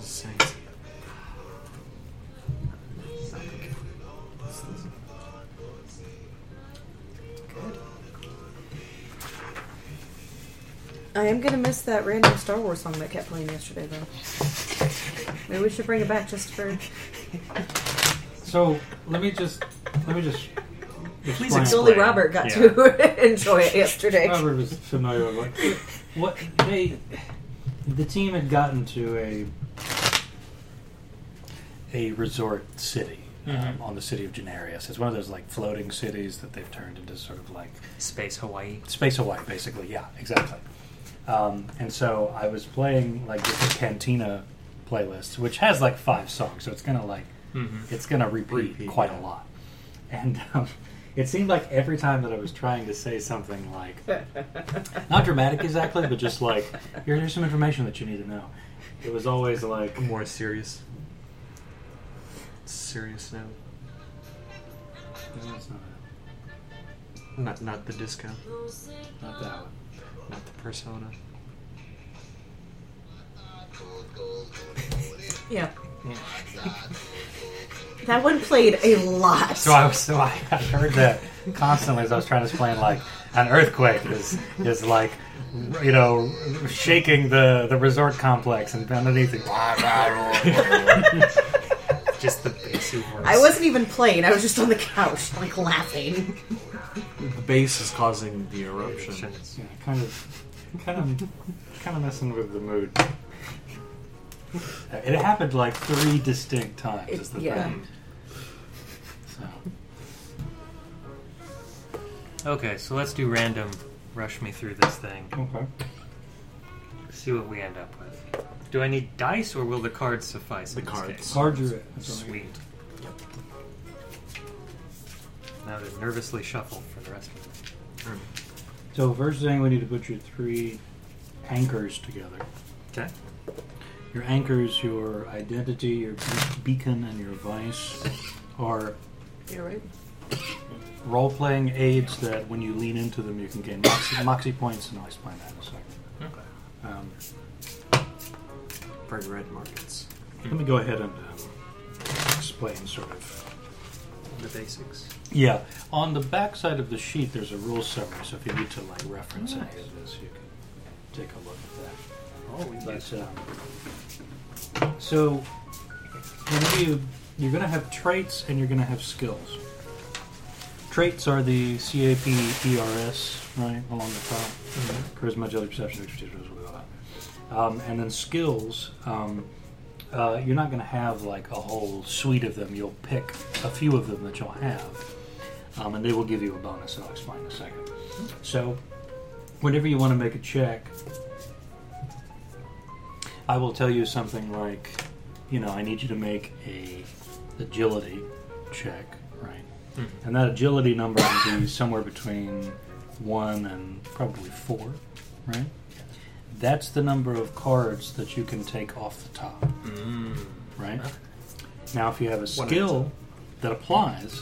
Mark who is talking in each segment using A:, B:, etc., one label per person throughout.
A: Saints.
B: I am gonna miss that random Star Wars song that kept playing yesterday, though. Maybe we should bring it back just for.
A: So let me just let me just.
C: Please
A: explain.
B: Julie Robert got
C: Yeah.
B: to enjoy it yesterday.
A: Robert was familiar with what, what they the team had gotten to a a resort city um, on the city of Genarius. It's one of those like floating cities that they've turned into sort of like
C: Space Hawaii.
A: Space Hawaii, basically. Yeah, exactly. Um, and so I was playing like just a Cantina playlist, which has like five songs, so it's gonna like
C: Mm-hmm.
A: it's gonna repeat,
D: Repeat,
A: quite a
D: yeah.
A: lot. And um, it seemed like every time that I was trying to say something like not dramatic exactly, but just like here, here's some information that you need to know. It was always like
D: More serious. Serious now.
A: No, it's not,
D: Not not the disco.
A: not that one.
D: Not the persona.
B: yeah.
C: Yeah.
B: That one played a lot.
A: So I was so I, I heard that constantly as I was trying to explain like an earthquake is is like you know shaking the the resort complex and underneath it.
C: Just the bassy voice.
B: I wasn't even playing. I was just on the couch, like laughing.
D: The bass is causing the eruption.
A: Yeah, kind of, kind of, kind of messing with the mood. It happened like three distinct times.
B: It-
A: is the
B: yeah.
A: thing. So
C: Okay, so let's do random. Rush me through this thing.
A: okay,
C: See what we end up with. Do I need dice or will the cards suffice?
D: The
C: in this
D: cards.
C: case?
A: larger.
C: Sweet. Now to nervously shuffle for the rest of it.
A: So first thing we need to put your three anchors together.
C: Okay.
A: Your anchors, your identity, your be- beacon, and your vice are
B: You're right.
A: role playing aids that when you lean into them, you can gain moxie, moxie points, and I'll explain that in a second.
C: Okay.
A: Um,
D: Bright red markets.
A: let me go ahead and um, explain sort of
C: The basics.
A: Yeah, on the back side of the sheet, there's a rule summary. So if you need to like reference any of this, you can take a look
C: Oh, we
A: at that. But, um, so whenever you you're going to have traits and you're going to have skills. Traits are the CAP ERS E right along the top. Charisma, agility, perception, expertise, blah, blah, blah. Um, and then skills. Um, uh, you're not going to have like a whole suite of them. You'll pick a few of them that you'll have, um, and they will give you a bonus. And I'll explain in a second. So, whenever you want to make a check, I will tell you something like, you know, I need you to make a agility check, right?
C: Mhm.
A: And that agility number would be somewhere between one and probably four, right? That's the number of cards that you can take off the top
C: Mm.
A: right?
C: Okay.
A: Now, if you have a
C: One
A: skill that applies,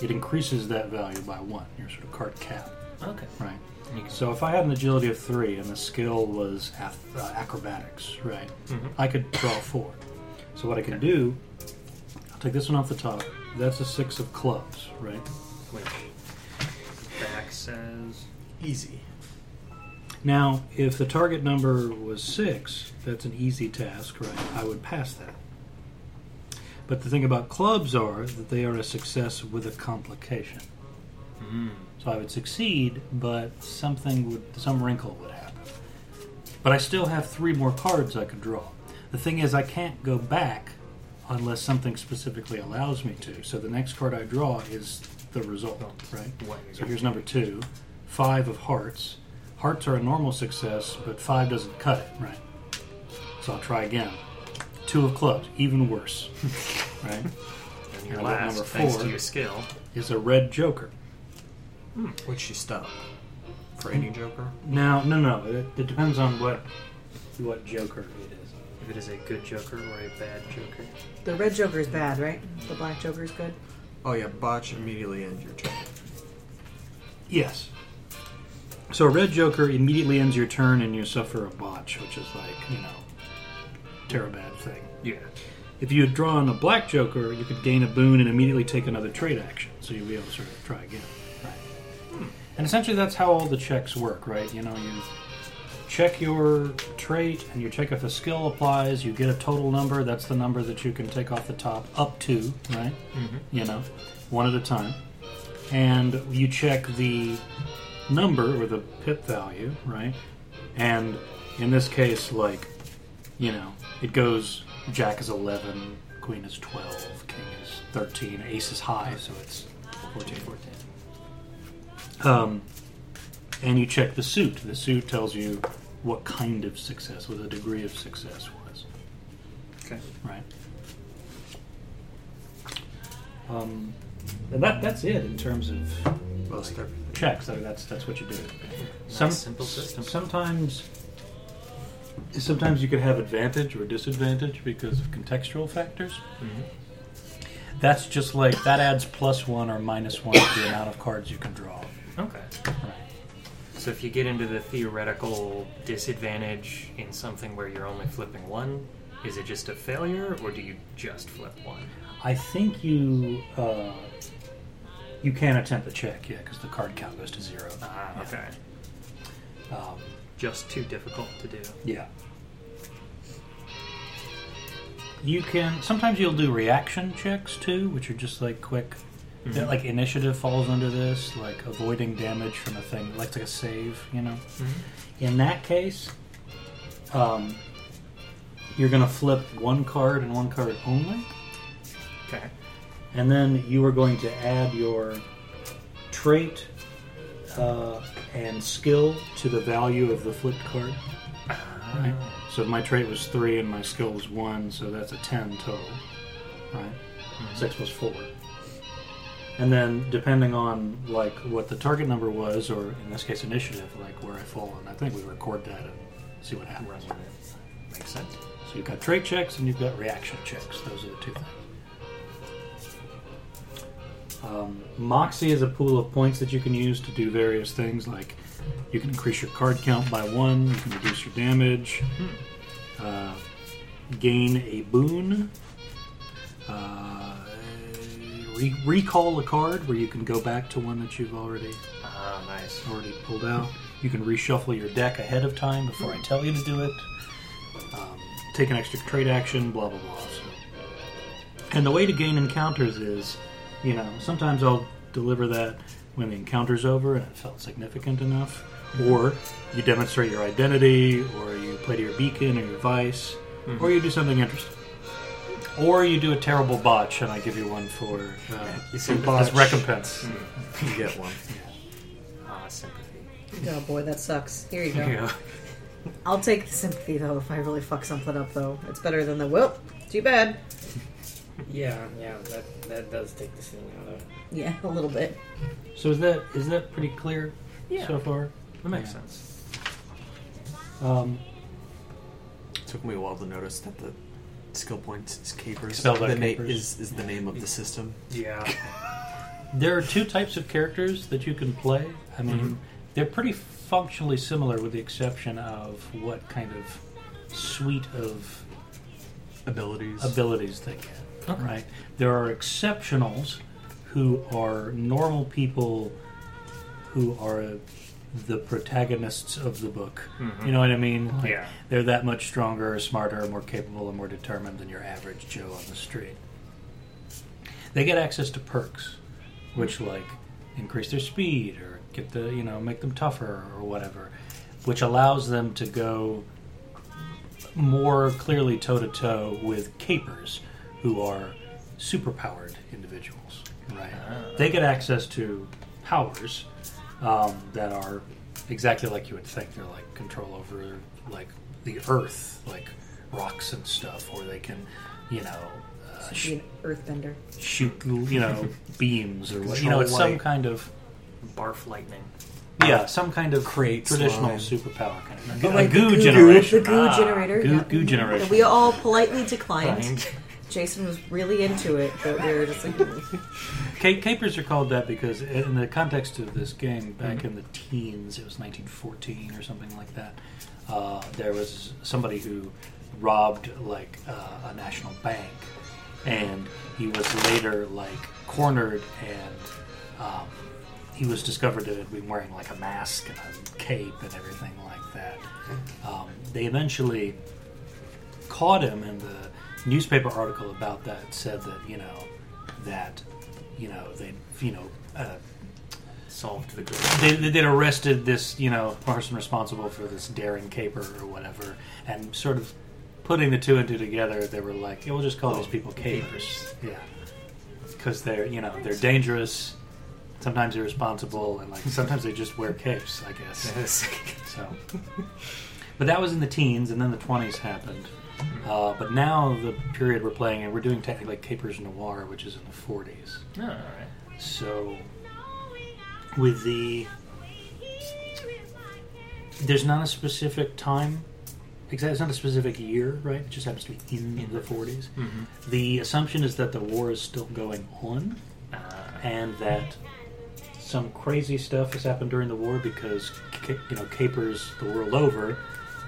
A: it increases that value by one, your sort of card cap,
C: Okay.
A: right?
C: And you can-
A: So, if I had an agility of three and the skill was ath- uh, acrobatics, right,
C: Mhm.
A: I could draw four. So, what I can do, I'll take this one off the top. That's a six of clubs, right?
C: Which the back says.
D: Easy.
A: Now, if the target number was six, that's an easy task, right? I would pass that. But the thing about clubs are that they are a success with a complication.
C: Mm.
A: So I would succeed, but something would, some wrinkle would happen. But I still have three more cards I could draw. The thing is, I can't go back unless something specifically allows me to. So the next card I draw is the result, right?
C: What?
A: So here's number two, five of hearts. Hearts are a normal success, but five doesn't cut it, right? So I'll try again. Two of clubs, even worse, right?
C: And your
A: Number
C: last, thanks
A: four.
C: to your skill.
A: Is a red joker.
D: Would she stop? For any Joker?
A: Now, no, no, it, it depends on what what joker it is.
C: If it is a good joker or a bad joker.
B: The red Joker is bad, right? The black Joker is good.
D: Oh yeah, botch immediately end your turn.
A: Yes. So a red joker immediately ends your turn and you suffer a botch, which is like, you know, Terabad thing.
C: Yeah.
A: If you had drawn a black joker, you could gain a boon and immediately take another trade action, so you'd be able to sort of try again. Right. And essentially, that's how all the checks work, right? You know, you check your trait and you check if a skill applies. You get a total number. That's the number that you can take off the top, up to, right?
C: Mm-hmm.
A: You know, one at a time. And you check the number or the pip value, right? And in this case, like, you know, it goes Jack is 11, Queen is 12, King is 13, Ace is high, so it's 14, 14. Um, and you check the suit. The suit tells you what kind of success, what the degree of success was,
C: Okay.
A: right? Um, and that, that's it in terms of
D: Most everything.
A: checks. That, that's that's what you do.
C: simple system.
A: Sometimes, sometimes you could have advantage or disadvantage because of contextual factors.
C: Mm-hmm.
A: That's just like that adds plus one or minus one to the amount of cards you can draw.
C: Okay.
A: Right.
C: So if you get into the theoretical disadvantage in something where you're only flipping one, is it just a failure, or do you just flip one?
A: I think you uh, you can attempt the check, yeah, because the card count goes to zero.
C: Ah,
A: Yeah.
C: okay.
A: Um,
C: Just too difficult to do.
A: Yeah. You can sometimes you'll do reaction checks too, which are just like quick.
C: Mhm.
A: that, Like initiative falls under this, like avoiding damage from a thing, like it's like a save, you know. In that case, um, you're gonna flip one card and one card only,
C: Okay.
A: and then you are going to add your trait uh, and skill to the value of the flipped card.
C: Uh,
A: Right. So my trait was three and my skill was one, so that's a ten total. Right?
C: Mhm.
A: Six plus four. And then depending on like what the target number was, or in this case initiative, like where I fall on, I think we record that and see what happens.
C: Right. Makes sense.
A: So you've got trait checks and you've got reaction checks. Those are the two things. Um, Moxie is a pool of points that you can use to do various things, like you can increase your card count by one, you can reduce your damage, uh, gain a boon, uh, re- recall a card where you can go back to one that you've already
C: Ah, nice.
A: already pulled out. You can reshuffle your deck ahead of time before I tell you to do it. Um, take an extra trade action, blah blah blah. So- And the way to gain encounters is, you know, sometimes I'll deliver that when the encounter's over and it felt significant enough, or you demonstrate your identity, or you play to your beacon or your vice,
C: Mm-hmm.
A: or you do something interesting. Or you do a terrible botch, and I give you one for uh,
C: You said
A: as
C: botch. Mm-hmm.
A: recompense.
D: You get one.
C: Ah, sympathy.
B: Oh boy, that sucks. Here you go.
C: Yeah.
B: I'll take the sympathy though if I really fuck something up though. It's better than the well. Too bad.
E: Yeah, yeah, that that does take the sting out of it.
B: Yeah, a little bit.
A: So is that is that pretty clear so far?
C: That makes
A: Yeah.
C: sense.
A: Um,
D: took me a while to notice that the skill points is capers.
A: Spelled out
D: the na-
A: capers.
D: is, is the name of the system.
C: Yeah.
A: there are two types of characters that you can play. I mean,
C: Mhm.
A: they're pretty functionally similar, with the exception of what kind of suite of
D: Abilities.
A: abilities they get.
C: Okay.
A: Right. There are exceptionals who are normal people who are the protagonists of the book.
C: Mhm.
A: You know what I mean? Like,
C: Yeah.
A: They're that much stronger, smarter, more capable, and more determined than your average Joe on the street. They get access to perks, which
C: Mm-hmm.
A: like increase their speed or get the you know make them tougher or whatever, which allows them to go more clearly toe to toe with capers, who are superpowered individuals. Right?
C: Ah.
A: They get access to powers um, that are exactly like you would think. They're like control over like the earth, like rocks and stuff, or they can, you know, uh, sh-
B: Be an earthbender.
A: shoot, you know, beams or what. You know,
D: Control
A: it's some
D: light.
A: kind of
C: Barf lightning.
A: yeah, some kind of
D: Create
A: traditional
D: slime.
A: superpower kind of
B: Oh,
A: a
B: like the
A: goo,
B: goo-
A: generation.
B: The goo
C: Ah,
B: generator.
A: goo-
B: yeah.
A: goo generation.
B: We all politely declined.
C: Find.
B: Jason was really into it, but we were just like, mm.
A: Ca- Capers are called that because, in the context of this game, back in the teens, it was 1914 or something like that. Uh, there was somebody who robbed like uh, a national bank, and he was later like cornered and um, he was discovered to have been wearing like a mask and a cape and everything like that. Um, they eventually caught him, and the newspaper article about that said that you know that you know they you know. Uh,
C: Solved the great.
A: they, they they'd arrested this, you know, person responsible for this daring caper or whatever, and sort of putting the two and two together, they were like, "Yeah, we'll just call these people capers, yeah, because they're, you know, they're dangerous, sometimes irresponsible, and like sometimes they just wear capes, I guess." So, but that was in the teens, and then the twenties happened. Uh, but now the period we're playing, and we're doing technically Capers Noir, which is in the forties.
C: oh, all right.
A: So, with the. There's not a specific time. Exactly, it's not a specific year, right? It just happens to be in,
C: In
A: the
C: the-
A: 40s.
C: Mhm.
A: The assumption is that the war is still going on
C: Uh,
A: and that some crazy stuff has happened during the war because ca- you know capers the world over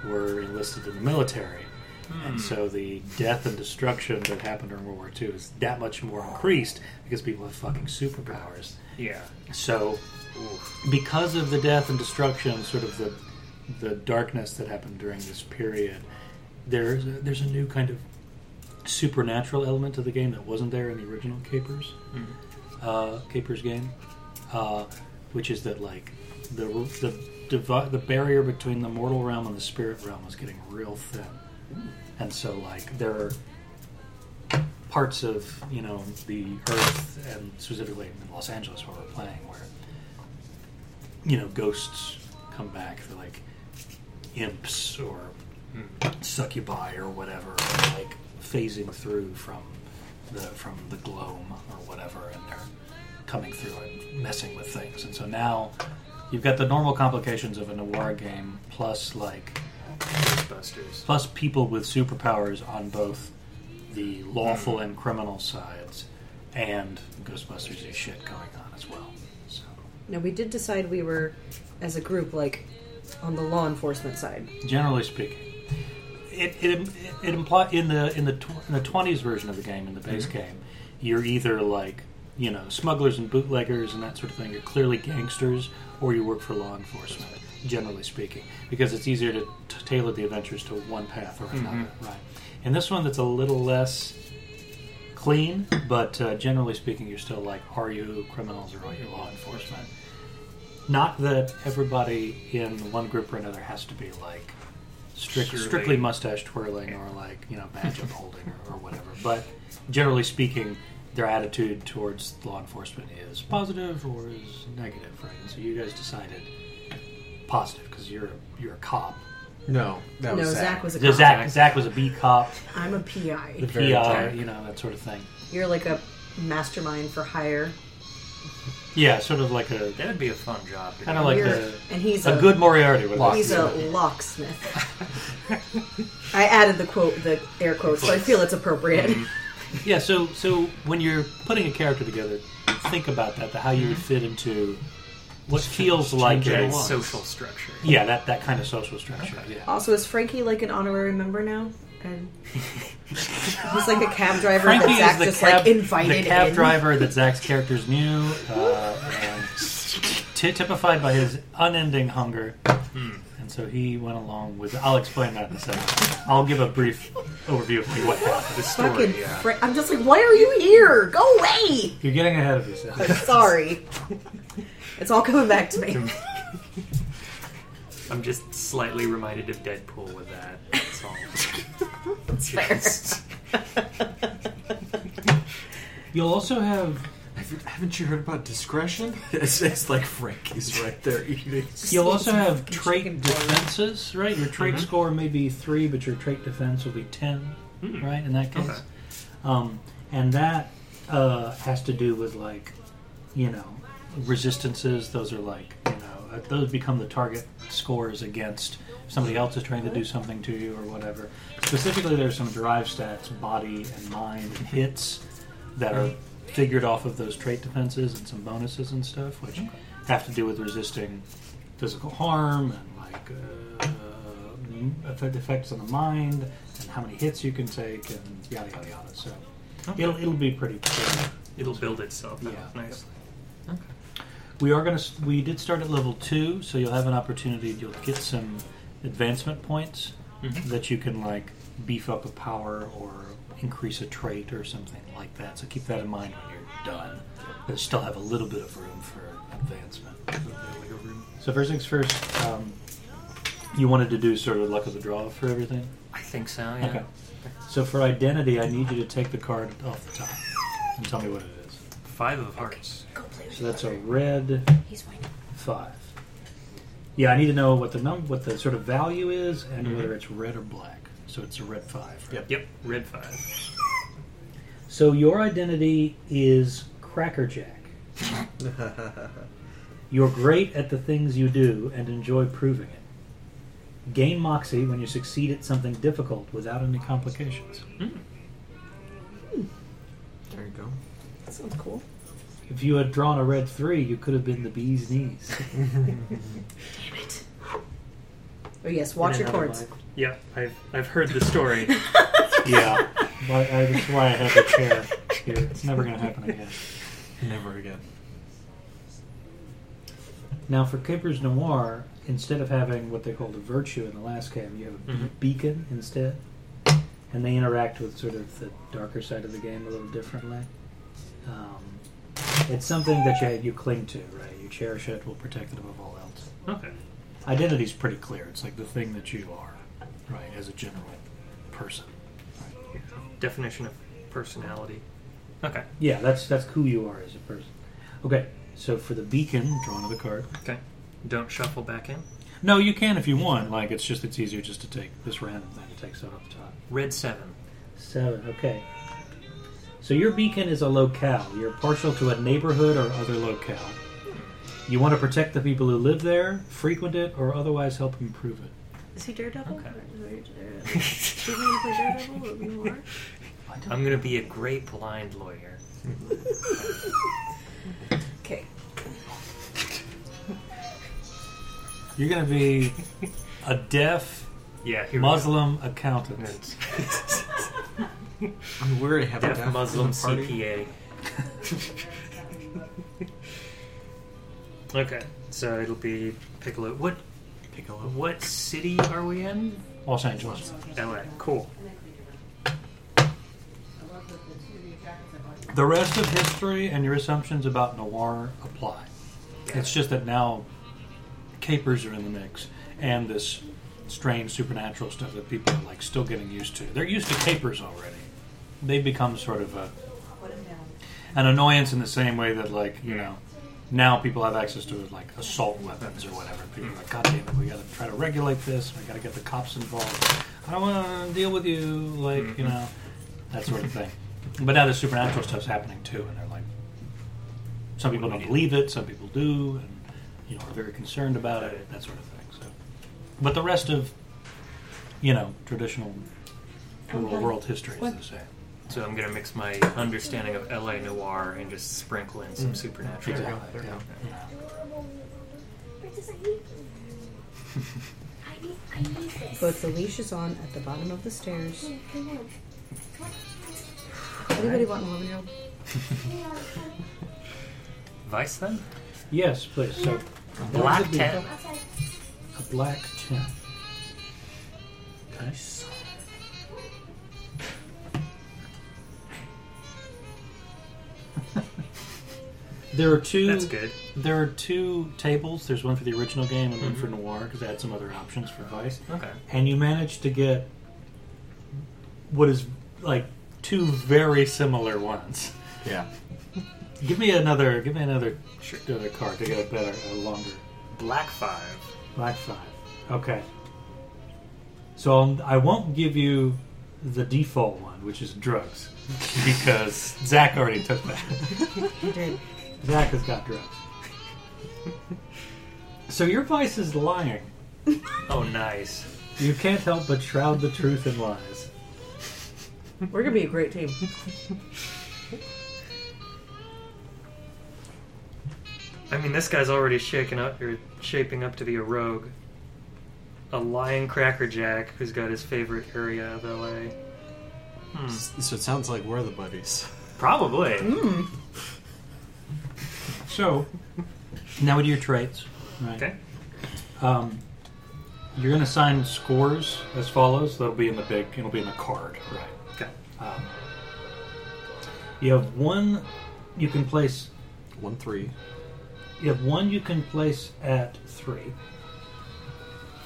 A: were enlisted in the military,
C: Hmm.
A: and so the death and destruction that happened during World War II is that much more increased because people have fucking superpowers.
C: yeah.
A: So, because of the death and destruction, sort of the the darkness that happened during this period, there's a, there's a new kind of supernatural element to the game that wasn't there in the original Capers
C: Hmm.
A: uh, Capers game, uh, which is that like the the divi- the barrier between the mortal realm and the spirit realm is getting real thin, and so like there are parts of you know the earth and specifically in Los Angeles where we're playing where you know ghosts come back they're like imps or
C: Hmm.
A: succubi or whatever are, like phasing through from the from the gloam or whatever and they're coming through and messing with things and so now you've got the normal complications of a noir game plus like
C: Ghostbusters.
A: plus people with superpowers on both the lawful and criminal sides, and Ghostbusters is shit going on as well. So
B: Now, we did decide we were, as a group, like on the law enforcement side.
A: generally speaking, it it, it imply in the in the tw- in the twenties version of the game in the base game, you're either like you know smugglers and bootleggers and that sort of thing. You're clearly gangsters, or you work for law enforcement. Generally speaking, because it's easier to t- tailor the adventures to one path or another, right? And this one that's a little less clean, but uh, generally speaking, you're still like, are you criminals or are you law enforcement? Not that everybody in one group or another has to be like strict,
C: Surely.
A: strictly mustache twirling or like you know badge upholding or, or whatever, but generally speaking, their attitude towards law enforcement is positive or is negative, right? And so you guys decided positive because you're you're a cop.
D: No, that
B: no,
D: was
B: Zach.
D: Zach.
B: was a
A: Zach,
B: cop.
A: Zach was a B cop,
B: I'm a
A: the
B: PI.
D: Very
A: PI,
D: good.
A: you know that sort of thing.
B: You're like a mastermind for hire.
A: Yeah, sort of like a
C: That'd be a fun job. to
A: Kinda
C: do.
A: like
B: You're,
A: the-
B: and he's
A: a good Moriarty with
D: Lock.
B: He's a locksmith. I added the quote, the air quotes, so I feel it's appropriate.
A: Mm-hmm. Yeah, so so when you're putting a character together, think about that, the how you would fit into what feels like
C: That
A: a
C: social structure.
A: Yeah, that, that kind of social structure. Yeah.
B: Also, is Frankie like an honorary member now? And he's like the cab driver
A: Frankie
B: that Zach
A: is the
B: just
A: cab,
B: like invited
A: the cab
B: in.
A: driver that Zach's characters knew, uh, and t- typified by his unending hunger, and so he went along with. I'll explain that in a second. I'll give a brief overview of what happened.
C: The story.
B: Fucking
C: Yeah.
B: Fra- I'm just like, why are you here? Go away!
A: You're getting ahead of yourself.
B: I'm sorry. it's all coming back to me.
C: I'm just slightly reminded of Deadpool with that. That's all.
B: It's fair.
C: Just-
A: You'll also have
D: Have- Haven't you heard about discretion? It's, it's like Frankie's right there eating.
A: You'll also have
B: Chicken
A: trait
B: bone.
A: defenses, right? Your trait score may be three, but your trait defense will be ten, right? In that case,
C: Okay.
A: um, and that uh, has to do with like, you know, resistances. Those are like, you know, uh, those become the target scores against if somebody else is trying to do something to you or whatever. Specifically, there's some drive stats, body and mind, and hits that are figured off of those trait defenses and some bonuses and stuff, which have to do with resisting physical harm and like uh, the eff- effects on the mind and how many hits you can take and yada yada yada. So it'll it'll be pretty. pretty
C: It'll build itself
A: yeah.
C: out nicely.
A: We are gonna. s- We did start at level two, so you'll have an opportunity. You'll get some advancement points
C: Mhm.
A: that you can like beef up a power or increase a trait or something like that. So keep that in mind when you're done. But still have a little bit of room for advancement. So first things first. Um, you wanted to do sort of luck of the draw for everything.
C: I think so, yeah.
A: Okay. So for identity, I need you to take the card off the top and tell me what it is.
C: Five of hearts.
F: Go play with
A: So that's a red
F: him. He's white.
A: Five. Yeah, I need to know what the num what the sort of value is, and
C: Mhm.
A: whether it's red or black. So it's a red five. right?
C: Yep, red five.
A: So your identity is crackerjack. You're great at the things you do and enjoy proving it. Gain moxie when you succeed at something difficult without any complications.
C: Hmm.
D: There you go.
B: That sounds cool.
A: If you had drawn a red three, you could have been the bee's knees.
F: Damn it.
B: Oh yes, watch
D: In
B: your
D: another
B: cords.
D: life.
C: Yeah, I've, I've heard the story.
A: yeah, why, I, that's why I have a chair here. It's never going to happen again.
D: Never again.
A: Now, for Capers Noir, instead of having what they called a virtue in the last game, you have a be-
C: Mhm.
A: beacon instead. And they interact with sort of the darker side of the game a little differently. Um, it's something that you, you cling to, right? You cherish it, will protect it above all else.
C: okay.
A: Identity's pretty clear. It's like the thing that you are, right, as a general person. Right?
C: Definition of personality. Okay.
A: Yeah, that's, that's who you are as a person. Okay, so for the beacon, draw another card.
C: Okay. Don't shuffle back in.
A: No, you can if you want. Like it's just it's easier just to take this random thing and take something off the top.
C: Red seven.
A: Seven. Okay. So your beacon is a locale. You're partial to a neighborhood or other locale. You want to protect the people who live there, frequent it, or otherwise help improve it.
B: Is he Daredevil?
C: Okay.
B: Or- or- or- Do you want to play Daredevil or Noir?
C: I'm going to be a great blind lawyer.
B: Okay.
A: You're gonna be a deaf
C: Yeah, here we go.
A: Muslim accountant.
D: I mean, we already have a
C: Deaf Muslim
D: party.
C: CPA. okay, so it'll be Piccolo. What
D: Piccolo.
C: what city are we in?
A: Los Angeles.
C: LA. Cool.
A: The rest of history and your assumptions about noir apply. It's just that now capers are in the mix and this strange supernatural stuff that people are like still getting used to. They're used to capers already. They become sort of a an annoyance in the same way that like, you know, now people have access to like assault weapons or whatever. People are like, God damn it, we gotta try to regulate this, we gotta get the cops involved. I don't wanna deal with you, like, you know, that sort of thing. But now the supernatural stuff's happening too, and they're like some people don't believe it, some people do, and you know are very concerned about it, that sort of thing. So, but the rest of you know traditional rural world history is the same.
C: So I'm gonna mix my understanding of LA noir and just sprinkle in
A: Mm.
C: some supernatural.
A: Exactly,
C: There we go.
A: yeah.
F: I need, I need this.
B: But the leash is on at the bottom of the stairs.
F: Come on.
B: Anybody want an 11 year old?
C: Vice then?
A: Yes, please. So
C: Black ten.
A: a black ten. Okay. There are two.
C: That's good.
A: There are two tables. There's one for the original game and one for Noir because I had some other options for Vice.
C: Okay.
A: And you managed to get what is like two very similar ones.
D: Yeah.
A: Give me another. Give me another.
C: Sure.
A: Another card to get a better, a longer
C: Black five.
A: black five. Okay. So I'll, I won't give you the default one, which is drugs, because Zach already took that.
B: He did.
A: Zach has got drugs. So your vice is lying.
C: Oh nice.
A: You can't help but shroud the truth in lies.
B: We're going to be a great team.
C: I mean, this guy's already shaking up. You're shaping up to be a rogue. a lying crackerjack who's got his favorite area of LA. Hmm.
D: S- So it sounds like we're the buddies.
C: Probably.
B: Mm.
A: So now we do your traits. Right.
C: Okay.
A: Um, you're going to assign scores as follows. That'll be in the big. It'll be in the card. Right.
C: Okay.
A: Um, you have one. You can place.
D: One three.
A: You have one. You can place at three.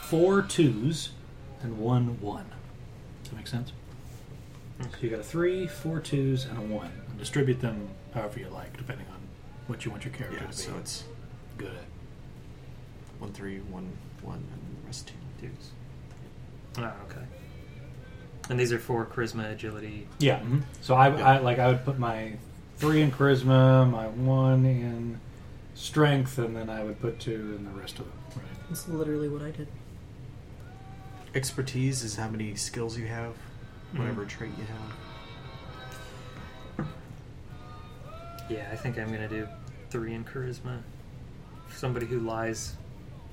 A: Four twos, and one one. Does that make sense? So you got a three, four twos, and a one. And distribute them however you like, depending on what you want your character
D: Yeah,
A: to be
D: so it's
A: good at.
D: one three, one one, and the rest two.
C: Dudes. Oh, okay. And these are for charisma, agility.
A: Yeah. mhm. So I,
D: Yeah.
A: I like I would put my three in charisma, my one in strength, and then I would put two in the rest of them. Right.
B: That's literally what I did.
D: Expertise is how many skills you have, whatever
C: Mhm.
D: trait you have.
C: Yeah, I think I'm gonna do three in charisma. Somebody who lies.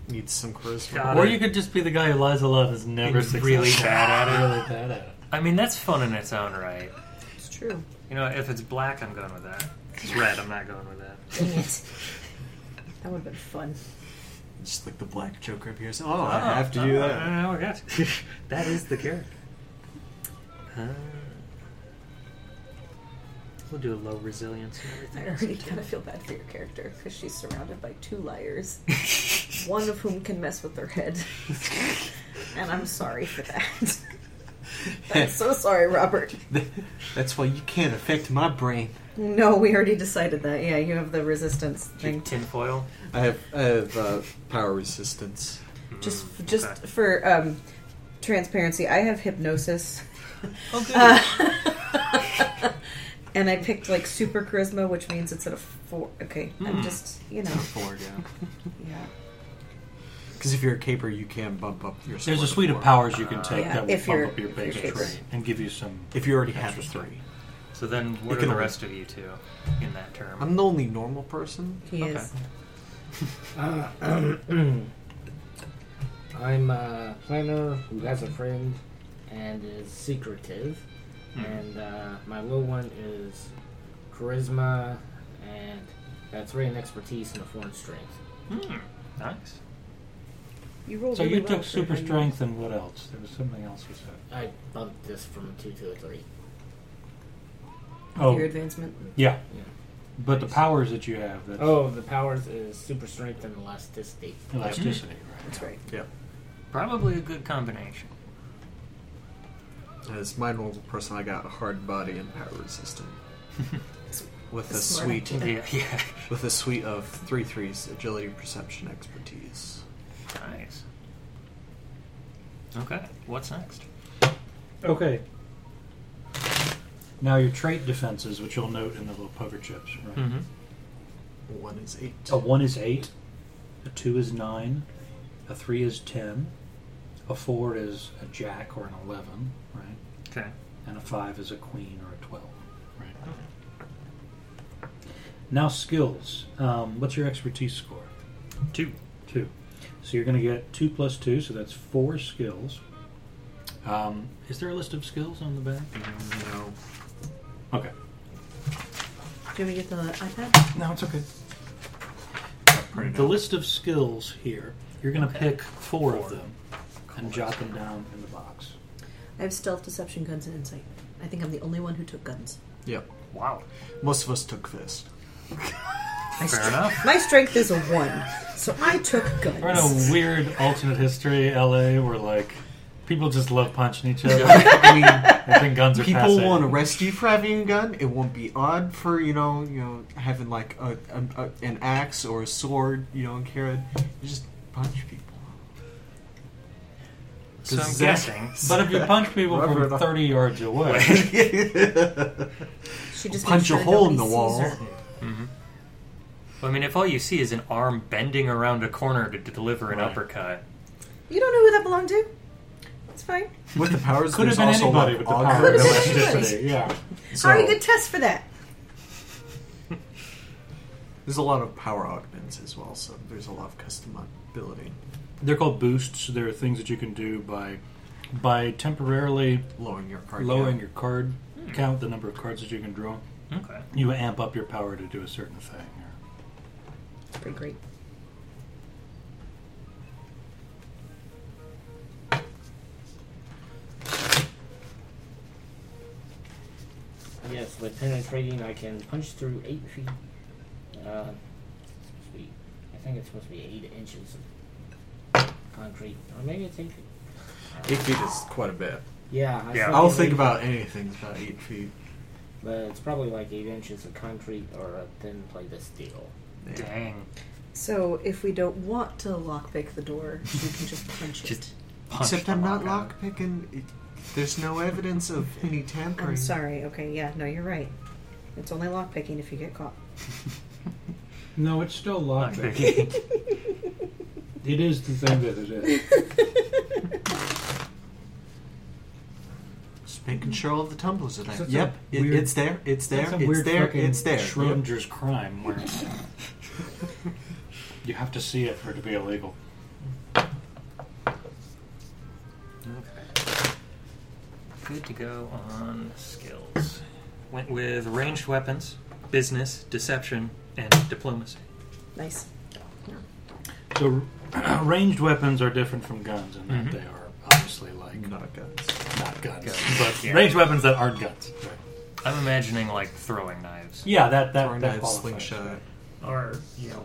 D: Needs some charisma.
C: Got
A: Or
C: it.
A: you could just be the guy who lies a lot and is never
C: He's really
A: successful.
C: bad at it.
A: Really bad at it.
C: I mean, that's fun in its own right.
B: It's true.
C: You know, if it's black, I'm going with that. If it's red, I'm not going with that.
F: Dang it.
B: That would have been fun.
D: Just like the black joker appears. Oh, I have to do
C: oh,
D: that.
C: Oh, my gosh. that is the character. Uh, we'll do a low resilience and everything.
B: I
C: else,
B: already
C: too.
B: kind of feel bad for your character because she's surrounded by two liars, one of whom can mess with her head. and I'm sorry for that. I'm so sorry, Robert.
D: That's why you can't affect my brain.
B: No, we already decided that. Yeah, you have the resistance
C: Tin-
B: thing.
C: Tinfoil.
D: I have I have uh, power resistance.
B: Just,
C: Mm,
B: just
C: okay.
B: for um, transparency, I have hypnosis,
C: Oh, good.
B: Uh, and I picked like super charisma, which means it's at a four. Okay,
C: Hmm.
B: I'm just, you know,
D: Four, yeah.
B: yeah,
D: Because if you're a caper, you can bump up your.
A: There's
D: score
A: a
D: to
A: suite of
D: four.
A: powers you can take
B: Yeah,
A: that will
B: if
A: bump
B: you're-
A: up your
B: if you're
A: base
B: capable.
A: trait and give you some.
D: If you already have
A: Extra
D: a
A: stuff.
D: three,
C: So then,
D: You
C: what are
D: can
C: the
D: only-
C: rest of you two in that term?
D: I'm the only normal person.
B: he
C: Okay.
B: is.
E: Uh, I'm Uh, a planner who has a friend and is secretive,
C: Hmm.
E: and uh, my low one is charisma, and that's three in expertise and a four in strength.
C: Hmm, nice.
B: You rolled
A: So
B: really
A: you
B: well
A: took
B: for
A: super
B: how you-
A: strength and what else? There was something else you said.
E: I bumped this from a two to a three.
A: Oh,
B: Your advancement.
A: yeah.
E: Yeah.
A: But the powers that you have, that's Oh,
E: Oh, the powers is super strength and elasticity.
A: elasticity,
B: That's right.
C: Probably a good combination.
D: As my normal person, I got hard body and power resistant. with a
B: That's smart.
D: suite
C: Yeah, yeah.
D: with a suite of three threes: agility, perception, expertise.
C: Nice. Okay, what's next?
A: right? Okay. Now your trait defenses, which you'll note in the little poker chips, right?
C: Mm-hmm.
D: One is eight.
A: A one is eight, a two is nine, a three is ten, a four is a jack or an eleven, right?
C: Okay.
A: And a five is a queen or a twelve, right? Now skills. Um, what's your expertise score?
C: Two.
A: Two. So you're going to get two plus two, so that's four skills. Um, is there a list of skills on the back?
D: No.
A: Okay.
B: Do we get the iPad?
A: No, it's okay.
D: Printed
A: The
D: out.
A: list of skills here, you're going to
C: Okay.
A: pick four,
C: Four.
A: of them and jot them down in the box.
B: I have stealth, deception, guns, and insight. I think I'm the only one who took guns.
D: Yep.
C: Wow.
D: Most of us took fist.
C: Fair enough.
B: My strength is a one, so I took guns.
A: We're in a weird alternate history LA where like people just love punching each other.
D: I
A: I think guns are
D: mean, people
A: passé.
D: won't arrest you for having a gun. It won't be odd for you know you know having like a, a, a an axe or a sword you know and carrot. You just punch people.
C: So I'm
D: Zach-
C: guessing.
A: But if you punch people
D: Rubber
A: from
D: dog.
A: 30 yards away,
B: She just
D: punch
B: made
D: a
B: sure
D: hole in the
B: nobody
D: wall.
B: sees her.
C: Mhm. Well, I mean, if all you see is an arm bending around a corner to deliver an
A: Right.
C: uppercut,
B: You don't know who that belonged to. It's fine.
D: With the powers,
A: could have
D: there's
A: been
D: also,
A: anybody
D: like,
A: with the
D: all
A: power of
B: Could've
D: kinds
B: been
A: elasticity. Yeah.
D: So,
B: How are you good test for that?
D: there's a lot of power augments as well, so there's a lot of customizability.
A: They're called boosts. They're things that you can do by by temporarily
D: Lowering your card.
A: lowering
D: count.
A: your card count, the number of cards that you can draw.
C: Okay.
A: You amp up your power to do a certain thing.
B: It's pretty great.
E: Yes, with penetrating, I can punch through eight feet. Uh, supposed to be, I think it's supposed to be eight inches of concrete, or maybe it's eight feet.
D: Eight feet is quite a bit.
E: Yeah, I
C: Yeah.
E: said
D: I'll
E: eight
D: think
E: feet,
D: about anything about eight feet.
E: But it's probably like eight inches of concrete or a thin plate of steel.
D: Yeah.
C: Dang.
B: So if we don't want to lockpick the door, we can just punch
C: Just- Punch
D: Except
C: the
D: I'm not
C: lock out.
D: lockpicking. It, there's no evidence of any
B: it.
D: tampering.
B: I'm sorry. Okay, yeah, no, you're right. It's only lockpicking if you get caught.
A: No, it's still locked.
C: Lockpicking.
A: It is the thing that it is.
D: Just making sure all the tumblers are
A: So
D: there.
A: it's
D: Yep,
A: a
D: it,
A: weird-
D: it's there. It's there.
A: That's some
D: It's
A: weird
D: there.
A: fucking
D: It's there. Yep.
A: Schrodinger's crime where you have to see it for it to be illegal.
C: Good to go on skills. Went with ranged weapons, business, deception, and diplomacy.
B: nice.
A: So ranged weapons are different from guns in that
C: Mhm.
A: they are obviously like
D: Mm-hmm. Not guns.
A: not guns,
C: Guns.
A: but
C: Yeah.
A: ranged weapons that aren't guns.
C: I'm imagining like throwing knives.
A: Yeah, that that
D: Throwing
A: that
D: knife,
A: qualifies.
D: slingshot,
E: Or, you know,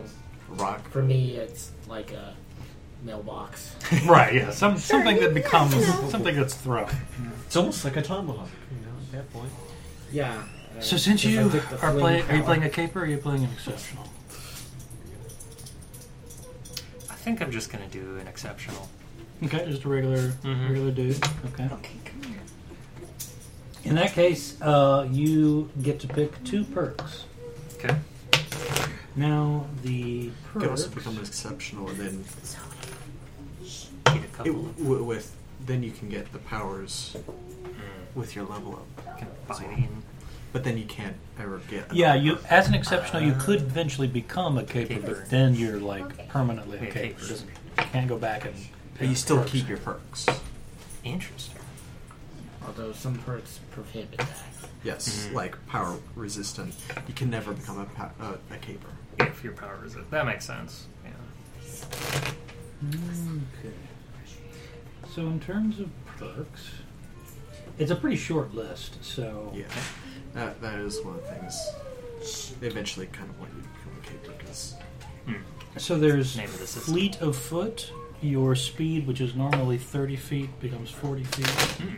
D: rock.
E: for me, it's like a mailbox.
A: Right, yeah, some something that becomes
B: Yeah.
A: something that's thrown.
D: It's almost like a tomahawk. You know, at that point.
E: Yeah. uh,
A: So since
E: since I
A: you
E: took the
A: are
E: fling
A: playing, are you
E: power-
A: playing a caper? Or are you playing an exceptional?
C: I think I'm just gonna do an exceptional.
A: Okay, Mm-hmm. just a regular
C: Mhm.
A: regular dude. Okay.
B: Okay, come here.
A: In that case, uh, you get to pick two perks.
C: Okay.
A: Now the
D: Could
A: perks.
D: also become exceptional, and then
C: Need a couple.
D: it, w- with then you can get the powers
C: Mm,
D: with your level up,
C: combining.
D: but then you can't ever get. another
A: Yeah, you
D: perk.
A: as an exceptional, you could
C: Uh,
A: eventually become a caper,
C: caper.
A: but then you're like
F: Okay.
A: permanently a
C: Yeah,
A: caper.
C: caper.
A: Doesn't- Can't go back and.
D: But you still keep your perks.
C: Interesting.
E: Although some perks prohibit that.
D: Yes,
C: Mhm.
D: like power resistant. You can never become a pa- uh, a caper.
C: If your power is it, that makes sense. Yeah.
A: Okay. So in terms of perks, it's a pretty short list. So
D: Yeah, that, that is one of the things. They eventually kind of want you to become a caper because
C: Mm.
A: so there's
C: Name of the system.
A: fleet of foot. Your speed, which is normally 30 feet, becomes 40 feet.
C: Mm.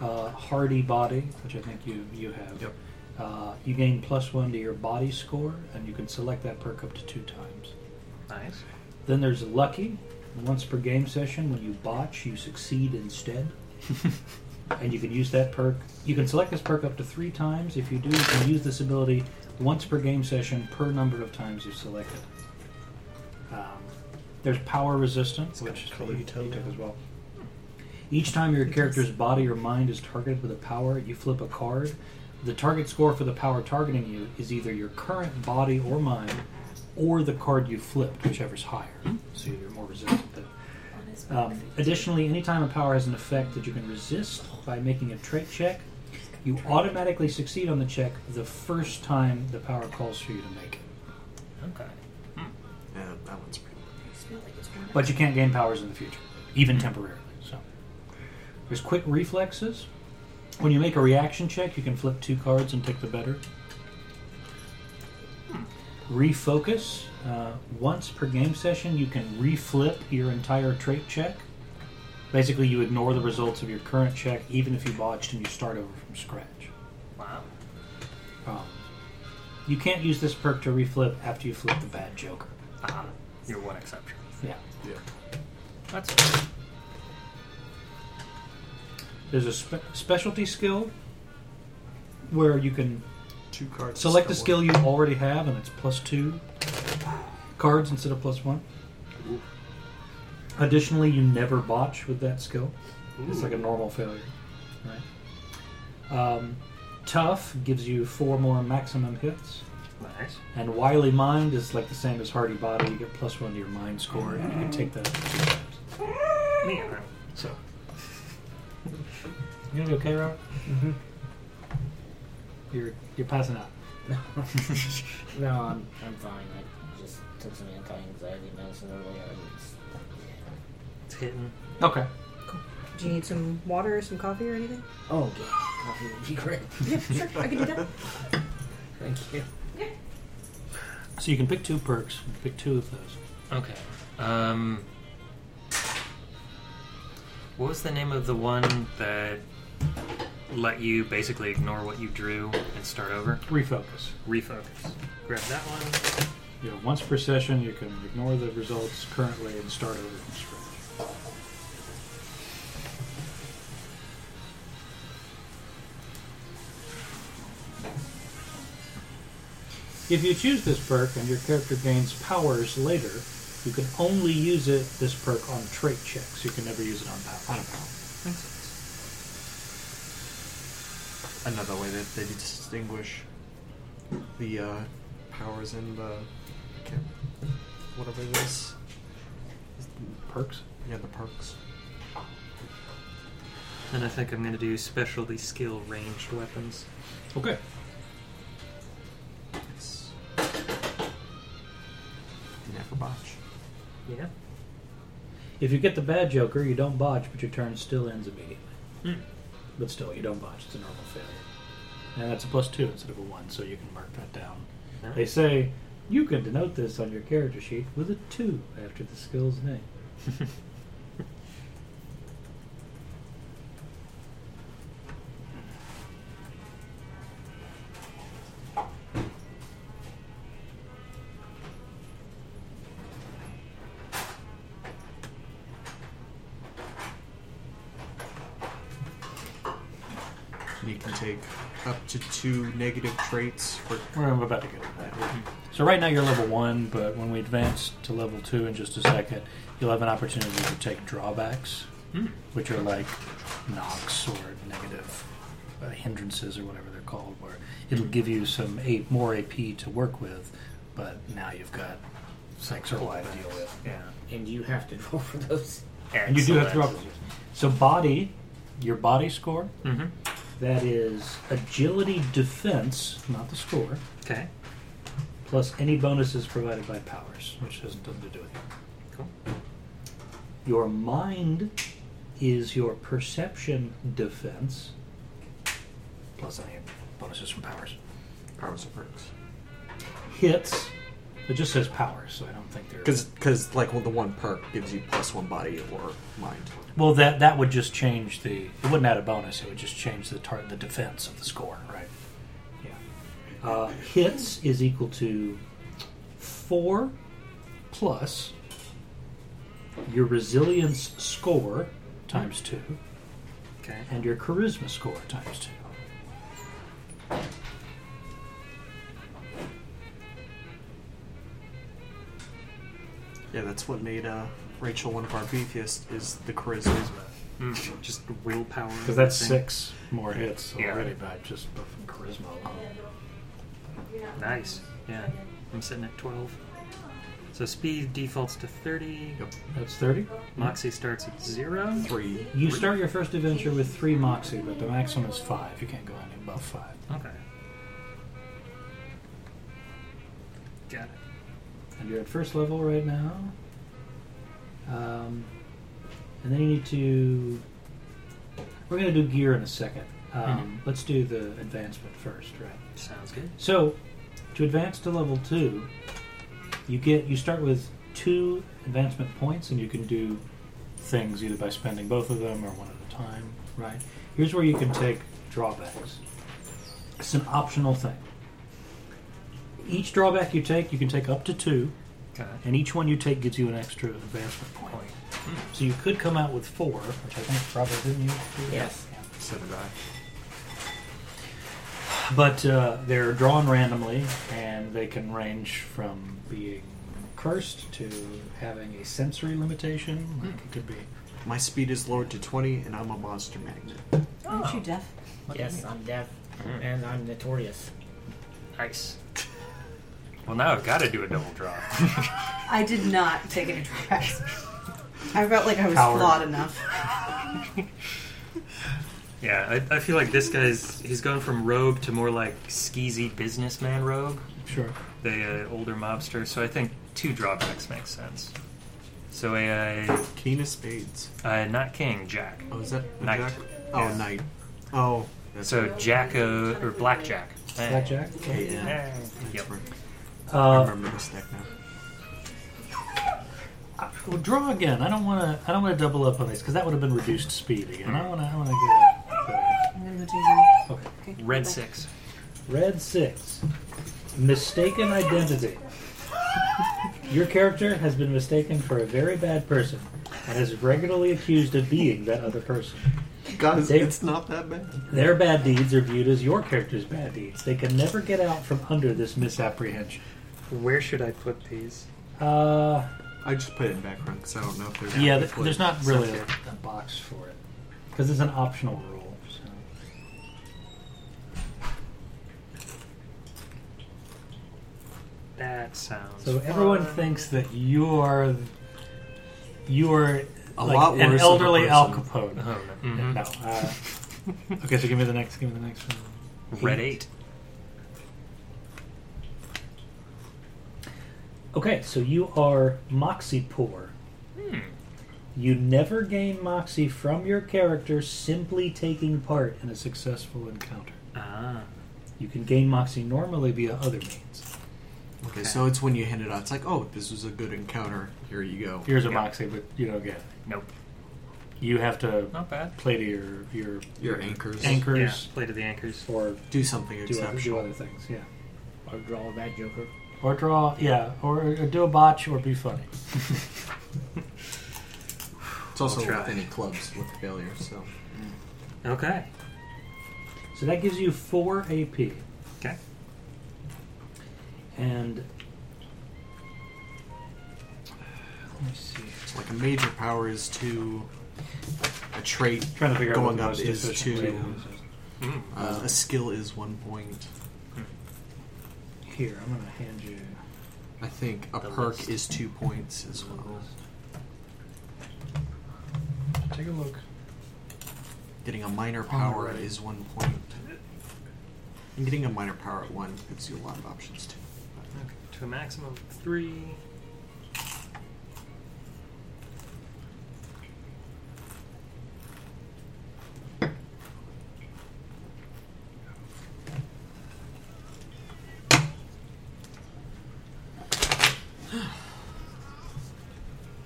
A: Uh, hardy body, which I think you you have.
D: Yep.
A: Uh, you gain plus one to your body score, and you can select that perk up to two times.
C: Nice.
A: Then there's lucky. Once per game session, when you botch, you succeed instead. and you can use that perk. You can select this perk up to three times. If you do, you can use this ability once per game session per number of times you've selected. Um, there's power resistance,
D: It's got
A: which is
D: color
A: what you,
D: detail
A: you took
D: now.
A: as well. Each time your character's body or mind is targeted with a power, you flip a card. The target score for the power targeting you is either your current body or mind, or the card you flipped, whichever's higher. So you're more resistant. Then.
B: On his back
A: Um,
B: feet.
A: additionally, anytime a power has an effect that you can resist by making a trait check, you automatically succeed on the check the first time the power calls for you to make it.
C: Okay.
D: yeah, that one's pretty.
A: But you can't gain powers in the future, even temporarily. So there's quick reflexes. When you make a reaction check, you can flip two cards and take the better. Refocus. Uh, once per game session, you can reflip your entire trait check. Basically, you ignore the results of your current check, even if you botched and you start over from scratch.
C: Wow.
A: Um, you can't use this perk to reflip after you flip the bad joker.
C: Ah, you're one exception.
A: Yeah.
D: Yeah.
C: That's
A: There's a spe- specialty skill where you can
D: Two cards.
A: select
D: to
A: a skill you already have, and it's plus two cards instead of plus one. Additionally, you never botch with that skill. It's like a normal failure, right? Um, tough gives you four more maximum hits.
C: Nice.
A: And wily mind is like the same as hardy body. You get plus one to your mind score, and you can take that. up to two times.
C: Me, I'm-
A: So
E: You gonna be okay, Rob?
A: you're you're passing out.
E: No. no, I'm, I'm fine. I just took some anti-anxiety medicine earlier. And it's,
C: it's hitting.
A: Okay.
B: Do you need some water or some coffee or anything?
E: oh, yeah, coffee would be great.
B: Yeah, sure. I can do that.
E: Thank you.
A: So you can pick two perks. You can pick two of those.
C: Okay. Um. What was the name of the one that let you basically ignore what you drew and start over?
A: Refocus.
C: Refocus. Grab that one.
A: You know, once per session, you can ignore the results currently and start over from scratch. If you choose this perk and your character gains powers later, you can only use it this perk on trait checks. You can never use it on pow- on a power.
D: Another way that they distinguish the uh, powers and the can't- whatever it is.
A: Perks.
D: Yeah, the perks.
C: And I think I'm going to do specialty skill ranged weapons.
A: Okay.
D: It's never botch.
C: Yeah.
A: If you get the bad Joker, you don't botch, but your turn still ends immediately.
C: Hmm.
A: But still, you don't botch. It's a normal failure. And that's a plus two instead of a one, so you can mark that down. They
C: Nice.
A: say you can denote this on your character sheet with a two after the skill's name.
D: And you can take up to two negative traits for
A: We're about to get to that. So right now you're level one, but when we advance to level two in just a second, you'll have an opportunity to take drawbacks,
C: Hmm.
A: which are like knocks or negative uh, hindrances or whatever they're called, where it'll give you some eight more AP to work with, but now you've got six or five to deal with.
C: Yeah.
E: And you have to roll for those.
A: And you do have to roll. So body, your body score,
C: Mm-hmm.
A: that is agility defense, not the score,
C: Okay.
A: plus any bonuses provided by powers, which has nothing to do with you.
C: Cool.
A: Your mind is your perception defense, plus any bonuses from powers.
D: powers or perks.
A: Hits, it just says powers, so I don't think they're.
D: Because, like, well, the one perk gives you plus one body or mind.
A: Well, that that would just change the. It wouldn't add a bonus. It would just change the tar- the defense of the score, right? Yeah. Uh, hits is equal to four plus your resilience score times two
C: Okay.
A: and your charisma score times two.
D: Yeah, that's what made uh, Rachel one of our beefiest is the charisma.
C: Mm. Just willpower.
A: Because that's
C: thing.
A: six more hits
C: Yeah.
A: already by just from charisma alone.
C: Nice. Yeah. I'm sitting at 12. So speed defaults to 30.
D: Yep.
A: That's thirty.
C: Moxie starts at 0.
D: Three.
A: You start your first adventure with three moxie, but the maximum is five. You can't go any above five.
C: Okay. Got it.
A: And you're at first level right now. Um, and then you need to. We're going to do gear in a second. Um, Let's do the advancement first, right?
C: Sounds good.
A: So, to advance to level two, you get you start with two advancement points, and you can do things either by spending both of them or one at a time, right? Here's where you can take drawbacks. It's an optional thing. Each drawback you take, you can take up to two,
C: Okay.
A: and each one you take gives you an extra advancement point.
C: Point.
A: So you could come out with four, which I think probably didn't you? do?
E: Yes.
D: So did I.
A: But uh, they're drawn randomly, and they can range from being cursed to having a sensory limitation. Like it could be.
D: My speed is lowered to 20, and I'm a monster magnet.
B: Aren't you deaf?
E: Yes, I'm deaf,
C: Mm.
E: and I'm notorious.
C: Nice. Well, now I've got to do a double draw.
G: I did not take any tracks. I felt like I was
C: Coward.
G: flawed enough.
C: yeah, I, I feel like this guy's he's gone from rogue to more like skeezy businessman rogue,
A: Sure.
C: the uh, older mobster. So I think two drawbacks make sense. So a, uh
D: King of Spades.
C: uh not king, Jack.
D: Oh, is that a
C: Knight.
D: Jack? Oh,
C: Yeah.
D: Knight. Oh, that's
C: So Jack uh, or blackjack. Eh.
A: Blackjack?
D: okay. Yeah.
C: Eh. Yep.
D: That's right. I
A: Uh,
D: remember this deck now.
A: well, draw again. I don't want to. I don't want to double up on these because that would have been reduced speed again. I want to. I want to get.
G: I'm gonna go do
A: Okay.
G: the- okay,
C: Red
G: bye.
C: six.
A: Red six. Mistaken identity. Your character has been mistaken for a very bad person and is regularly accused of being that other person.
D: Guys,
A: Dave-
D: it's not that bad.
A: Their bad deeds are viewed as your character's bad deeds. They can never get out from under this misapprehension.
C: Where should I put these?
A: Uh,
D: I just put it in background because I don't know if there's.
A: yeah, th- there's not really a, a box for it because it's an optional rule. So.
C: That sounds.
A: So everyone
C: fun.
A: thinks that you are you are
D: A
A: like
D: lot
A: an
D: worse of a
A: elderly Al
D: person.
A: Capone.
C: Oh, no. Mhm.
A: No. Uh, okay, so give me the next. Give me the next one.
C: Red eight.
A: Okay, so you are moxie poor.
C: Hmm.
A: You never gain moxie from your character simply taking part in a successful encounter.
C: Ah.
A: You can gain moxie normally via other means.
D: Okay, so it's when you hand it out. It's like, oh, this was a good encounter. Here you go.
A: Here's a
C: Yeah.
A: moxie, but you don't get. it.
C: Nope.
A: You have to
C: Not bad.
A: play to your your
D: Your anchors.
C: Yeah.
A: anchors
C: Play to the anchors.
A: or
D: Do something
A: do other, do
D: exceptional.
A: other things. Yeah,
E: Or draw a bad joker.
A: or draw. Yeah, or, or do a botch or be funny.
D: It's also
C: I'll try.
D: with any clubs with failure. So
C: Okay.
A: So that gives you four AP.
C: Okay.
A: And let me see.
D: it's like a major power is to a trait.
A: Trying to figure out
D: Going
A: what the
D: up
A: most
D: is
A: efficient
D: to-
A: way to do this is.
C: Mm.
D: Uh, a skill is one point.
A: Here, I'm gonna hand you.
D: I think a
C: The
D: perk
C: list.
D: is two points as well.
A: Take a look.
D: Getting a minor
A: Oh,
D: power
A: Alright.
D: is one point. And getting a minor power at one gives you a lot of options too.
C: Okay. To a maximum of three.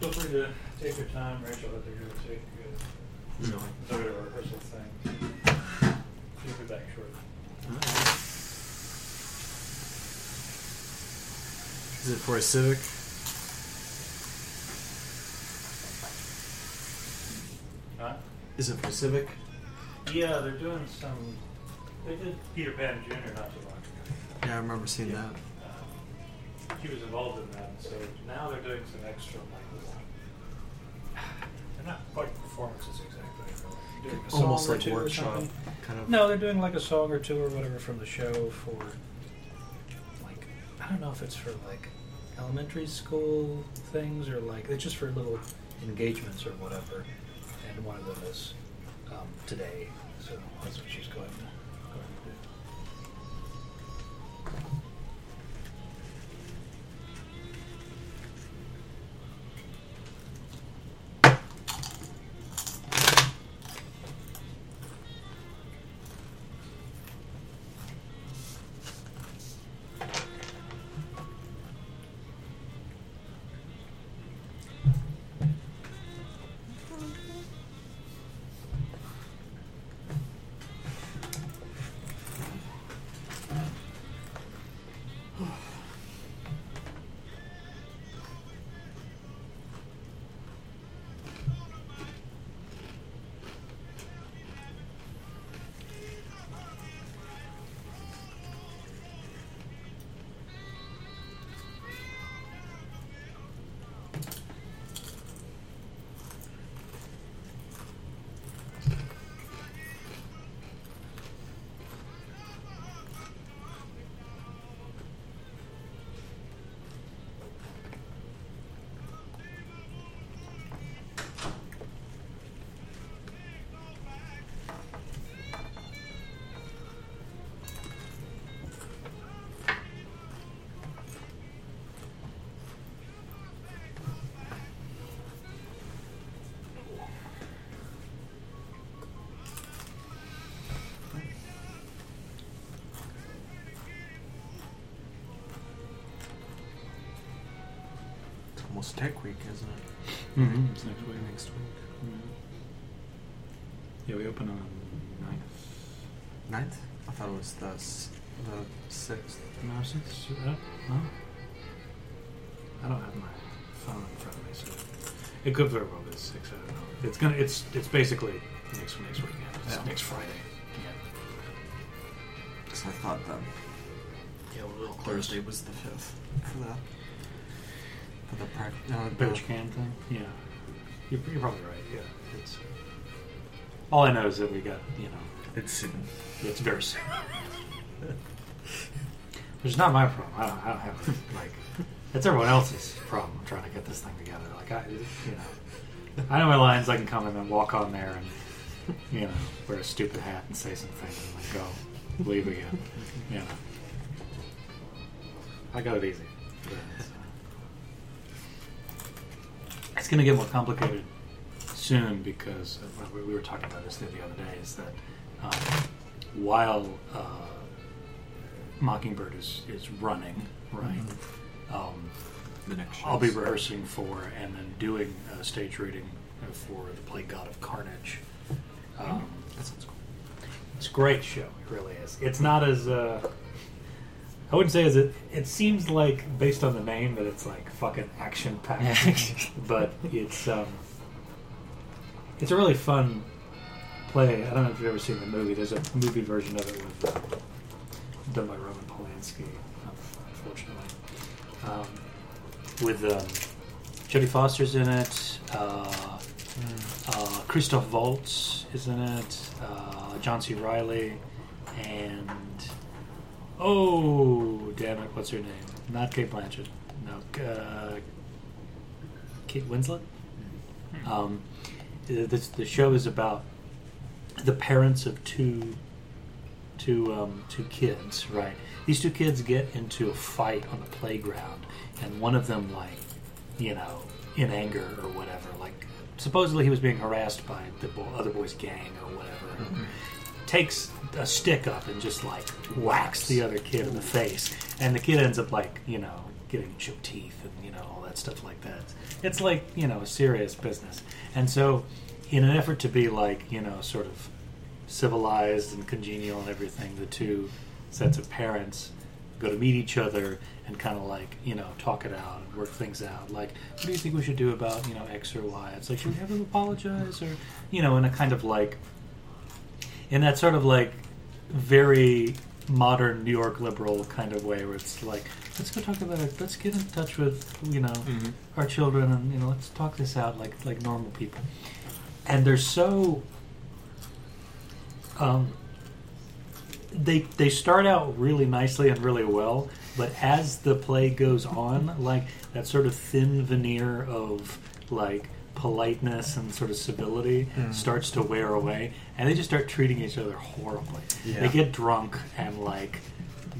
A: Feel free to take your time, Rachel. If you're gonna take
D: Really?
A: sort of rehearsal thing, you'll be back shortly.
D: Is it for a civic?
A: Huh?
D: Is it for civic?
A: Yeah, they're doing some. They did Peter Pan Jr. not too long ago.
D: Yeah, I remember seeing
A: Yeah.
D: that.
A: Um, he was involved in that, so now they're doing some extra. Like, they're not quite performances exactly. They're doing a song
D: Almost
A: or
D: like
A: two or
D: workshop
A: something.
D: kind of.
A: No, they're doing like a song or two or whatever from the show for like I don't know if it's for like elementary school things or like it's just for little engagements or whatever. And one of them is um, today, so that's what she's going to, going to do.
D: almost tech week, isn't it?
A: Mm-hmm. It's next week.
D: Next week.
A: Yeah, we open on the 9th.
D: Ninth? I thought it was the s- the sixth.
A: No, six. Uh, no. I don't have my phone in front of me, so it could very well be six. I don't know. It's gonna. It's it's basically next next weekend. It's
D: Yeah.
A: next Friday.
D: Because I thought that yeah, well, Thursday was the fifth for the for the prac uh, the-
A: Beach can thing. Yeah, you're, you're probably right. Yeah, it's. All I know is that we got you know
D: It's soon.
A: it's very soon. Which is not my problem. I don't, I don't have like it's everyone else's problem trying to get this thing together. Like I, you know, I know my lines. I can come in and walk on there and you know wear a stupid hat and say something and then go leave again. You know, I got it easy. But, uh, It's going to get more complicated soon because uh, well, we- we were talking about this the other day. Is that um, while uh, Mockingbird is, is running, right? Um,
D: The next show.
A: I'll be rehearsing for and then doing uh, stage reading uh, for the play God of Carnage. Um,
D: Oh, That sounds cool.
A: It's a great show, it really is. It's not as uh, I wouldn't say as it. It seems like based on the name that it's like fucking action packed, but it's um, it's a really fun play. I don't know if you've ever seen the movie. There's a movie version of it with uh, done by Roman Polanski, unfortunately. Um, with um, Jodie Foster's in it. Uh, uh, Christoph Waltz is in it. Uh, John C. Riley and oh damn it, what's her name? Not Kate Blanchett. No, uh, Kate Winslet. Um, the, the, the show is about the parents of two two um, two kids, right? These two kids get into a fight on the playground, and one of them, like, you know, in anger or whatever, like, supposedly he was being harassed by the bo- other boy's gang or whatever, and
C: Mm-hmm.
A: takes a stick up and just like whacks the other kid in the face, and the kid ends up like, you know, getting chipped teeth and you know all that stuff like that. It's like you know serious business, and so in an effort to be like you know sort of civilized and congenial and everything, the two sets of parents go to meet each other and kind of like you know talk it out and work things out. Like, what do you think we should do about you know X or Y? It's like should we have them apologize or you know in a kind of like in that sort of like very modern New York liberal kind of way where it's like let's go talk about it. Let's get in touch with you know our children and you know let's talk this out like like normal people. And they're so um, they they start out really nicely and really well, but as the play goes on, like that sort of thin veneer of like politeness and sort of civility starts to wear away, and they just start treating each other horribly.
D: Yeah.
A: They get drunk and like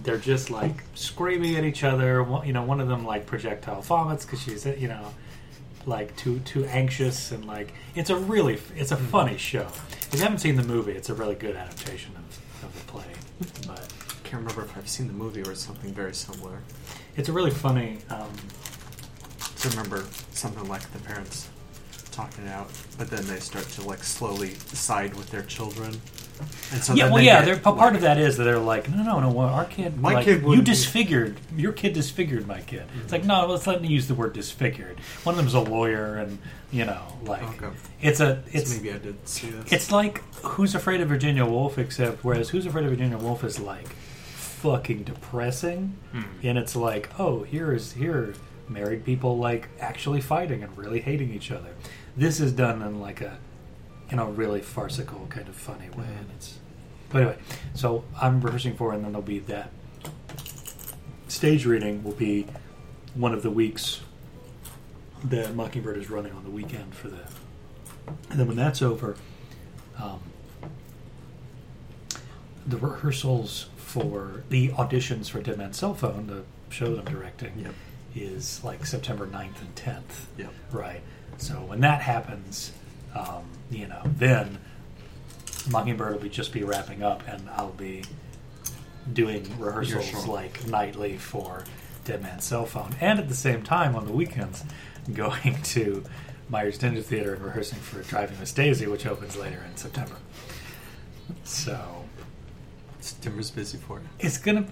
A: they're just like screaming at each other. One- You know, one of them like projectile vomits because she's uh, you know like too too anxious and like it's a really it's a funny show. If you haven't seen the movie, it's a really good adaptation of, of the play. But
D: Can't remember if I've seen the movie or something very similar.
A: it's a really funny. Um,
D: To remember something like the parents talking it out, but then they start to like slowly side with their children. And so
A: yeah,
D: then
A: well,
D: they
A: yeah.
D: get,
A: They're, part
D: like-
A: of that is that they're like, no, no, no. Well, our kid,
D: My
A: like,
D: kid
A: you
D: wouldn't be-
A: disfigured. Your kid disfigured my kid. It's like, no, let's let me use the word disfigured. One of them's a lawyer, and you know, like,
D: Okay.
A: it's a it's
D: maybe I did see this.
A: It's like Who's Afraid of Virginia Woolf, except whereas Who's Afraid of Virginia Woolf is like fucking depressing, and it's like, oh, here is here are married people like actually fighting and really hating each other. This is done in like a in a really farcical kind of funny way, and it's. But anyway, so I'm rehearsing for, it, and then there'll be that stage reading will be one of the weeks that Mockingbird is running on the weekend for that. And then when that's over, um, the rehearsals for the auditions for Dead Man's Cell Phone, the show that I'm directing,
D: Yep.
A: is like September 9th and 10th.
D: Yep.
A: Right. So when that happens, um, you know, then Mockingbird will be just be wrapping up, and I'll be doing rehearsals
D: Rehearsal.
A: like nightly for Dead Man's Cell Phone, and at the same time on the weekends, going to Myers Dinner Theater and rehearsing for Driving Miss Daisy, which opens later in September. So
D: September's busy for it.
A: it's gonna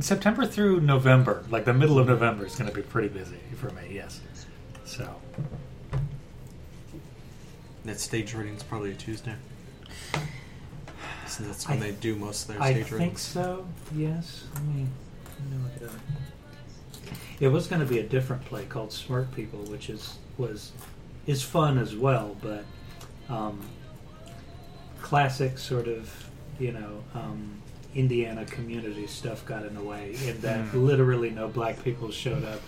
A: September through November, like the middle of November, is gonna be pretty busy for me. Yes, so
D: That stage reading's probably a Tuesday. Since that's when
A: I-
D: they do most of their
A: I
D: stage
A: think
D: readings.
A: so. Yes. Let me, let me look it up. It was going to be a different play called Smart People, which is was is fun as well, but um, classic sort of you know um, Indiana community stuff got in the way, in that
C: Hmm.
A: literally no black people showed up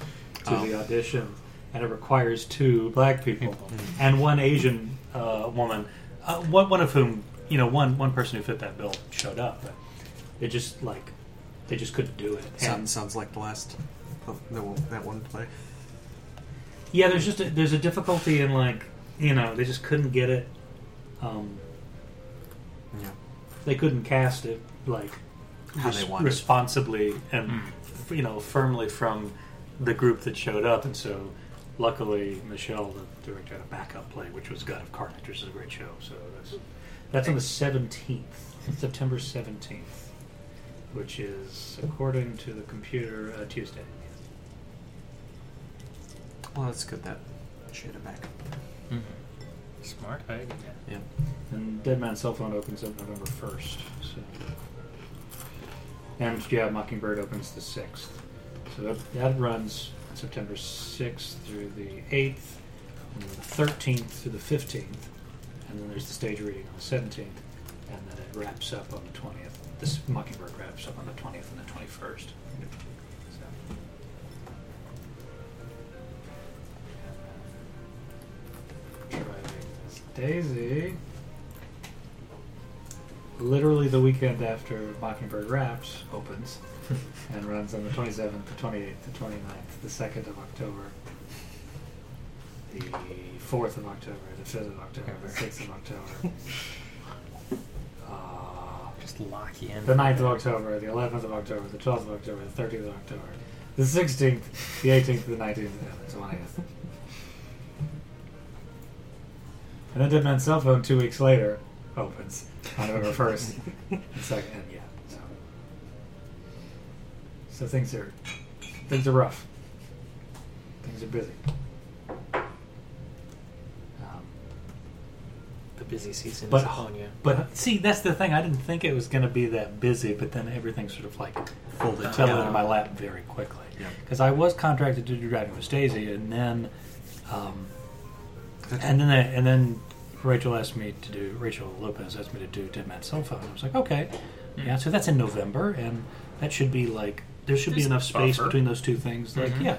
A: to
D: Oh.
A: the audition, and it requires two black people
D: Mm.
A: and one Asian uh, woman, uh, one, one of whom you know one one person who fit that bill showed up. But it just like they just couldn't do it.
D: Sound,
A: And-
D: sounds like the last, oh, that one, that one play.
A: yeah, there's just a, there's a difficulty in like you know they just couldn't get it. Um,
D: Yeah.
A: they couldn't cast it like
D: How they wanted.
A: responsibly and
C: Mm.
A: f- you know firmly from the group that showed up, and so. Luckily, Michelle, the director, had a backup play, which was God of Carnage, which is a great show. So that's that's on the seventeenth, September seventeenth, which is according to the computer uh, Tuesday.
D: Well, that's good that she had a backup.
C: Smart idea.
D: Yeah.
A: And Dead Man's Cell Phone opens up November 1st. So. And yeah, Mockingbird opens the 6th. So that, that runs September 6th through the 8th, and then the 13th through the 15th, and then there's the stage reading on the 17th, and then it wraps up on the 20th. This Mockingbird wraps up on the 20th and the 21st. So. Driving Miss Daisy. Literally the weekend after Mockingbird Wraps opens and runs on the 27th, the 28th, the 29th, the 2nd of October, the 4th of October, the 5th of October, the 6th of October, uh,
C: Just lock you in.
A: the 9th of October, the 11th of October, the 12th of October, the 13th of October, the 16th, the 18th, the 19th, and the 20th. And then Dead Man's Cell Phone two weeks later opens on November 1st and 2nd. And yeah, so. so things are things are rough. Things are busy. Um,
C: The busy season
A: But-
C: is upon you.
A: but see, that's the thing. I didn't think it was going to be that busy, but then everything sort of like
D: Folded
A: fell
D: together.
A: into my lap very quickly.
D: Yeah.
A: Because I was contracted to do Dragon with Daisy, and then, um, and then, I, and then Rachel asked me to do Rachel Lopez asked me to do Dead Man's Cell Phone. I was like, okay,
D: Hmm.
A: yeah. So that's in November, and that should be like there should be
C: There's
A: enough
C: a
A: space
C: buffer.
A: between those two things. Like,
D: Mm-hmm.
C: Mhm.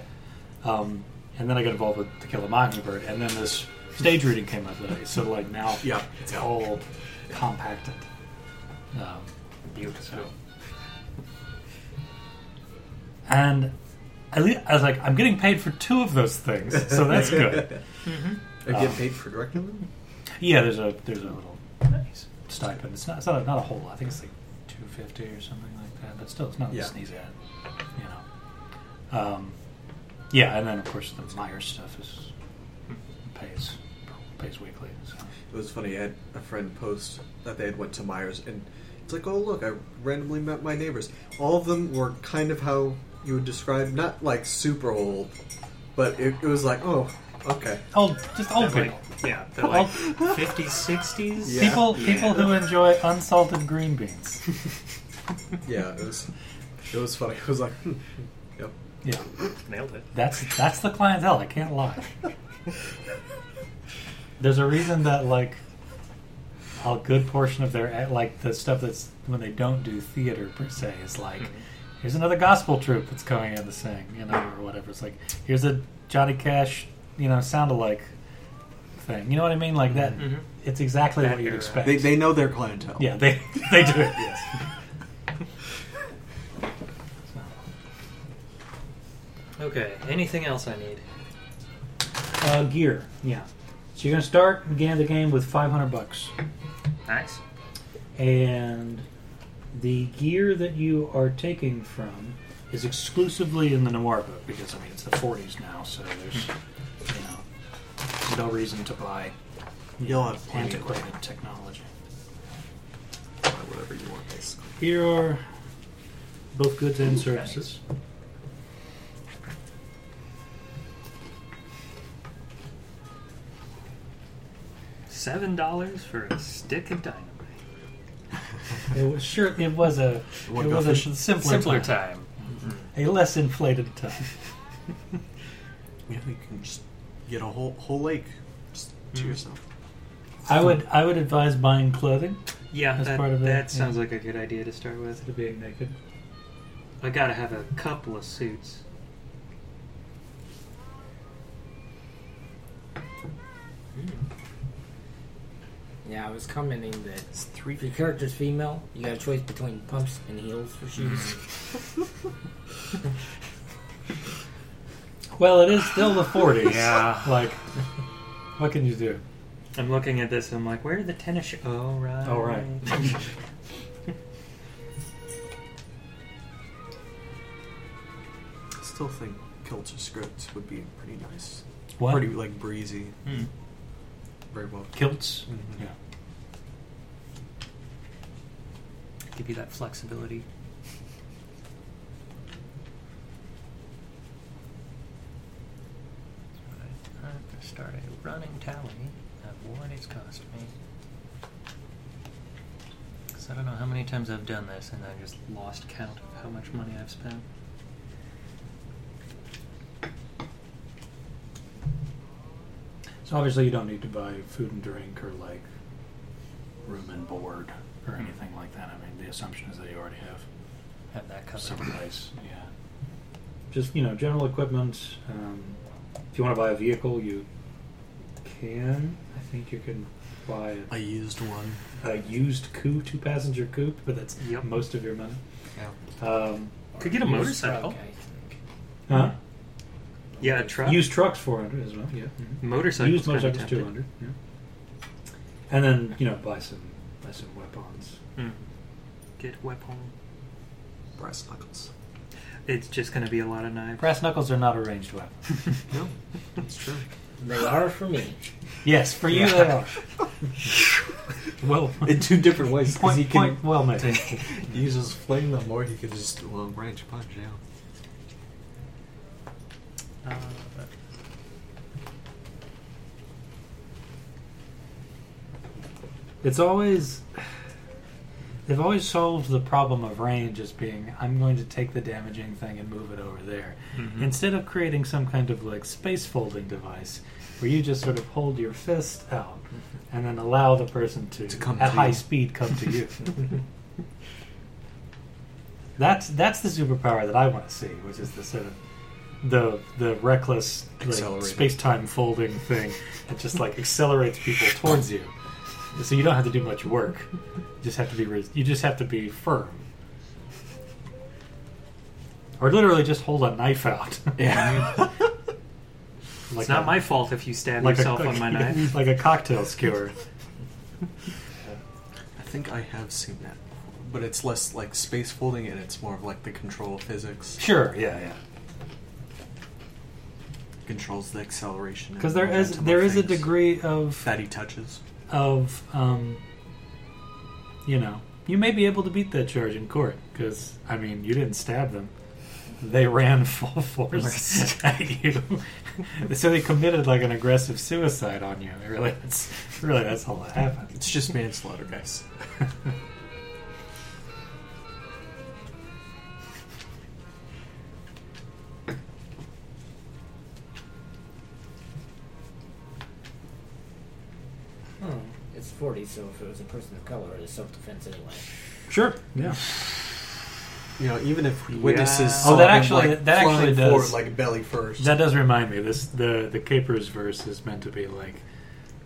A: yeah. Um, and then I got involved with To Kill a Mockingbird, and then this stage reading came up today. So like now,
D: Yeah.
A: it's all compacted. Um,
C: Beautiful.
A: and I, le- I was like, I'm getting paid for two of those things, so that's good.
D: Mm-hmm.
C: Mm-hmm.
D: Are you
A: Um,
D: getting paid for directing them?
A: yeah, there's a there's a little nice stipend. It's not it's not a, not a whole lot. I think it's like two fifty or something like that. But still, it's not
D: Yeah.
A: to sneeze at. You know. Um, yeah, and then of course the Meyer stuff is pays pays weekly. So.
D: It was funny. I had a friend post that they had went to Myers, and it's like, oh look, I randomly met my neighbors. All of them were kind of how you would describe, not like super old, but it, it was like, oh, okay,
A: Old, Oh, just old
C: They're
A: people.
C: like, yeah, they're like 50s, 60s.
D: Yeah.
A: People, people who enjoy unsalted green beans.
D: yeah, it was, it was funny. It was like, hmm, yep.
A: Yeah,
C: Nailed it.
A: that's that's the clientele. I can't lie. There's a reason that like a good portion of their like the stuff that's when they don't do theater per se is like
C: Mhm.
A: here's another gospel troupe that's coming in to sing you know or whatever. It's like here's a Johnny Cash you know sound alike thing. You know what I mean? Like that.
C: Mhm.
A: It's exactly
C: That
A: what you'd
C: era.
A: expect.
D: They, they know their clientele.
A: yeah, they they do it. Yes.
C: Okay, anything else I need?
A: Uh, gear. Yeah. So you're gonna start again the game with 500 bucks.
C: Nice.
A: and the gear that you are taking from is exclusively in the noir book because I mean it's the 40s now, so there's you know no reason to buy you
D: You'll
A: know,
D: have plenty of-
A: antiquated technology.
D: Buy whatever you want, basically.
A: Here are both goods and services.
C: Seven dollars for a stick of dynamite.
A: It was sure it was a it
D: Wanna go
A: was a
D: fishing?
A: simpler,
C: Simpler
A: time.
C: time.
A: a less inflated time.
D: Yeah, you can just get a whole whole lake just to
C: Mm.
D: yourself.
A: I would I would advise buying clothing
C: Yeah,
A: That's
C: that,
A: part of it,
C: that
A: yeah.
C: sounds like a good idea to start with.
A: to being naked.
C: I gotta have a couple of suits.
E: Yeah, I was commenting that
D: It's three.
E: if your character's female, you got a choice between pumps and heels for shoes.
C: Mm.
A: Well, it is still the 40s.
C: Yeah.
A: Like, what can you do?
C: I'm looking at this and I'm like, where are the tennis shoes? Oh, right.
A: Oh, right.
D: Still think kilts or skirts would be pretty nice.
A: What?
D: Pretty like breezy,
C: Hmm.
D: very well.
A: Kilts.
D: Mhm.
A: Yeah.
C: Give you that flexibility. I'm going to start a running tally of what it's cost me. Because I don't know how many times I've done this and I just lost count of how much money I've spent.
A: So obviously you don't need to buy food and drink or like room and board or anything like that. I mean, the assumption is that you already have
C: Have that covered.
A: someplace. Yeah. Just you know, general equipment. Um, if you want to buy a vehicle, you can. I think you can buy
D: I used one.
A: a, a used coupe, two passenger coupe, but that's
C: Yep.
A: most of your money.
D: Yeah.
A: Um,
C: Could get a
E: Used
C: motorcycle.
E: truck, I think.
A: huh?
C: Yeah, a truck.
A: Used trucks four hundred as well. Yeah. Mhm.
C: motorcycles.
A: used
C: kinda
A: motorcycles
C: tempted.
A: two hundred. Yeah. And then you know buy some buy some weapons.
C: Hmm. Get weapon.
D: Brass knuckles.
C: It's just going to be a lot of knives.
A: Brass knuckles are not a ranged weapon.
D: No, that's true.
E: They are for me.
A: yes, for you they are.
C: uh,
A: well,
D: In two different ways, because
A: point,
D: he can
A: point well made.
D: use his flame them, or he could just long range punch. Yeah.
C: Uh, but-
A: It's always they've always solved the problem of range as being I'm going to take the damaging thing and move it over there
C: Mhm.
A: instead of creating some kind of like space folding device where you just sort of hold your fist out and then allow the person to,
D: To come
A: at
D: to
A: high
D: you.
A: speed come to you. that's that's the superpower that I want to see, which is the sort of the the reckless like,
D: Accelerated.
A: space time folding thing that just like accelerates people towards you. So you don't have to do much work. You just have to be res- you just have to be firm. Or literally just hold a knife out.
D: Yeah.
C: it's not
A: a-
C: my fault if you stab yourself on my knife.
A: Like a cocktail skewer.
D: I think I have seen that, before, but it's less like space folding and it's more of like the control of physics.
A: Sure, yeah, yeah.
D: Controls the acceleration. and
A: Because there is
D: momentum of
A: there is a
D: things
A: degree of
D: that he touches.
A: of um, you know, you may be able to beat that charge in court because I mean, you didn't stab them; they ran full force at you. so they committed like an aggressive suicide on you. Really, that's really that's all that happened.
D: It's just manslaughter, guys.
E: Hmm. It's 40, so if it was a person of color, it's self defense anyway.
A: Sure. Yeah.
D: You know, even if
C: Yeah.
D: witnesses
C: Oh,
D: saw
A: that
D: him,
A: actually-
D: like,
A: that actually
D: flying forward,
A: does-
D: like belly first.
A: That does remind me. This the the capers verse is meant to be like,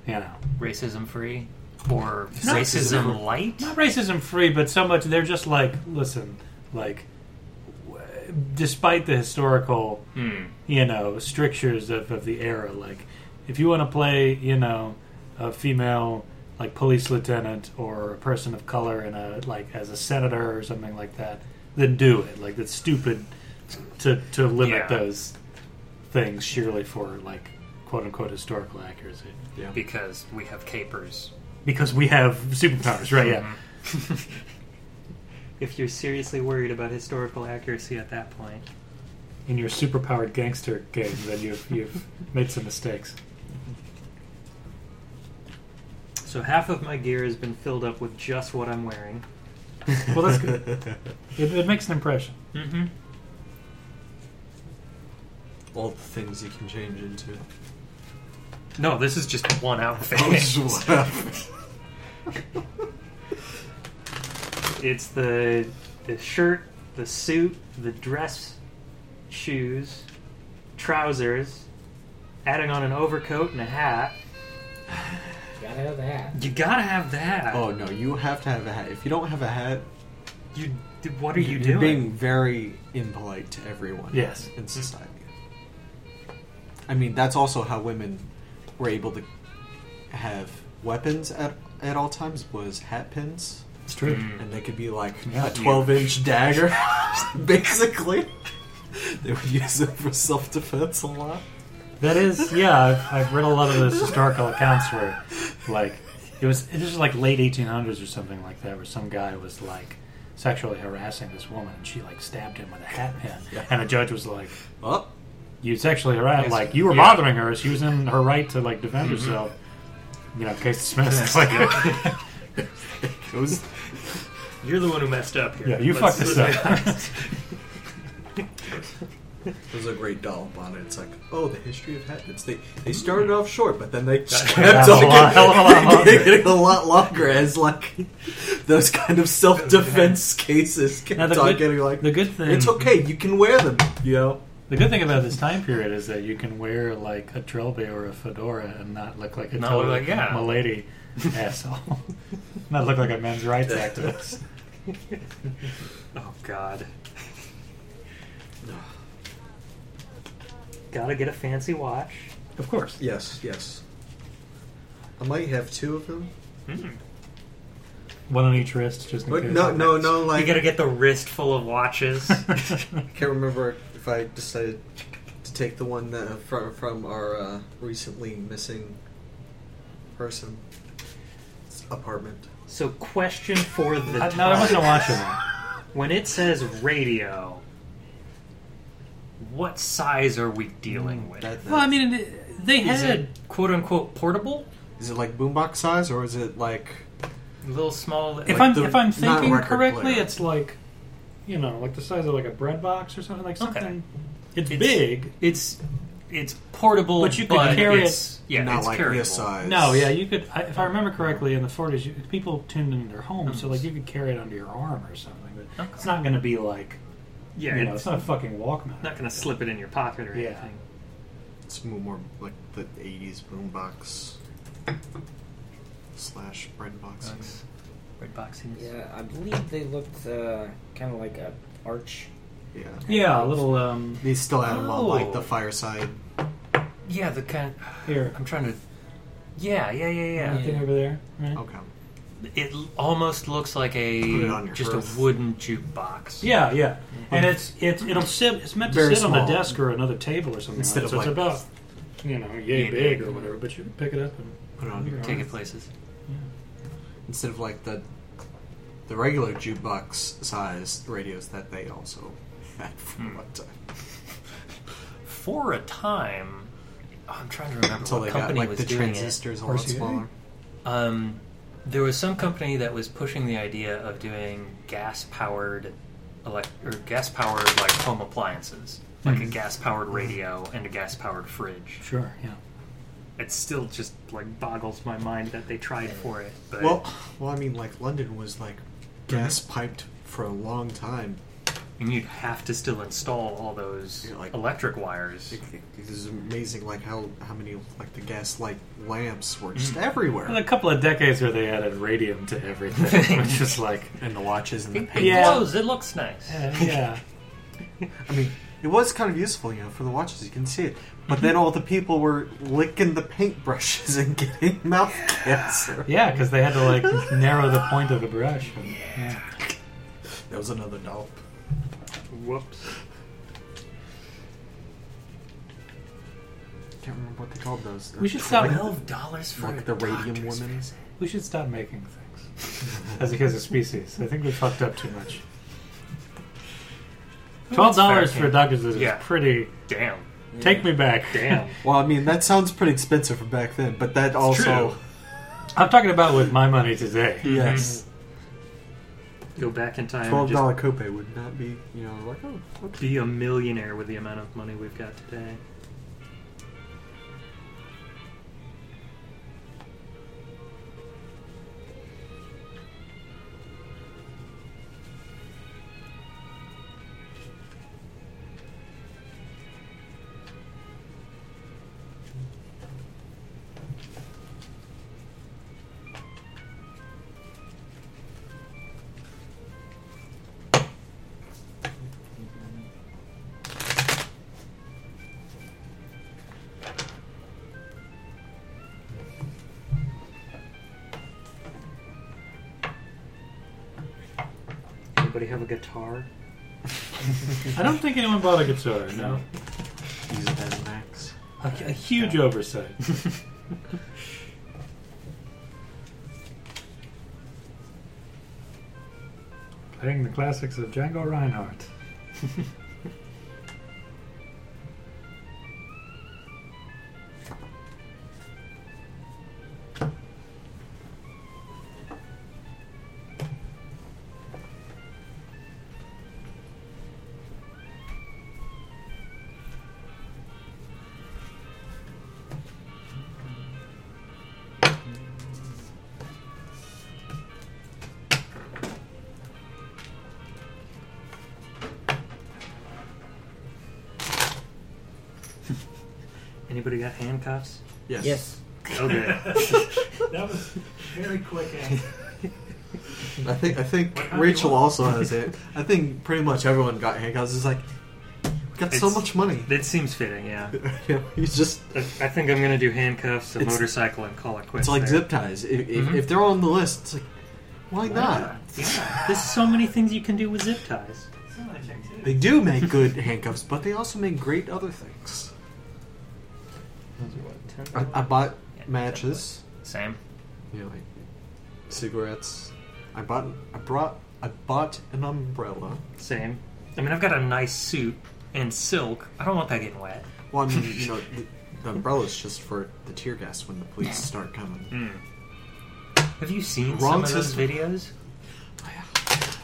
A: you know,
C: Racism free or
A: Not
C: racism,
D: racism.
C: light?
A: not racism free, but so much they're just like, listen, like, w- despite the historical,
C: Hmm.
A: you know, strictures of, of the era, like, if you want to play, you know, a female like police lieutenant or a person of color in a like as a senator or something like that, then do it. Like that's stupid to to limit
C: Yeah.
A: those things surely for like quote unquote historical accuracy
D: Yeah.
C: because we have capers.
A: because we have superpowers, right? Yeah.
C: Mhm. if you're seriously worried about historical accuracy at that point,
A: In your superpowered gangster game, then you've you've made some mistakes.
C: so half of my gear has been filled up with just what I'm wearing.
A: Well, that's good. It, it makes an impression.
C: Mm-hmm.
D: All the things you can change into.
C: No, this is just one outfit. It's the the shirt, the suit, the dress, shoes, trousers, adding on an overcoat and a hat.
E: Gotta have that.
C: You gotta have that.
D: oh no, you have to have a hat. If you don't have a hat,
C: You, what are you
D: you're
C: doing?
D: being very impolite to everyone.
A: Yes.
D: in society. I mean, that's also how women were able to have weapons at at all times was hat pins,
A: It's true.
D: and they could be like
A: Yeah.
D: a twelve inch dagger, basically. They would use it for self defense a lot.
A: That is, yeah. I've, I've read a lot of those historical accounts where, like, it was this was like late 1800s or something like that, where some guy was like sexually harassing this woman, and she like stabbed him with a hat pin,
D: Yeah.
A: and the judge was like,
D: Oh,
A: "You sexually harassed,
C: Yes.
A: like, you were
C: Yeah.
A: bothering her. She was in her right to like defend herself." You know, case dismissed. It's like,
D: it was
C: You're the one who messed up here.
A: yeah, you
C: Let's-
A: fucked this
C: let's be
A: up.
C: honest.
D: There's a great dollop on it. It's like, oh, the history of habits. They they started off short, but then they just kept
A: a
D: on
A: lot- hell of a lot
D: getting,
A: longer.
D: they're getting a lot longer as like those kind of self defense cases kept
A: Now,
D: on
A: the good-
D: getting like.
A: the good thing.
D: It's okay. You can wear them. You know.
A: The good thing about this time period is that you can wear like a trilby or a fedora and not look like a
C: Not look
A: total
C: like- yeah.
A: milady asshole. not look like a men's rights activist.
C: Oh God. Gotta get a fancy watch.
A: Of course.
D: Yes. Yes. I might have two of them.
C: Hmm.
A: One on each wrist, just in
D: But
A: case.
D: no, no, no. Like
C: you gotta get the wrist full of watches.
D: can't remember if I decided to take the one that from from our uh, recently missing person apartment.
C: so, question for the
A: I, no, I wasn't
C: time.
A: watching that.
C: When it says radio, what size are we
A: Hmm,
C: dealing with?
D: That-
A: Well, I mean, it- they
C: Is it
A: had.
C: quote unquote portable?
D: Is it like boombox size or is it like
C: A little small.
A: If
D: like
A: I'm
D: the-
A: if I'm
D: not
A: thinking
D: record
A: correctly,
D: player.
A: it's like, you know, like the size of like a bread box or something like
C: Okay.
A: something. It's,
C: It's-
A: big.
C: it's it's portable,
A: But you could carry
C: it's, Yeah,
D: not
C: it's
D: like
C: carryable.
D: this size?
A: No, yeah, you could. I- If I remember correctly, in the forties, you, people tuned into their homes, so like you could carry it under your arm or something. But
C: Okay.
A: it's not going to be like
C: Yeah,
A: you
C: it's
A: know, it's not a fucking Walkman.
C: not gonna slip it in your pocket or
A: Yeah.
C: anything.
D: It's more like the '80s boombox slash bread boxes.
C: Red boxing.
E: Yeah, I believe they looked uh, kind of like a arch.
D: Yeah,
A: Yeah, a little um
D: they still had them on like
C: Oh.
D: the fireside.
C: Yeah, the kind.
A: here,
C: I'm trying to. Yeah, yeah, yeah, yeah.
A: that thing over there. Right?
D: Okay,
C: It l- almost looks like
D: Put it
C: a
D: on your
C: just
D: hearth.
C: a wooden jukebox.
A: Yeah, yeah, and it's it's it'll sit. It's meant to
D: Very
A: sit on a
D: small.
A: desk or another table or something.
D: Instead
A: like
D: of
A: that. so it's about you know yay
C: Yeah.
A: big or whatever, but you can pick it up and
D: put it on your
C: Take it places.
D: instead of like the the regular jukebox size radios that they also had for a long time
C: For a time, oh, I'm trying to remember
D: until
C: what
D: they got
C: company
D: like
C: was
D: the
C: doing it.
D: transistors a lot
A: RCA?
D: smaller.
C: Um, there was some company that was pushing the idea of doing gas-powered, elect- or gas-powered like home appliances, like a
D: Hmm.
C: gas-powered radio and a gas-powered fridge.
A: Hmm. sure, yeah.
C: It still just like boggles my mind that they tried for it. But
D: Well, well, I mean, like London was like gas piped for a long time.
C: and you'd have to still install all those
D: Yeah, like-
C: electric wires.
D: It, it- it is amazing, like how how many like the gas light lamps were
C: Hmm.
D: just everywhere,
A: And a couple of decades where they added radium to everything, which is like
D: and the watches and the
C: It,
D: paint.
C: it
A: Yeah.
C: glows. It looks nice.
A: uh, yeah.
D: I mean, it was kind of useful, you know, for the watches. You can see it, but then all the people were licking the paintbrushes and getting mouth cancer.
A: Yeah, because they had to like narrow the point of the brush. yeah.
D: That was another dollop.
C: Whoops.
D: can't remember what they called those.
H: We should stop.
C: Twelve dollars for
D: Like
C: a
D: the radium
C: doctor's
D: woman?
C: visit.
H: We should stop making things as a, as a species. I think we fucked up too much. Twelve dollars for a doctor's visit
C: Yeah.
H: is pretty.
C: Damn.
H: Take me back.
C: Damn.
D: Well, I mean, that sounds pretty expensive for back then, but that also.
C: true.
H: I'm talking about with my money today.
D: Yes.
C: Go back in time.
D: $12
C: and just
D: copay would not be, you know, like, oh, okay.
C: Be a millionaire with the amount of money we've got today. Anybody have a guitar?
H: I don't think anyone bought a guitar. No,
D: Use it as an axe.
H: a, a huge oversight. Playing the classics of Django Reinhardt.
C: Anybody got handcuffs?
D: Yes.
E: Yes.
C: Okay.
H: That was very quick.
C: eh?
D: I think I think Rachel also has it. I think pretty much everyone got handcuffs. It's like, we got so
C: It's-
D: much money.
C: that seems fitting, yeah.
D: you know, he's just.
C: I I think I'm gonna do handcuffs, a
D: It's-
C: motorcycle, and call it quits.
D: It's like
C: there.
D: zip ties. If, if,
C: Mhm.
D: if they're on the list, it's like, why not?
C: Yeah. There's so many things you can do with zip ties.
D: They do make good handcuffs, but they also make great other things. I, I bought matches.
C: Same.
D: You know, like cigarettes. I bought. I brought. I bought an umbrella.
C: Same. I mean, I've got a nice suit and silk. I don't want that getting wet.
D: Well, I mean, you know, the, the umbrella's just for the tear gas when the police start
C: Mm.
D: coming.
C: Have you seen
D: Wrong
C: some of those
D: system.
C: videos?
D: Oh,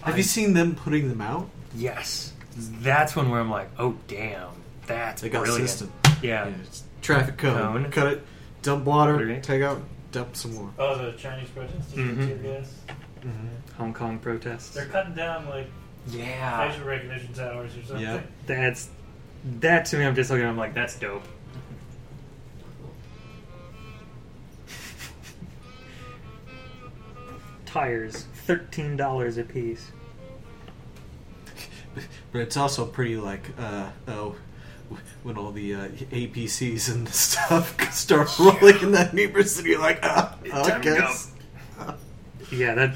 D: Have you seen them putting them out?
C: Yes. That's one where I'm like, oh damn, that's
D: They got
C: brilliant.
D: system.
C: Yeah.
D: Yeah, it's traffic cone.
C: Cone.
D: Cut it. Dump water.
C: Okay.
D: Take out. Dump some more. Mm-hmm.
I: Oh, the Chinese protesters
C: Mhm.
I: mm gas.
C: Hong Kong protests.
I: They're cutting down like
C: Yeah.
I: facial recognition towers or something.
D: Yeah.
C: That's that to me. I'm just looking. I'm like, that's dope. Tires, thirteen dollars a piece.
D: But it's also pretty like uh, oh, when all the uh, APCs and stuff start rolling in that neighborhood, you're like, ah, I
C: Time to
D: guess.
C: Yeah, that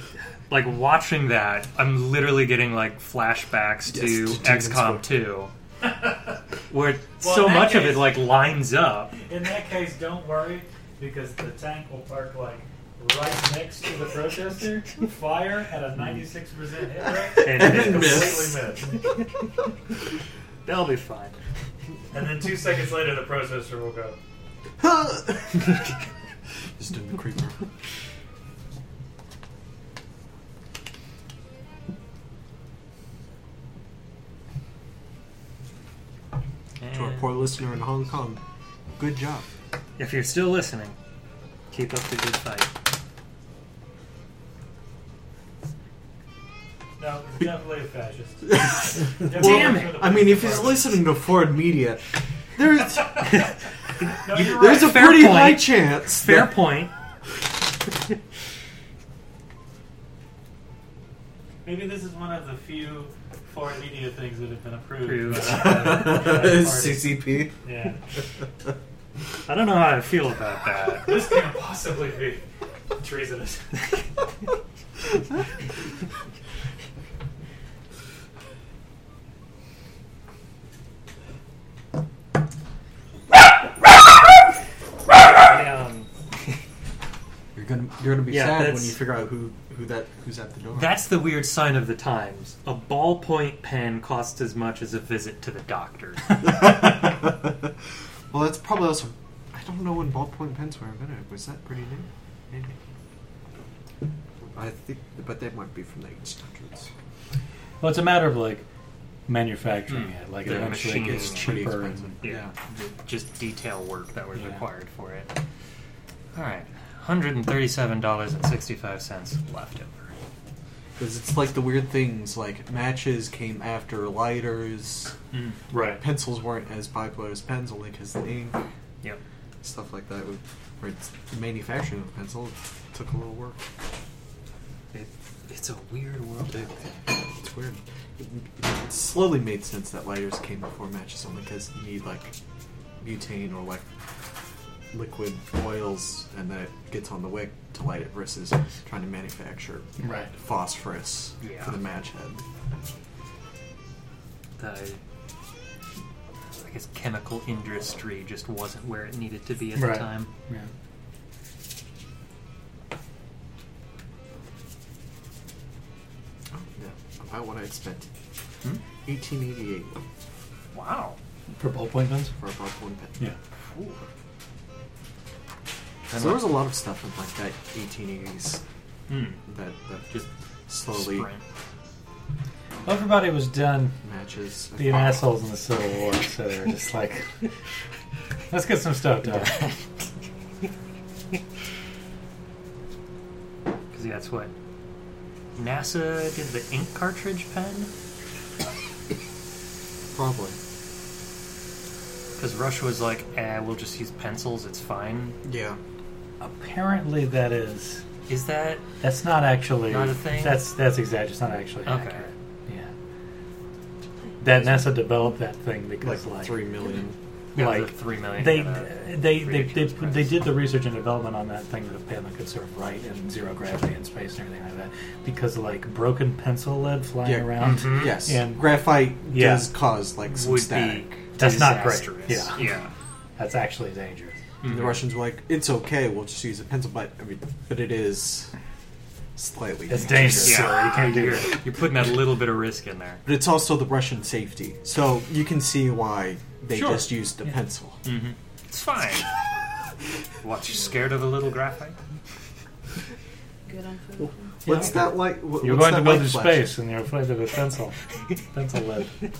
C: like watching that, I'm literally getting like flashbacks
D: Yes,
C: to
D: to Demon's
C: XCOM
D: Souls.
C: 2. Where
I: Well,
C: so
I: in that
C: much of
I: case-
C: it like lines up.
I: In that case, don't worry because the tank will park like right next to the protester, fire at a 96% hit rate,
C: And
I: just
C: miss.
I: completely miss.
C: They'll be fine.
I: And then two seconds later, the protester will go.
D: Just doing the creeper. To our
C: And
D: poor listener in Hong Kong, good job.
C: if you're still listening, keep up the good fight.
I: No, it's definitely a fascist.
D: Well, I mean, if he's listening to Ford Media, there's
I: no, you're
D: there's a
I: right.
C: Fair
D: pretty
C: point.
D: high chance.
C: Fair
D: that-
C: point.
I: Maybe this is one of the few foreign media things that have been approved.
C: Approved.
I: by the party.
D: CCP.
I: yeah,
C: I don't know how I feel about that.
I: this can't possibly be treasonous.
C: um,
D: You're gonna be
C: Yeah,
D: sad when
C: that's-
D: you figure out who who that who's at the door.
C: That's the weird sign of the times. A ballpoint pen costs as much as a visit to the doctor.
D: well, that's probably also. I don't know when ballpoint pens were invented. Was that pretty new? Maybe. I think, but that might be from the 1800s.
A: Well, it's a matter of like manufacturing
C: Mm.
A: it. Like
C: The
A: it actually
C: machine
A: gets
C: is pretty
A: cheaper.
D: expensive.
A: And,
D: Yeah.
C: the- just detail work that was
A: Yeah.
C: required for it. All right, hundred and thirty-seven dollars and sixty-five cents left over.
D: Because it's like the weird things, like matches came after lighters.
I: Mm,
A: right.
D: Pencils weren't as popular as pens, only because the ink,
C: Yep.
D: stuff like that. would- Where it's the manufacturing of pencil took a little work.
C: It, it's a weird world.
D: It- It's weird. It, it slowly made sense that lighters came before matches only because you need like butane or like liquid oils and then it gets on the wick to light it versus trying to manufacture
A: Right.
D: phosphorus
C: Yeah.
D: for the match head.
C: The, I guess chemical industry just wasn't where it needed to be at
A: Right.
C: the time.
A: Yeah.
D: Oh, yeah. About what I expected.
C: Hmm?
D: 1888
C: Wow.
A: For ballpoint guns.
D: for a ballpoint pen.
A: Yeah.
D: So there was a lot of stuff in like that 1880s
C: Hmm.
D: that, that
C: Just
D: slowly
C: Sprint.
A: Everybody was done
D: matches.
A: being assholes in the Civil War, so they're just like, let's get some stuff done.
C: Because that's what NASA did the ink cartridge pen.
D: Probably.
C: Because Russia was like, eh, we'll just use pencils. It's fine.
D: Yeah.
A: Apparently, that is.
C: Is that
A: That's not actually.
C: Not a thing?
A: That's that's exact. It's not actually
C: Okay.
A: accurate. Yeah. That NASA developed that thing
D: Like
A: because like,
D: three million.
C: yeah,
A: Like,
C: the three million?
A: they
C: got a
A: they they, they,
C: ridiculous
A: they
C: price.
A: did the research and development on that thing that a pen that could sort of write in zero gravity and space and everything like that because like broken pencil lead flying
D: Yeah.
A: around
C: Mhm.
D: Yes.
A: And-
D: graphite
A: Yeah.
D: does cause like some
C: would
D: static.
C: be
A: That's not great. Yeah.
C: disastrous. yeah.
A: that's actually dangerous.
C: Mm-hmm.
D: The Russians were like, "It's okay. We'll just use a pencil." But I mean, but it is slightly.
A: It's dangerous. so you can't do
C: you're,
A: it.
C: you're putting that little bit of risk in there.
D: But it's also the Russian safety, so you can see why they
C: Sure.
D: just used a pencil.
A: Mm-hmm.
C: It's fine. what? You scared of a little graphite?
J: Good on food.
D: What's that like? wha-
A: You're
D: what's
A: going to
D: that
A: go
D: light
A: through
D: flash?
A: space and you're afraid of a pencil. pencil Oh, lead.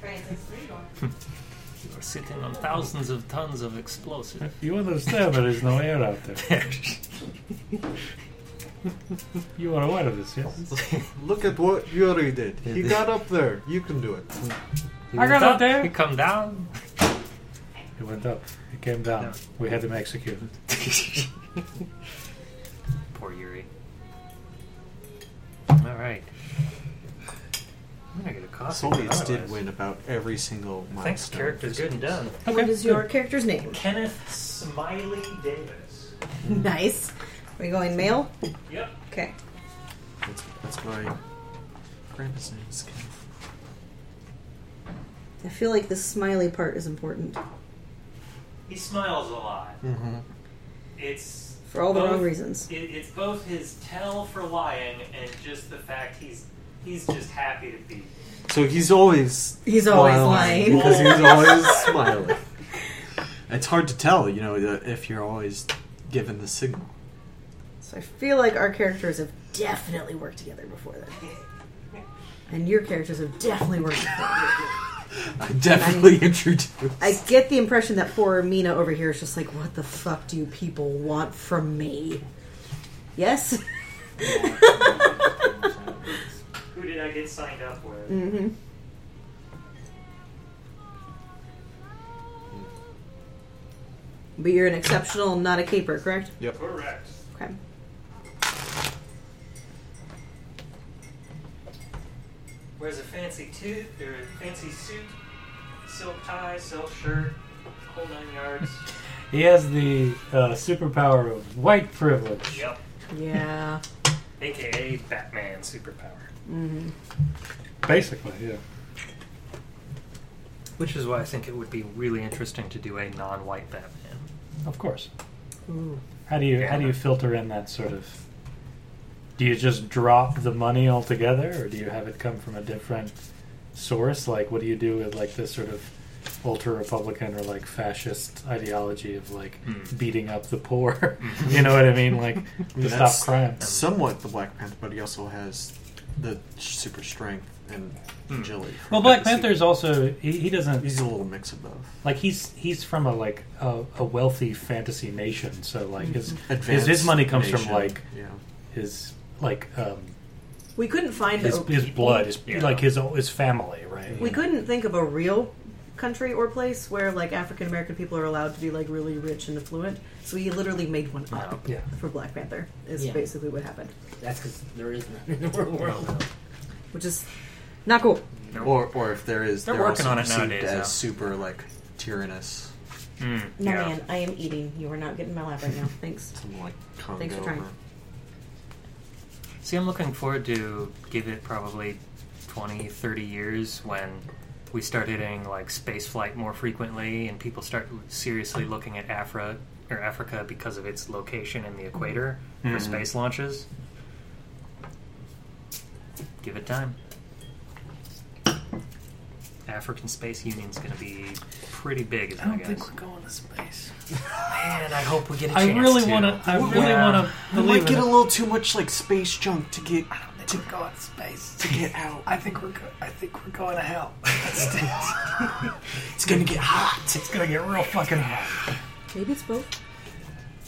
J: Francis, where you going?
C: You're sitting on thousands of tons of explosive.
A: You understand there is no air out there. You are aware of this, yes?
D: Look at what Yuri did. He
C: Yeah.
D: got up there. You can do it.
A: I got up there.
C: You come down.
A: It went up. It came down.
C: No.
A: We had him executed.
C: Poor Yuri. All right. I'm gonna get a coffee.
D: Soviets did
C: otherwise.
D: win about every single milestone.
C: Thanks, character's good and done.
B: what is your character's name?
I: Kenneth Smiley Davis.
B: Nice. Are we going male?
I: Yep.
B: Okay.
D: That's, that's my grandpa's name. is Ken.
B: I feel like the smiley part is important
I: He smiles a lot.
A: Mm-hmm.
I: It's
B: for all the
I: both-
B: wrong reasons.
I: It, it's both his tell for lying and just the fact he's he's just happy to be.
D: So he's always
B: He's always lying.
D: because he's always smiling. It's hard to tell, you know, if you're always given the signal.
B: So I feel like our characters have definitely worked together before then. And your characters have definitely worked before.
D: I definitely introduced.
B: I get the impression that poor Mina over here is just like, what the fuck do you people want from me? Yes?
I: Who did I get signed up with?
B: mm-hmm. But you're an exceptional, not a caper, correct?
D: Yep.
I: Correct.
B: Okay.
I: Wears a fancy tooth or fancy suit, silk tie, silk shirt, whole nine yards.
A: He has the uh, superpower of white privilege.
C: Yep.
B: Yeah.
C: AKA Batman superpower.
A: Basically, yeah.
C: Which is why I think it would be really interesting to do a non-white Batman.
A: Of course.
B: Ooh.
A: How do you how do you filter in that sort of? Do you just drop the money altogether, or do you have it come from a different source? Like, what do you do with like this sort of ultra Republican or like fascist ideology of like
D: Hmm.
C: Mm.
A: beating up the poor? you know what I mean? Like to
D: Mm-hmm. That's
A: stop crime.
D: Somewhat the Black Panther, but he also has the super strength and
C: Hmm.
D: agility. for
A: Well, Black
D: the
A: Panther is
D: super-
A: also he, he doesn't
D: He's a little mix of both.
A: like he's he's from a like a, a wealthy fantasy nation, so like his his,
D: Advanced
A: his money comes
D: nation,
A: from like
D: yeah.
A: his like um,
B: We couldn't find
A: his
B: a,
A: his blood, his,
C: Yeah.
A: like his his family, right?
B: We couldn't think of a real country or place where like African American people are allowed to be like really rich and affluent. So he literally made one up
A: Yeah.
B: for Black Panther. Is
E: Yeah.
B: basically what happened,
E: That's because there is none in the real world.
B: which is not cool.
D: Or, or if there is,
C: They're working
D: also
C: on it
D: perceived
C: nowadays,
D: As
C: though.
D: super like tyrannous,
C: Mm,
B: No
C: yeah.
B: man, I am eating. You are not getting my lap right now. Thanks.
D: something like Congo.
B: Thanks for trying.
D: or-
C: See, I'm looking forward to give it probably 20, 30 years when we start hitting like space flight more frequently and people start seriously looking at Afra or Africa because of its location in the equator for
A: Mhm.
C: space launches. Give it time. African Space Union's going to be pretty big, isn't it, guys?
A: going to space.
C: Man, I hope we get a
A: I
C: chance
A: really
C: to.
A: want to. I really
C: Yeah.
A: want to
D: We might
A: believe
D: get
A: in
D: a
A: it.
D: little too much like space junk to get to,
A: going to space.
D: to get out.
A: I think we're. Go- I think we're going to hell.
D: It's gonna get hot.
A: it's gonna get real fucking hot.
B: Maybe it's both.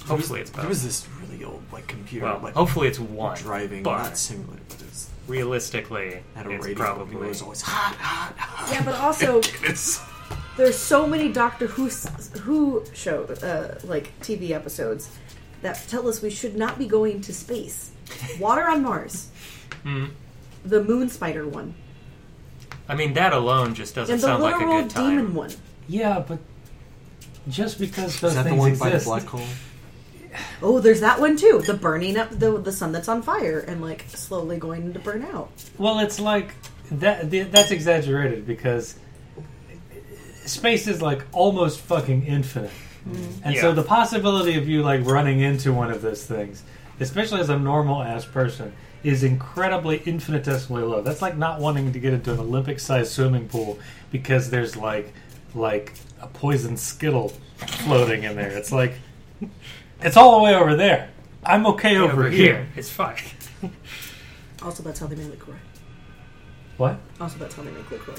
C: Hopefully, it's
D: There
C: both.
D: was this really old like computer
C: Well,
D: like
C: hopefully, it's one.
D: driving, not
C: but
D: simulator, but it's
C: realistically,
D: had a
C: it's
D: radio.
C: probably
D: It was always hot, hot, hot.
B: Yeah, but also
D: It's
B: there's so many Doctor Who Who show uh, like TV episodes that tell us we should not be going to space. Water on Mars.
C: Hmm.
B: The Moon Spider one.
C: I mean, that alone just doesn't
B: And the
C: sound like a
B: literal
C: good time.
B: demon one.
A: Yeah, but just because those
D: is that the
A: things
D: one by the
A: exist,
D: black hole?
B: Oh, there's that one too. The burning up the the sun that's on fire and like slowly going to burn out.
A: Well, it's like that. th- That's exaggerated because space is like almost fucking infinite, and so
C: Yeah.
A: the possibility of you like running into one of those things, especially as a normal ass person, is incredibly infinitesimally low. That's like not wanting to get into an Olympic-sized swimming pool because there's like like a poison skittle floating in there. It's like it's all the way over there. I'm okay
C: Over,
A: over
C: here.
A: here.
C: it's fine.
B: Also, that's how they made liqueur.
A: What?
B: Also, that's how they make liqueur.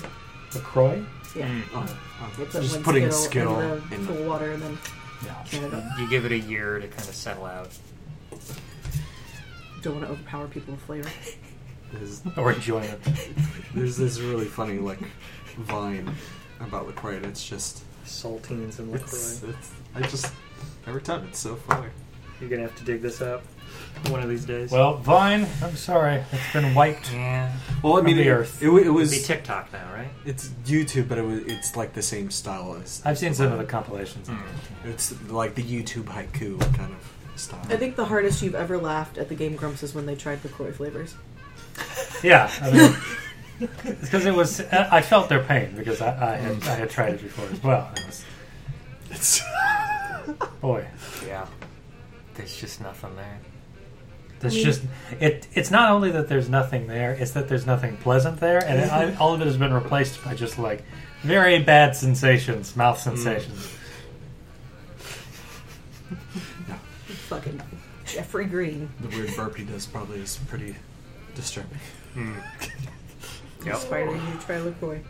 A: LaCroix?
B: Yeah.
C: Hmm.
B: They put
D: Mm. Oh, Just
B: one
D: putting
B: Skittle in
D: Skittle
B: the
D: in-
B: cool water and then
A: No.
B: can it up.
C: You give it a year to kind of settle out,
B: Don't want to overpower people with flavor.
D: There's,
A: Or enjoyment.
D: there's this really funny like vine about LaCroix. and It's just
C: saltines and
D: it's, it's I just every time it's so funny.
C: You're gonna have to dig this up one of these days.
A: Well, Vine, I'm sorry, it's been wiped.
C: yeah,
D: Well, I
A: From
D: mean,
A: the
D: it,
A: earth.
D: it, wa- it
C: it'd be
D: was
C: TikTok now, right?
D: it's YouTube, but it was it's like the same style as uh,
A: I've seen some of the compilations.
C: Hmm.
D: It's like the YouTube haiku kind of style.
B: I think the hardest you've ever laughed at the game Grumps is when they tried LaCroix flavors.
A: Yeah, I mean, because it was, uh, I felt their pain because I, I, had, I had tried it before as well. and It was,
D: it's
A: boy,
C: Yeah, there's just nothing there.
A: there's just it. It's not only that there's nothing there; it's that there's nothing pleasant there, and it, I, all of it has been replaced by just like very bad sensations, mouth sensations.
B: Fucking Jeffrey Green.
D: the weird burp he does probably is pretty disturbing.
C: Hmm. Yep.
B: Spider, you try LaCroix.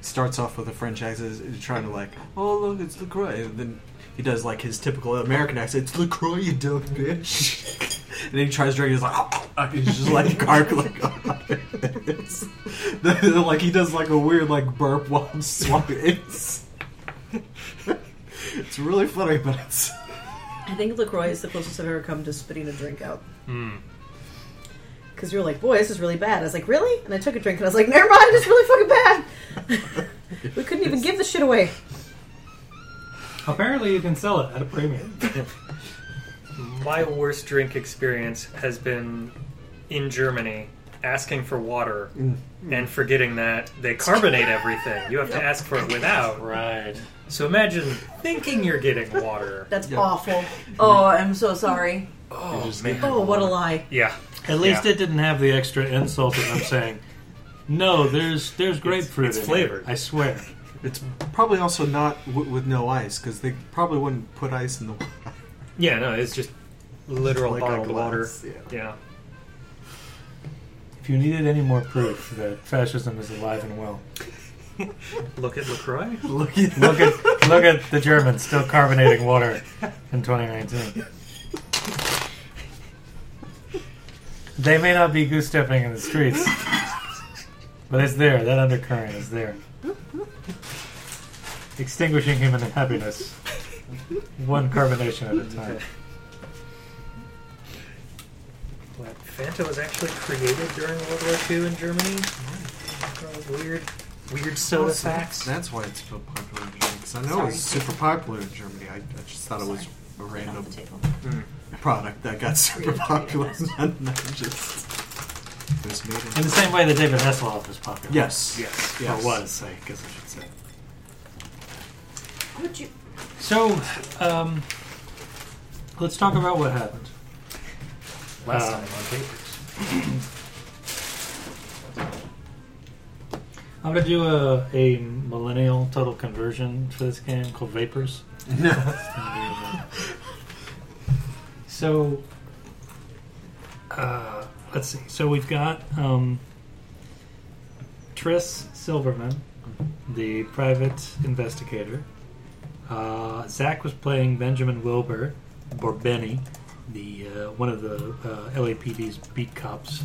D: Starts off with a French accent, is trying to like, oh look, it's Lacroix, and then he does like his typical American accent. It's Lacroix, you dumb bitch. and then he tries drinking, he's like, oh, oh," he's just like gargling. on it. It's- then, like he does like a weird like burp while I'm swallowing. It's it's really funny, but it's
B: I think LaCroix is the closest I've ever come to spitting a drink out.
A: Hmm.
C: Mm.
B: Because you were like, boy, this is really bad. I was like, really? And I took a drink and I was like, never mind, it's really fucking bad. we couldn't even give the shit away.
A: Apparently, you can sell it at a premium.
C: My worst drink experience has been in Germany asking for water and forgetting that they carbonate everything. You have to ask for it without.
H: Right.
C: So imagine thinking you're getting water.
B: That's
D: Yeah.
B: awful. Oh, I'm so sorry.
C: Oh,
B: Oh, what a lie.
C: Yeah.
A: At least
C: Yeah.
A: it didn't have the extra insult of them saying, "No, there's there's grapefruit
C: it's
A: in it."
C: flavored.
A: I swear.
D: It's probably also not w- with no ice because they probably wouldn't put ice in the water.
C: Yeah, no, it's just literal
D: Like a
C: bottled water.
D: glass, yeah.
C: yeah.
A: If you needed any more proof that fascism is alive and well,
C: Look at LaCroix.
D: Look at
A: look at look at the Germans still carbonating water in 2019. They may not be goose stepping in the streets, but it's there. That undercurrent is there, extinguishing human happiness, one carbonation at a time.
C: What, Fanta was actually created during World War II in Germany. Uh, weird, weird soda facts.
D: That's why it's so popular in Germany. Because I know it was super popular in Germany. I, I just thought it was a
G: Off
D: random
G: the table.
C: Mm.
D: product that got super popular. and then just it was made
A: In
D: in-
A: the same way that David Hasselhoff was popular.
D: Yes.
C: Yes.
D: Yes.
A: Or was, I guess I should say.
G: Would you?
A: So, um, let's talk about what happened.
C: Last
A: Uh,
C: time on papers.
A: I'm gonna do a, a millennial total conversion for this game called Vapors. so, uh, let's see. So we've got um, Triss Silverman, the private investigator. Uh, Zach was playing Benjamin Wilbur, or Benny, the uh, one of the uh, LAPD's beat cops.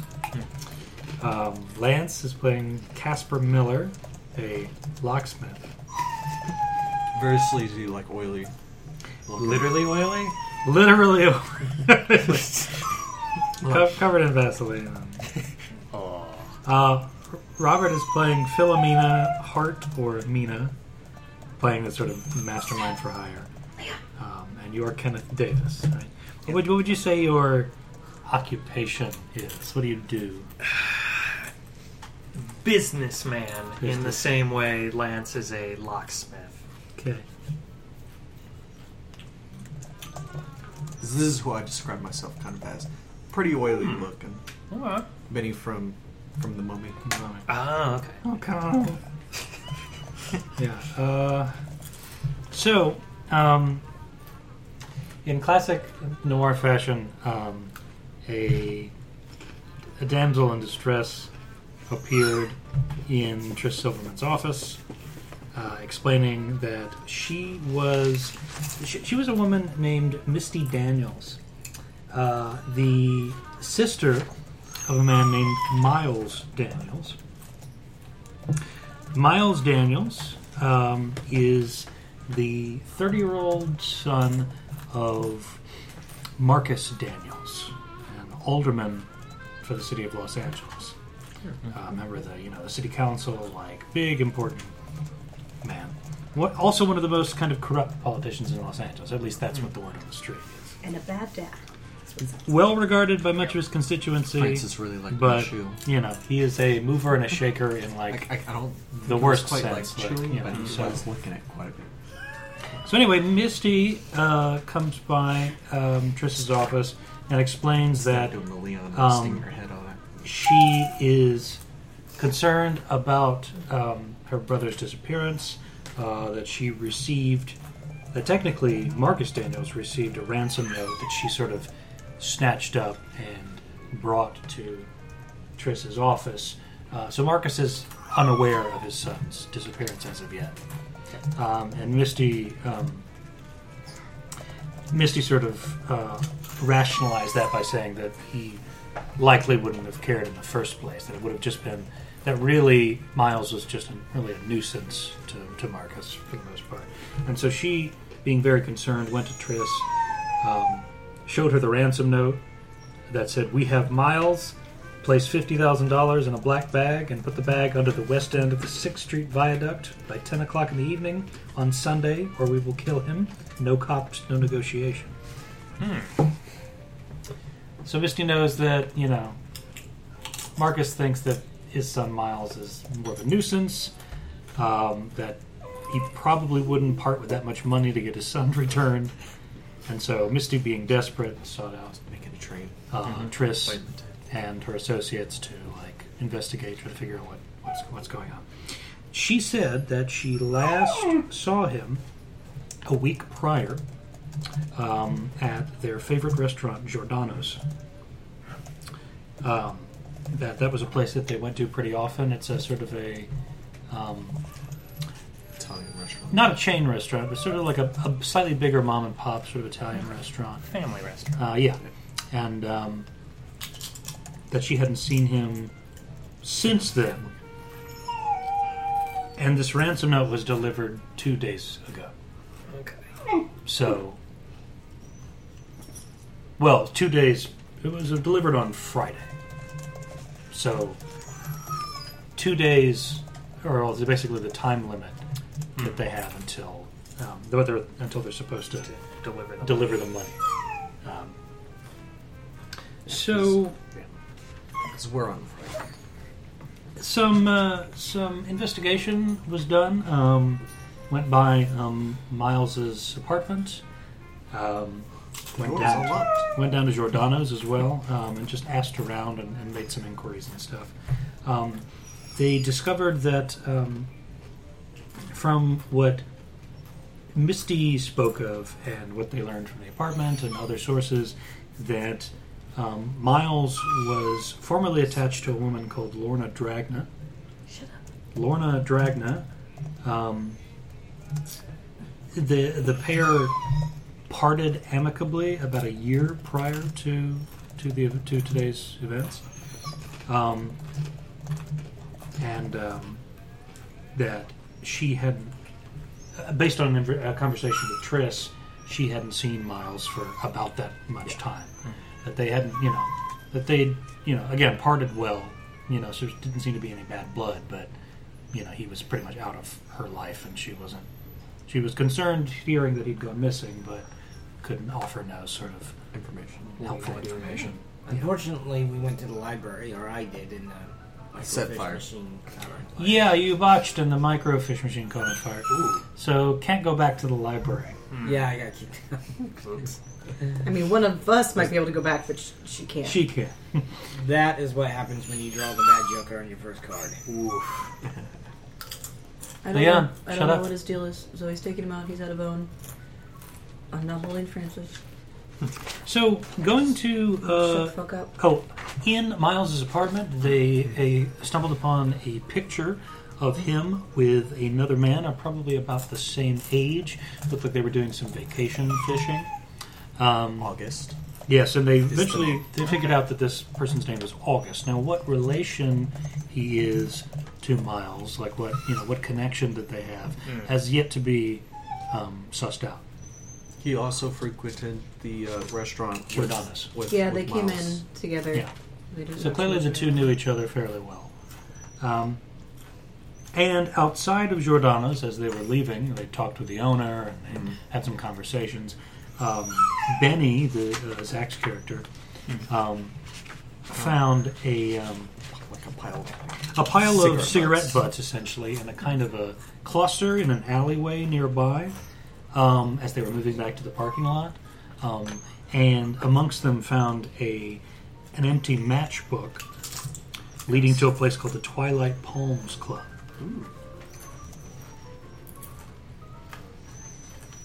A: Um, Lance is playing Casper Miller, a locksmith.
D: Very sleazy, like oily. looking.
C: Literally oily.
A: Literally Co- covered in Vaseline.
C: Oh.
A: Uh, Robert is playing Philomena Hart, or Mina, playing a sort of mastermind for hire. Um, and you're Kenneth Davis. Right? What, would, what would you say your occupation is? What do you do?
C: businessman in the
A: Business.
C: same way Lance is a locksmith.
A: Okay.
D: This is who I describe myself kind of as. Pretty oily looking. Benny from from the Mummy.
C: Ah, okay.
A: Okay. Oh, yeah. Uh, so, um, in classic noir fashion, um, a a damsel in distress appeared in Tris Silverman's office, uh, explaining that she was she, she was a woman named Misty Daniels, uh, the sister of a man named Miles Daniels. Miles Daniels um, is the 30 year old son of Marcus Daniels, an alderman for the city of Los Angeles. Uh, member of the you know the city council, like big important man. What, also one of the most kind of corrupt politicians in Los Angeles. At least that's what the word on the street is.
B: And a bad dad.
A: Well regarded by much of his constituency,
D: Francis really liked my
A: but
D: shoe.
A: you know he is a mover and a shaker in
D: I,
A: like
D: I, I don't.
A: The
D: it was
A: worst
D: quite
A: sense,
D: like
A: like,
D: chewing,
A: you
D: but
A: know,
D: he
A: so-
D: was looking at quite a bit.
A: So anyway, Misty uh, comes by um, Triss's office and explains that
D: doing the Leon
A: um,
D: sting your head on it.
A: she is concerned about um, her brother's disappearance. Uh, that she received, that technically Marcus Daniels received a ransom note that she sort of snatched up and brought to Triss's office. Uh, so Marcus is unaware of his son's disappearance as of yet. Um, and Misty, um, Misty sort of uh, rationalized that by saying that he likely wouldn't have cared in the first place. That it would have just been that really Miles was just an, really a nuisance to, to Marcus for the most part. And so she, being very concerned, went to Triss, um, showed her the ransom note that said, "We have Miles." Place fifty thousand dollars in a black bag and put the bag under the west end of the Sixth Street Viaduct by ten o'clock in the evening on Sunday, or we will kill him. No cops, no negotiation. Hmm. So Misty knows that you know Marcus thinks that his son Miles is more of a nuisance. Um, that he probably wouldn't part with that much money to get his son returned, and so Misty, being desperate, sought out
D: Making a train.
A: uh, Triss
D: Wait.
A: and her associates to like investigate, try to figure out what, what's what's going on. She said that she last saw him a week prior um, at their favorite restaurant, Giordano's. Um, that that was a place that they went to pretty often. It's a sort of a um,
D: Italian restaurant.
A: not a chain restaurant, but sort of like a, a slightly bigger mom and pop sort of Italian restaurant.
C: Family restaurant.
A: Uh, yeah, and um, that she hadn't seen him since then. And this ransom note was delivered two days ago.
C: Okay.
A: So, well, two days. It was delivered on Friday. So, two days, or well, it's basically the time limit that they have until um, whether until they're supposed to
C: Deliver them.
A: deliver the money. Um, so,
D: Because we're on Friday.
A: some uh, some investigation was done. Um, went by um, Miles's apartment. Um, went
D: Doors
A: down.
D: unlocked.
A: went down to Giordano's as well um, and just asked around and, and made some inquiries and stuff. Um, they discovered that um, from what Misty spoke of and what they learned from the apartment and other sources, that um, Miles was formerly attached to a woman called Lorna Dragna. Lorna Dragna. Um, the the pair parted amicably about a year prior to to the to today's events, um, and um, that she had, uh, based on an inver- a conversation with Triss, she hadn't seen Miles for about that much time. That they hadn't, you know, that they, you know, again parted well. You know, so there didn't seem to be any bad blood, but you know, he was pretty much out of her life, and she wasn't she was concerned hearing that he'd gone missing, but couldn't offer no sort of
D: Information.
A: helpful information.
E: Unfortunately, we went to the library, or I did, and uh, my
D: Set
E: fish
D: fire.
E: machine caught on fire.
A: Yeah, you botched and the microfish machine caught on fire. So can't go back to the library.
E: Hmm. Yeah, I got kicked out.
B: I mean, one of us might be able to go back, but sh- she can't.
A: She can.
E: That is what happens when you draw the bad joker on your first card.
B: I don't
A: Leon,
B: know, I don't
A: shut
B: know
A: up.
B: what his deal is. Zoe's taking him out. He's out of bone. I'm not holding Francis.
A: So going to
B: Shut
A: uh,
B: the fuck up.
A: oh, in Miles's apartment, they they stumbled upon a picture of him with another man, uh, probably about the same age. Looked like they were doing some vacation fishing. Um,
D: August.
A: Yes, and they
D: the
A: eventually
D: name.
A: they figured out that this person's name is August. Now, what relation he is to Miles, like what you know, what connection that they have,
B: Hmm.
A: has yet to be um, sussed out.
D: He also frequented the uh, restaurant.
A: Giordano's.
D: With,
B: Yeah,
D: with
B: they came
D: Miles.
B: in together.
A: Yeah.
B: They didn't
A: So
B: know
A: clearly,
B: each
A: the
B: other.
A: two knew each other fairly well. Um, and outside of Giordano's, as they were leaving, they talked with the owner and they
B: Hmm.
A: had some conversations. Um, Benny, the uh, Zach's character, um, found a. Um,
D: Like a pile of
A: a pile of
D: Cigarette
A: cigarette butts.
D: butts.
A: essentially, in a kind of a cluster in an alleyway nearby. Um, as they were moving back to the parking lot, um, and amongst them found a an empty matchbook leading to a place called the Twilight Palms Club.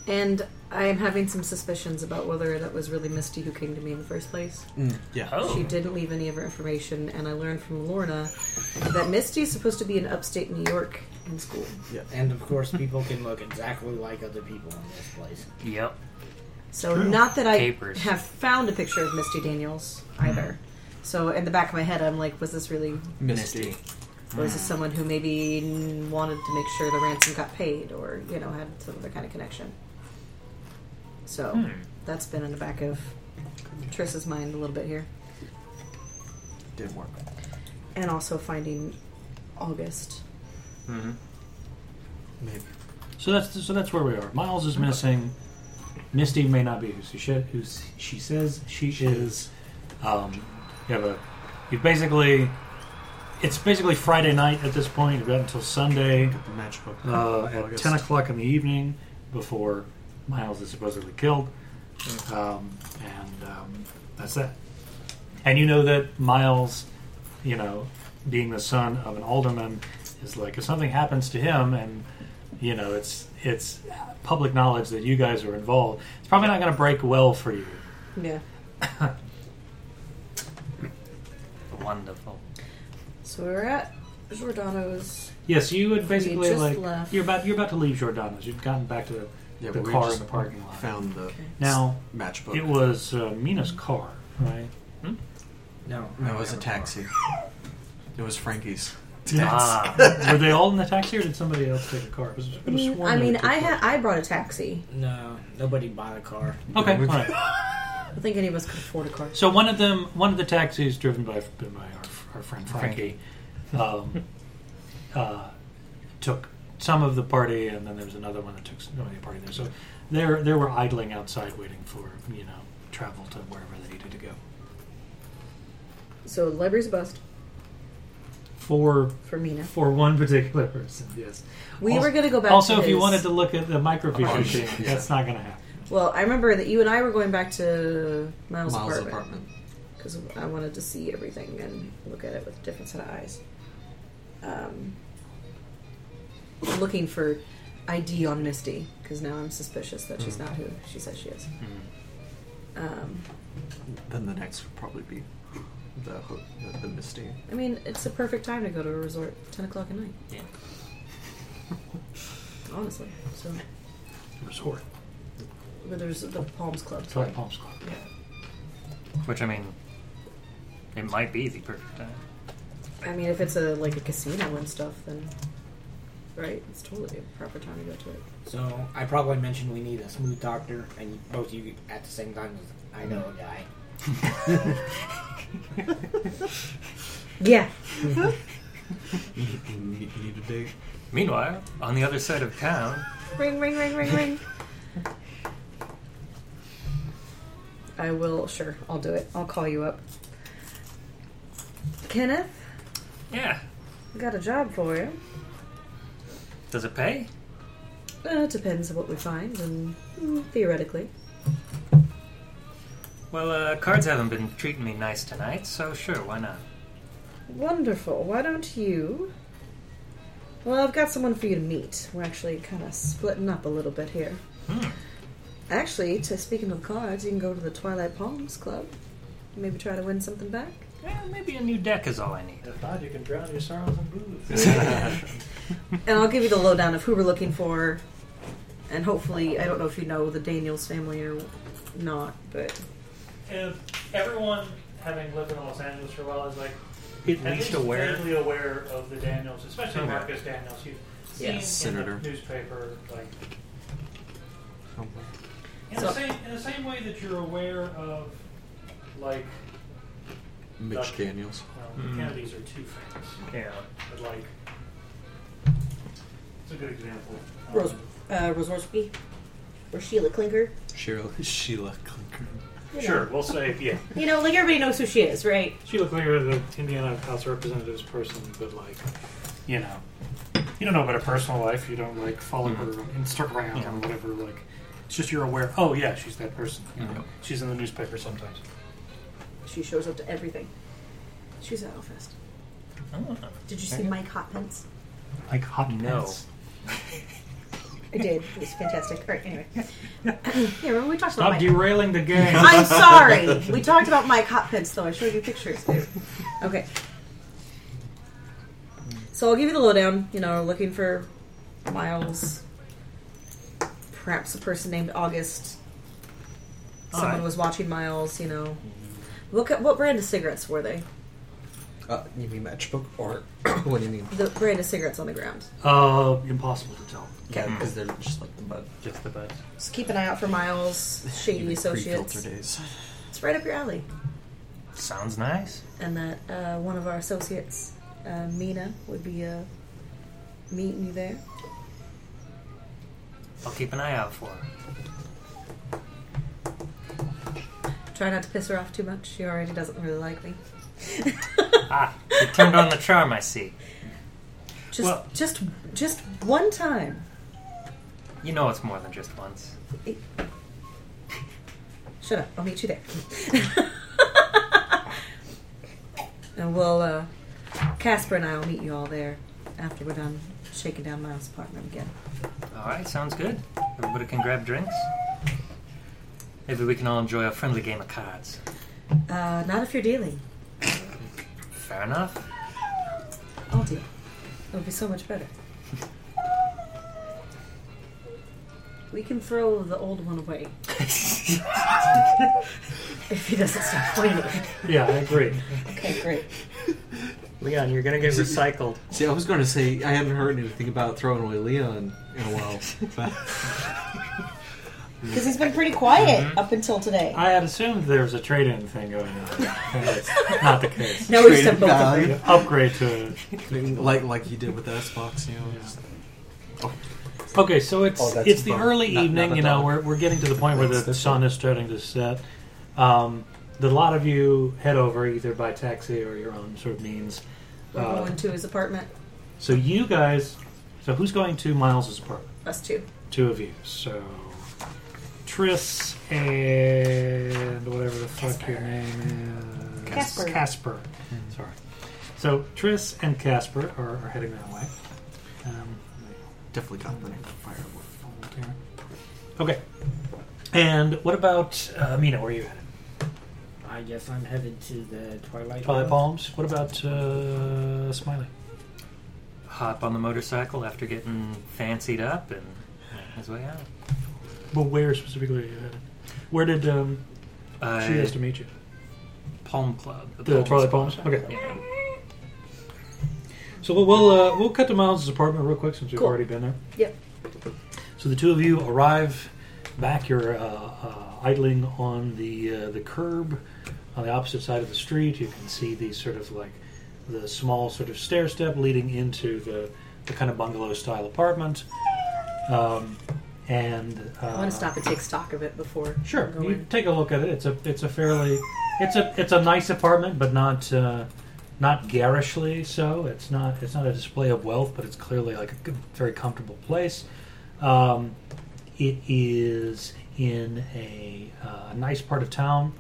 B: And I am having some suspicions about whether that was really Misty who came to me in the first place.
A: Mm.
D: Yeah.
C: Oh.
B: She didn't leave any of her information, and I learned from Lorna that Misty is supposed to be in upstate New York in school.
E: And of course, people can look exactly like other people in this place.
C: Yep.
B: So, not that I
C: Papers.
B: have found a picture of Misty Daniels either. So, in the back of my head, I'm like, was this really
C: Misty.
B: Or is this someone who maybe wanted to make sure the ransom got paid or, you know, had some other kind of connection? So that's been in the back of Triss's mind a little bit here.
D: Didn't work.
B: And also finding August.
D: Maybe.
A: So that's so that's where we are. Miles is missing. Misty may not be who she sh- who s- she says she is. Um, you have a you basically it's basically Friday night at this point. You've got until Sunday
D: The magical.
A: uh, at
D: August.
A: 10 o'clock in the evening before Miles is supposedly killed. Um, and um, that's that. And you know that Miles, you know, being the son of an alderman, is like if something happens to him and you know it's it's public knowledge that you guys are involved, it's probably not going to break well for you.
B: Yeah.
C: Wonderful.
B: So we're at Giordano's.
A: Yes, you had basically
B: just
A: like
B: left.
A: you're about you're about to leave Giordano's. You've gotten back to the,
D: Yeah,
A: the
D: but we
A: car in
D: just
A: the parking lot.
D: Found the
A: Now
D: matchbook.
A: it was uh, Mina's car, right?
E: No. I
D: No, it
E: don't
D: was a
E: have car.
D: taxi. It was Frankie's.
C: Ah,
A: Were they all in the taxi, or did somebody else take a car? It was, it was sworn
B: mm, I
A: they
B: mean,
A: took
B: I
A: a car.
B: had I brought a taxi.
E: No, nobody bought a car.
A: Okay, all right.
B: I don't think any of us could afford a car.
A: So one of them, one of the taxis driven by, by our, our friend Frankie, um, uh, took some of the party, and then there was another one that took some of the party there. So there, there were idling outside, waiting for you know travel to wherever they needed to go.
B: So the library's a bust
A: For
B: for Mina.
A: for one particular person, yes.
B: We
A: Also-
B: were going to go back.
A: also,
B: to
A: if you
B: his-
A: wanted to look at the microfiche
D: Oh,
A: machine,
D: yeah.
A: that's not going to happen.
B: well, I remember that you and I were going back to Miles',
D: Miles'
B: apartment
D: apartment.
B: because I wanted to see everything and look at it with a different set of eyes. Um, looking for ID on Misty because now I'm suspicious that she's
A: Hmm.
B: not who she says she is.
C: Hmm.
B: Um,
D: Then the next would probably be the ho- the, the Misty.
B: I mean, it's the perfect time to go to a resort, ten o'clock at night.
E: Yeah.
B: Honestly, so
A: Resort,
B: but there's the Palms Club.
A: it's
B: So
A: like Palms Club.
B: yeah.
C: Which I mean, it might be the perfect time.
B: I mean, if it's a like a casino and stuff, then right, it's totally a proper time to go to it.
E: So I probably mentioned we need a smooth doctor, and both you at the same time. was, I know a guy.
B: Yeah,
D: You need, you need a date.
C: Meanwhile, on the other side of town,
B: ring, ring, ring, ring, ring. I will. Sure, I'll do it. I'll call you up. Kenneth,
C: yeah,
B: I got a job for you.
C: does it pay?
B: Uh, it depends on what we find, and mm, theoretically,
C: Well, uh, cards haven't been treating me nice tonight, so sure, why not?
B: wonderful. Why don't you? Well, I've got someone for you to meet. We're actually kind of splitting up a little bit here.
C: Hmm.
B: Actually, to speaking of cards, you can go to the Twilight Palms Club. Maybe try to win something back.
C: Yeah, maybe a new deck is all I need.
I: If not, you can drown your sorrows in booze.
B: And I'll give you the lowdown of who we're looking for. And hopefully, I don't know if you know the Daniels family or not, but
I: if everyone having lived in Los Angeles for a while is like
C: At
I: at
C: least
I: least
C: aware.
I: vaguely aware of the Daniels, especially
C: Okay.
I: Marcus Daniels, you've seen
B: Yeah.
D: Senator.
I: in the newspaper, like
D: Somewhere.
I: in
B: So-
I: the same in the same way that you're aware of like
D: Mitch
I: Duck.
D: Daniels.
I: well,
C: Mm.
I: the Kennedys are two famous,
C: Yeah.
I: but like it's a good example. Um,
G: Rose, uh, Rosorsky? Or Sheila Klinker?
D: Sheila, Sheila Clinker.
I: Sure, we'll say yeah.
G: You know, like everybody knows who she is, right?
A: She looked like the Indiana House of Representatives person, but like, you know, you don't know about her personal life. You don't like follow her on Instagram
C: Yeah.
A: or whatever. Like, it's just you're aware. Oh yeah, she's that person. you know.
C: Mhm.
A: She's in the newspaper sometimes.
B: she shows up to everything. She's at Elfest.
C: Oh,
B: Did you see Mike Hotpence?
A: Like hot
C: No.
A: pants.
G: I did. It was fantastic. All right, anyway.
B: Yeah, remember we talked about
A: Stop
B: Mike.
A: derailing the game.
B: I'm sorry. We talked about Mike Hotpence, though. I showed you pictures. Okay. So I'll give you the lowdown. You know, looking for Miles, perhaps a person named August. Someone
C: Alright.
B: was watching Miles. You know, what ki- what brand of cigarettes were they?
D: Uh, you mean matchbook or what do you mean?
B: The brand of cigarettes on the ground.
A: Uh, impossible to tell.
D: Yeah, because they're just like the bud.
C: just the best.
B: Just keep an eye out for Miles, shady
D: Pre-filter
B: associates.
D: days.
B: It's right up your alley.
C: Sounds nice.
B: and that uh, one of our associates, uh, Mina, would be uh, meeting you there.
C: I'll keep an eye out for her.
B: Try not to piss her off too much. She already doesn't really like me.
C: ah, you turned on the charm, I see.
B: Just,
C: Well-
B: just, just one time.
C: You know it's more than just once.
B: Shut up. I'll meet you there. and we'll, uh, Casper and I will meet you all there after we're done shaking down Miles' apartment again.
C: All right, sounds good. Everybody can grab drinks. Maybe we can all enjoy a friendly game of cards.
B: Uh, not if you're dealing.
C: Fair enough.
B: I'll deal. It'll be so much better. We can throw the old one away if he doesn't stop playing it.
A: Yeah, I agree.
B: Okay, great.
K: Leon, you're gonna get recycled.
D: See, I was going to say I haven't heard anything about throwing away Leon in a while.
L: Because he's been pretty quiet up until today.
A: Mm-hmm. I had assumed there was a trade-in thing going on. That's not the case.
B: No, we
D: Trade
B: said both of them.
D: value.
A: You upgrade to
D: like like he did with the Xbox, you know. it's-
A: Okay, so it's
K: Oh, that's
A: it's the
D: bug,
A: early
D: not- not
A: evening.
D: the
A: you know,
D: dog.
A: we're, we're getting to the point where
D: That's
A: the
D: different.
A: sun is starting to set. Um, the lot of you head over either by taxi or your own sort of means.
B: We're
A: Uh,
B: going to his apartment.
A: So you guys, so who's going to Miles's apartment?
B: Us two.
A: Two of you. So Tris and whatever the fuck your name is,
L: Casper.
A: Casper.
C: Hmm.
A: Sorry. So Tris and Casper are, are heading that way. Um,
D: Definitely got the firewood.
A: okay. And what about uh, Mina? Where are you headed?
E: I guess I'm headed to the Twilight.
A: Twilight
E: Room.
A: Palms. What about uh, Smiley?
C: Hop on the motorcycle after getting fancied up and make his way out.
A: Well, where specifically are you headed? Where did um,
C: Uh,
A: she used to meet you?
C: Palm Club.
A: The Twilight Palms. Okay. So we'll we'll, uh, we'll cut to Miles' apartment real quick since we've
B: Cool.
A: already been there.
B: Yep.
A: So the two of you arrive back. You're uh, uh, idling on the uh, the curb on the opposite side of the street. You can see the sort of like the small sort of stair step leading into the, the kind of bungalow style apartment. Um, and uh,
B: I want to stop and take stock of it before.
A: Sure,
B: Go
A: you
B: in.
A: take a look at it. It's a it's a fairly it's a it's a nice apartment, but not uh, not garishly so. It's not it's not a display of wealth, but it's clearly like a g- very comfortable place. Um, it is in a uh, nice part of town.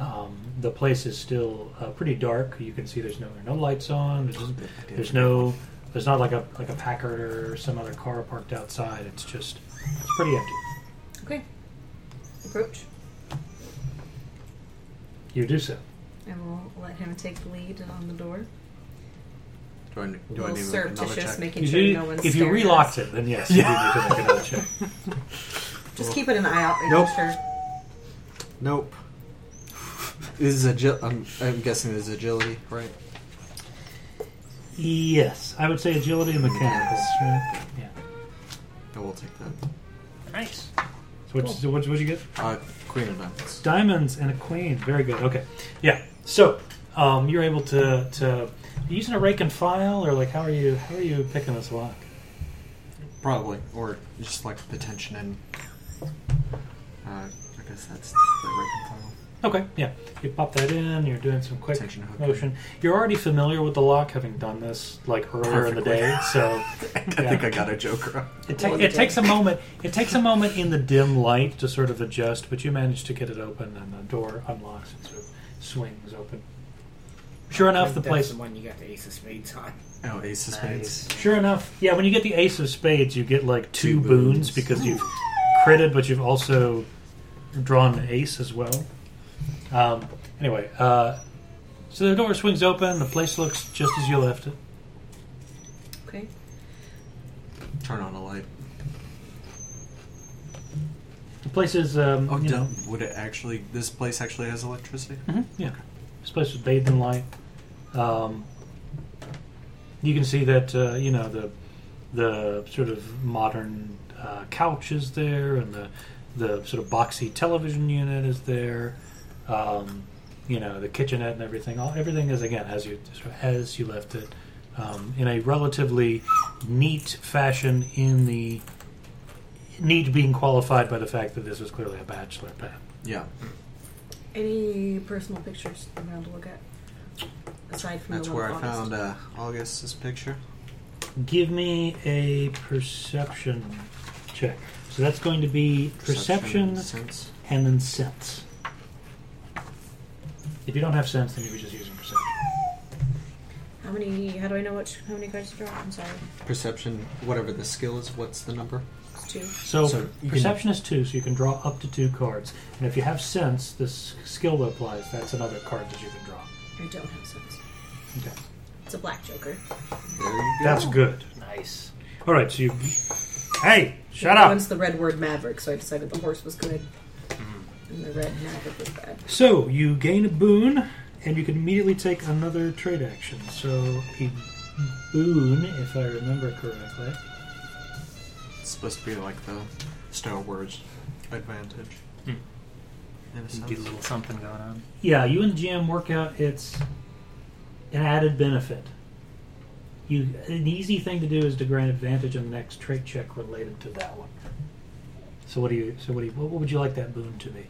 A: Um, the place is still uh, pretty dark. You can see there's no there are no lights on. There's, there's no there's not like a like a Packard or some other car parked outside. It's just it's pretty empty.
B: Okay. Approach.
A: You do so.
B: I will let him take the lead on the door.
D: Do I, do
B: a
D: I
B: little
D: need another
B: surreptitious,
D: check?
B: making
A: If
B: sure
A: you,
B: no one's
A: if you
B: staring at
A: relocked
B: us.
A: it, then yes, you do need to make another check.
B: Just keep it an eye out. making
D: Nope.
B: Sure.
D: Nope. This is agility. I'm, I'm guessing this is agility, right?
A: Yes, I would say agility and mechanicals. Right? Yeah.
D: I will take that.
C: Nice.
A: So what so what would you get?
D: Uh, Queen of Diamonds.
A: Diamonds and a queen. Very good. Okay. Yeah. So um, you're able to to are you using a rake and file, or like how are you how are you picking this lock?
D: Probably. Or just like the tension and. Uh, I guess that's the right file.
A: Okay. Yeah. You pop that in. You're doing some quick
D: Tension hook.
A: motion. You're already familiar with the lock, having done this like earlier in the
D: Perfectly.
A: day. So
D: I think I got a joker.
A: It, ta- it takes a moment. It takes a moment in the dim light to sort of adjust, but you manage to get it open, and the door unlocks and sort of swings open. Sure
E: I
A: enough,
E: think
A: the
E: that's
A: place.
E: the one you got the Ace of Spades on.
D: Oh, Ace of Spades.
A: Sure enough, yeah. When you get the Ace of Spades, you get like two,
D: Two
A: boons.
D: boons.
A: because you've critted, but you've also drawn an ace as well. Um, anyway, uh, so the door swings open. The place looks just as you left it.
B: Okay.
D: Turn on a light.
A: The place is. Um,
D: Oh,
A: you know,
D: dumb. Would it actually. This place actually has electricity?
A: hmm Yeah. This place was bathed in light. Um, you can see that uh, you know the the sort of modern uh, couch is there, and the the sort of boxy television unit is there. Um, you know the kitchenette and everything. All, everything is again as you as you left it um, in a relatively neat fashion. In the neat being qualified by the fact that this was clearly a bachelor pad.
D: Yeah.
B: Any personal pictures around to look at? aside from
D: That's
B: the one
D: where I
B: August.
D: found uh, August's picture.
A: Give me a perception check. So that's going to be perception,
D: Perception, sense.
A: and then sense. If you don't have sense, then you were just using perception. uh,
B: How many? How do I know which? How many cards to draw? I'm sorry.
D: Perception, whatever the skill is, what's the number?
B: It's two.
A: So,
D: So you can-
A: perception is two, so you can draw up to two cards. And if you have sense, this skill that applies. That's another card that you can draw.
B: I don't have sense.
A: Okay.
B: It's a black joker.
A: That's good.
C: Nice.
A: All right, so you. Hey, shut
B: That
A: up.
B: One's the red word maverick, so I decided the horse was good,
A: Mm-hmm.
B: and the red maverick was bad.
A: So you gain a boon, and you can immediately take another trade action. So a boon, if I remember correctly.
D: It's supposed to be like the Star Wars advantage.
C: Hmm.
D: In a
C: Get a
D: sense.
C: little something going on.
A: Yeah, you and GM work out it's an added benefit. You an easy thing to do is to grant advantage on the next trait check related to that one. So what do you? So what do you? What would you like that boon to be?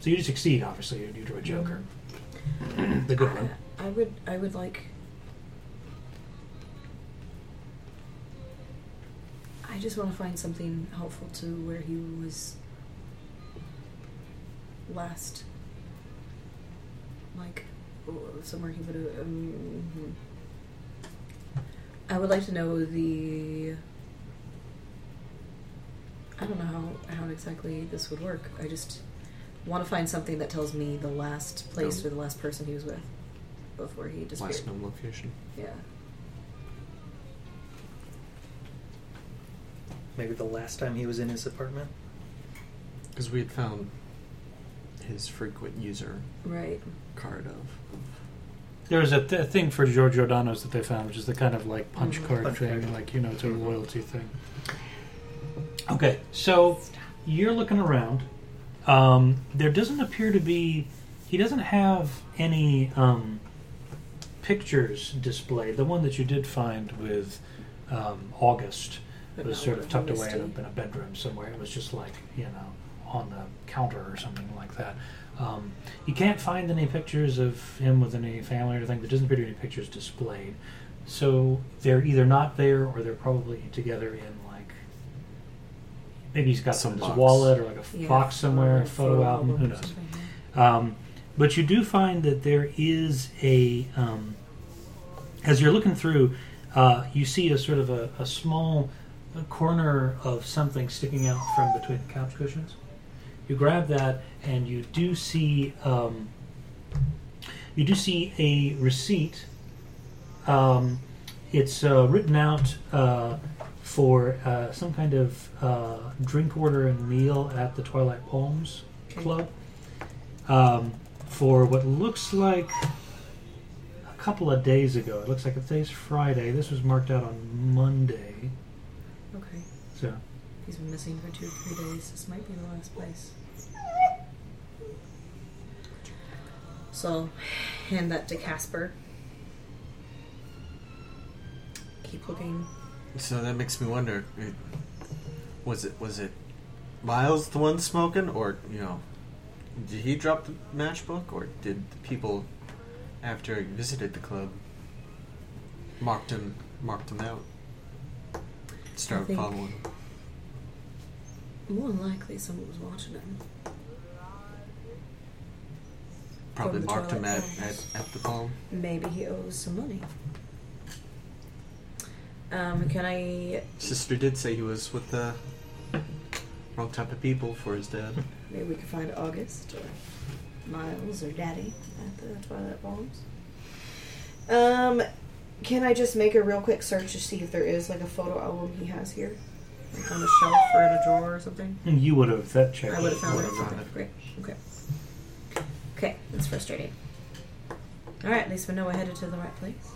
A: So you succeed, obviously. You you drew a joker,
C: Mm-hmm.
A: the good one.
B: I would. I would like. I just want to find something helpful to where he was last. Like, or somewhere he would have. Um, hmm. I would like to know the. I don't know how, how exactly this would work. I just want to find something that tells me the last place
D: Um,
B: or the last person he was with before he disappeared.
D: Last known location.
B: Yeah.
C: Maybe the last time he was in his apartment.
D: Because we had found his frequent user
B: Right.
D: card of.
A: There was a th- thing for George Giordano's that they found, which is the kind of like punch
B: Mhm.
A: card
C: Mm-hmm. Punch
A: thing,
C: card.
A: like you know, it's a loyalty thing. Okay, so you're looking around. Um, there doesn't appear to be. He doesn't have any um, pictures displayed. The one that you did find with um, August
B: But
A: was
B: not
A: sort
B: with
A: of tucked away in
B: Misty.
A: a, in a bedroom somewhere. It was just like you know on the counter or something like that. Um, you can't find any pictures of him with any family or anything. There doesn't appear to be any pictures displayed. So they're either not there or they're probably together in like maybe he's got some
D: Some
A: in his
D: box.
A: wallet or like a
B: Yeah.
A: box somewhere,
B: Or
A: a photo album, who
B: or
A: knows.
B: something, yeah.
A: Um, but you do find that there is a, um, as you're looking through, uh, you see a sort of a, a small corner of something sticking out from between the couch cushions. You grab that, and you do see um, you do see a receipt. Um, it's uh, written out uh, for uh, some kind of uh, drink order and meal at the Twilight Palms Club um, for what looks like a couple of days ago. It looks like today's Friday. This was marked out on Monday.
B: Okay.
A: So
B: He's been missing for two or three days. This might be the last place. So, I'll hand that to Casper. Keep looking.
D: So that makes me wonder, it- was it was it Miles the one smoking, or you know, did he drop the matchbook, or did the people after he visited the club marked him marked him out,
B: I
D: started
B: think-
D: following him?
B: More than likely, someone was watching him.
D: Probably
B: the
D: marked him
B: Twilight
D: at, at
B: Palms.
D: at the palm.
B: Maybe he owes some money. Um, can I?
D: Sister did say he was with the wrong type of people for his dad.
B: Maybe we could find August or Miles or Daddy at the Twilight Palms. Um, can I just make a real quick search to see if there is like a photo album he has here, like on a shelf or in a drawer or something?
A: you would have that check.
B: I would have found it.
D: Would've found
B: Okay,
D: it.
B: Great. Okay. Okay, that's frustrating. All right, at least we know we're headed to the right place.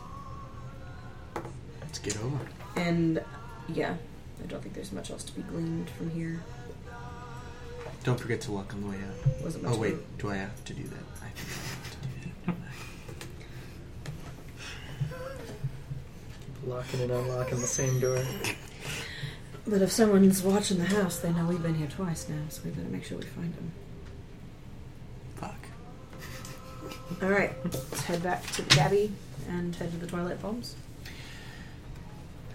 D: Let's get over. it.
B: And yeah, I don't think there's much else to be gleaned from here.
D: Don't forget to walk on the way out.
B: Wasn't much.
D: Oh
B: of
D: wait,
B: a-
D: do I have to do that? I think I have to do that.
C: Locking and unlocking the same door.
B: But if someone's watching the house, they know we've been here twice now, so we better make sure we find him.
D: Fuck.
B: All right, let's head back to the Abbey and head to the Twilight Palms.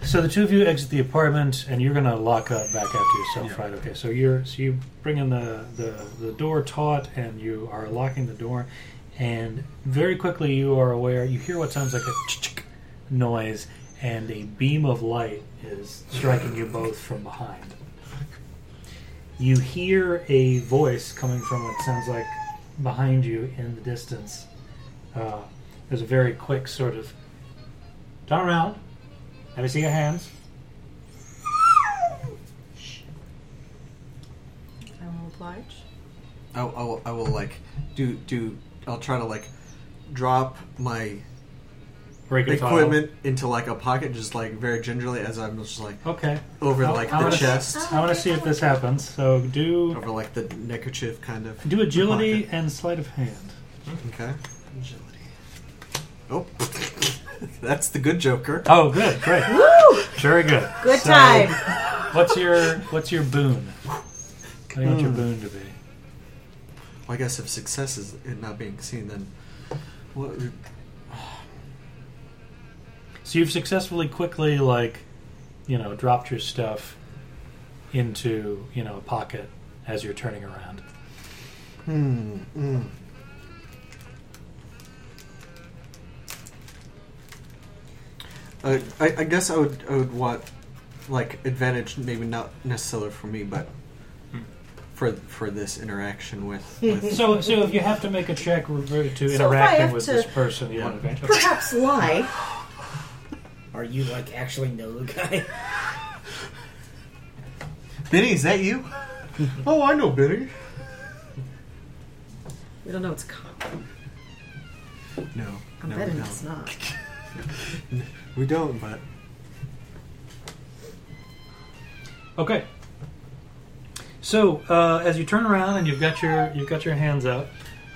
A: So the two of you exit the apartment, and you're gonna lock up back after yourself,
H: Yeah.
A: right? Okay. So you're so you bring in the, the the door taut, and you are locking the door, and very quickly you are aware. You hear what sounds like a ch-ch-ch noise, and a beam of light is striking you both from behind. You hear a voice coming from what sounds like behind you in the distance. Uh, there's a very quick sort of turn around. Let me see your hands.
B: I will oblige.
D: I, I will, I will like do do I'll try to like drop my
A: Break a tile.
D: equipment into like a pocket just like very gingerly as I'm just like
A: Okay.
D: over
A: I-
D: like
A: I
D: the
A: wanna Oh. s-
D: chest
A: I want to see if this happens. So do
D: over like the neckerchief kind of
A: do agility
D: pocket.
A: and sleight of hand.
D: okay agility oh that's the good joker
A: Oh, good, great,
B: Woo!
A: very good.
B: Good
A: So,
B: time.
A: What's your what's your boon? What do you want your
D: Hmm.
A: boon to be?
D: Well, I guess if success is it not being seen then what would-
A: So you've successfully quickly like, you know, dropped your stuff into you know a pocket as you're turning around.
D: hmm mm. I, I, I guess I would I would want like advantage maybe not necessarily for me but
A: Hmm.
D: for for this interaction with, with
A: So so if you have to make a check re- to
B: So if I
A: interacting
B: have
A: with
B: to-
A: this person, you want advantage. Okay.
B: Perhaps lie.
E: Are you like actually know the guy?
D: Benny, is that you? oh, I know Benny.
B: We don't know it's coming.
D: No,
B: I'm
D: no, we
B: betting
D: don't.
B: it's not.
D: We don't, but
A: Okay. So uh, as you turn around and you've got your you've got your hands out,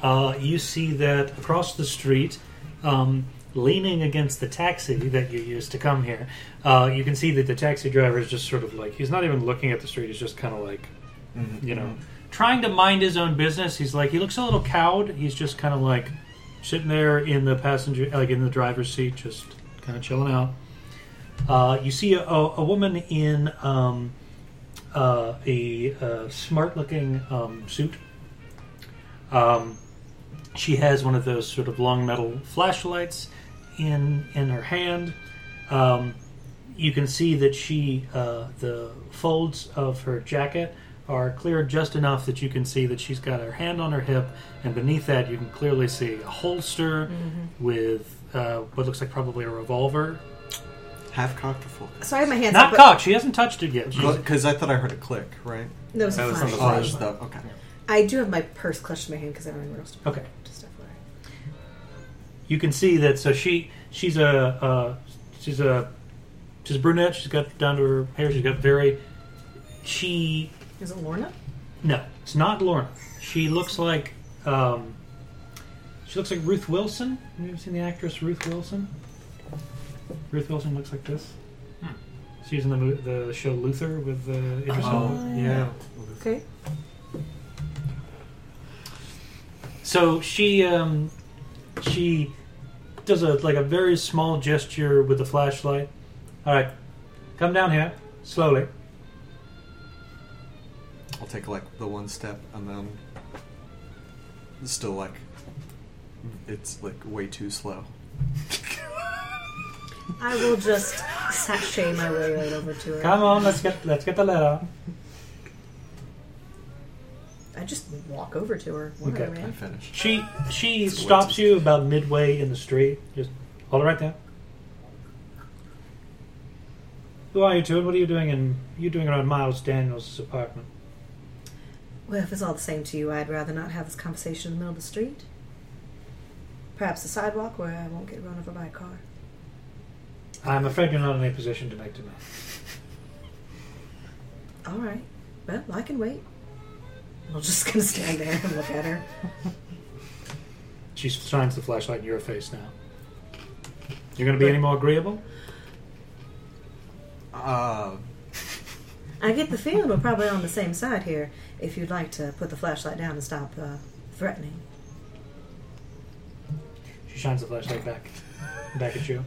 A: uh, you see that across the street, um, leaning against the taxi that you used to come here, uh, you can see that the taxi driver is just sort of like he's not even looking at the street. He's just kind of like,
D: mm-hmm.
A: you know, trying to mind his own business. He's like he looks a little cowed. He's just kind of like sitting there in the passenger like in the driver's seat, just kind of chilling out. Uh, you see a, a, a woman in um, uh, a, uh smart-looking um, suit. Um, she has one of those sort of long metal flashlights in in her hand. Um, you can see that she uh, the folds of her jacket are clear just enough that you can see that she's got her hand on her hip, and beneath that you can clearly see a holster with uh, what looks like probably a revolver
D: half cocked or full?
B: So I have my hands
A: not
B: up. but-
A: cocked. She hasn't touched it yet. She's-
D: Because I thought I heard a click, right?
B: No, it's
C: That was on the
D: Oh,
B: fine.
D: there's the okay.
B: I do have my purse clutched in my hand because I don't know where else to put
A: Okay.
B: it, to stuff where I-
A: you can see that. So she she's a uh, she's a she's a brunette. She's got down to her hair. She's got very she
B: Is it Lorna?
A: no, it's not Lorna. She looks like um, she looks like Ruth Wilson. Have you ever seen the actress Ruth Wilson? Ruth Wilson looks like this.
D: Hmm.
A: She's in the mo- the show Luther with uh, Idris Elba.
D: Oh, yeah.
B: Okay.
A: So she um, she does a like a very small gesture with the flashlight. All right, come down here slowly.
D: I'll take like the one step and then still like it's like way too slow.
B: I will just sashay my way right over to her.
A: Come on, let's get let's get the letter.
B: I just walk over to her. Whatever,
A: Okay.
D: I
B: man.
D: finished.
A: She she
D: It's way
A: stops
D: too-
A: you about midway in the street. Just hold it right there. Who are you two? and What are you doing in you doing around Miles Daniels' apartment?
B: Well, if it's all the same to you, I'd rather not have this conversation in the middle of the street. Perhaps the sidewalk where I won't get run over by a car.
A: I'm afraid you're not in a position to make demands.
B: All right. Well, I can wait. I'm just gonna stand there and look at her.
A: She shines the flashlight in your face now. You're going to be any more agreeable?
D: Uh,
B: I get the feeling we're probably on the same side here. If you'd like to put the flashlight down and stop uh, threatening,
A: She shines the flashlight back, back at you.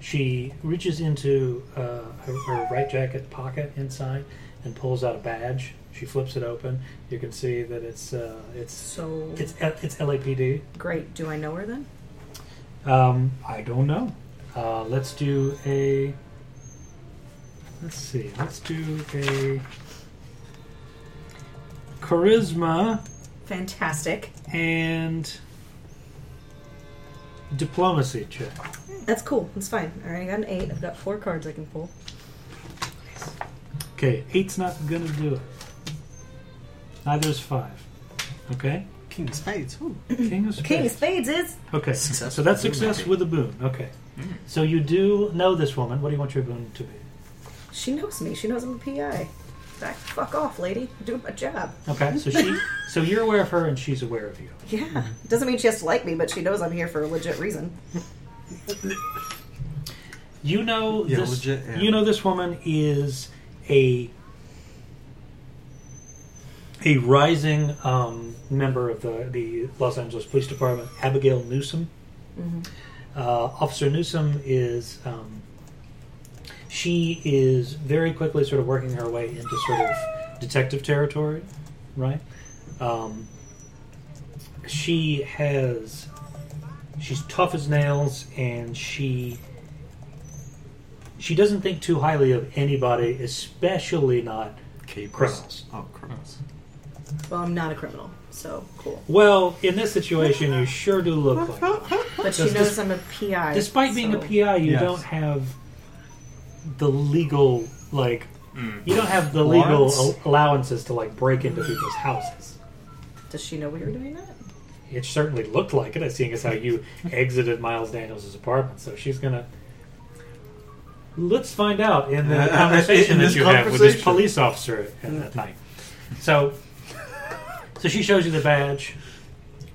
A: She reaches into uh, her, her right jacket pocket inside and pulls out a badge. She flips it open. You can see that it's uh, it's
B: So-
A: it's it's LAPD.
B: Great. Do I know her then?
A: Um, I don't know. Uh, let's do a. Let's see. Let's do a charisma
B: Fantastic.
A: and diplomacy check.
B: That's cool. That's fine. I already got an eight. I've got four cards I can pull.
A: Okay, eight's not gonna do it. Neither is five. Okay.
D: King of Spades.
A: King of
B: King of
A: Spades.
B: Spades is
A: Okay,
D: Success
A: so that's
D: with a boon, Mm-hmm.
A: success
D: okay.
A: with a boon. Okay, so you do know this woman. What do you want your boon to be?
B: She knows me. She knows I'm a PI. Back fuck off, lady. I'm doing my job.
A: Okay, so she, so you're aware of her, and she's aware of you.
B: Yeah. Doesn't mean she has to like me, but she knows I'm here for a legit reason.
A: You know
D: Yeah,
A: this.
D: legit, yeah.
A: You know this woman is a a rising um, member of the the Los Angeles Police Department, Abigail Newsom.
B: Mm-hmm.
A: Uh, Officer Newsom is um, she is very quickly sort of working her way into sort of detective territory, right? Um, she has she's tough as nails, and she she doesn't think too highly of anybody, especially not criminals.
D: Oh, criminals.
B: Well, I'm not a criminal, so cool.
A: Well, in this situation, you sure do look like. one.
B: But she
A: Does
B: knows
A: this-
B: I'm a PI.
A: Despite being a
B: so-
A: PI, you
D: Yes.
A: don't have the legal like
C: Mm.
A: you don't have the
D: Warrants?
A: legal al- allowances to like break into people's houses.
B: Does she know we were doing that?
A: It certainly looked like it, as seeing as how you exited Miles Daniels' apartment. So she's gonna. Let's find out in the
D: Uh,
A: conversation
D: in
A: that
D: this
A: you have with this
D: conversation.
A: police officer at, at night. So, so she shows you the badge.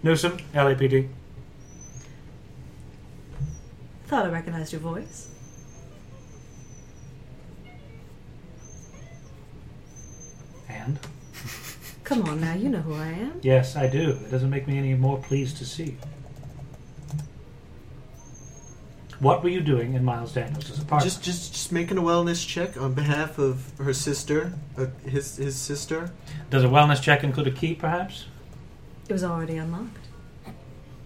A: Newsom, LAPD.
B: Thought I recognized your voice.
A: And
B: Come on now, you know who I am.
A: yes, I do. It doesn't make me any more pleased to see. you. What were you doing in Miles Daniels' apartment?
D: Just, just, just making a wellness check on behalf of her sister, uh, his, his sister.
A: Does a wellness check include a key, perhaps?
B: It was already unlocked.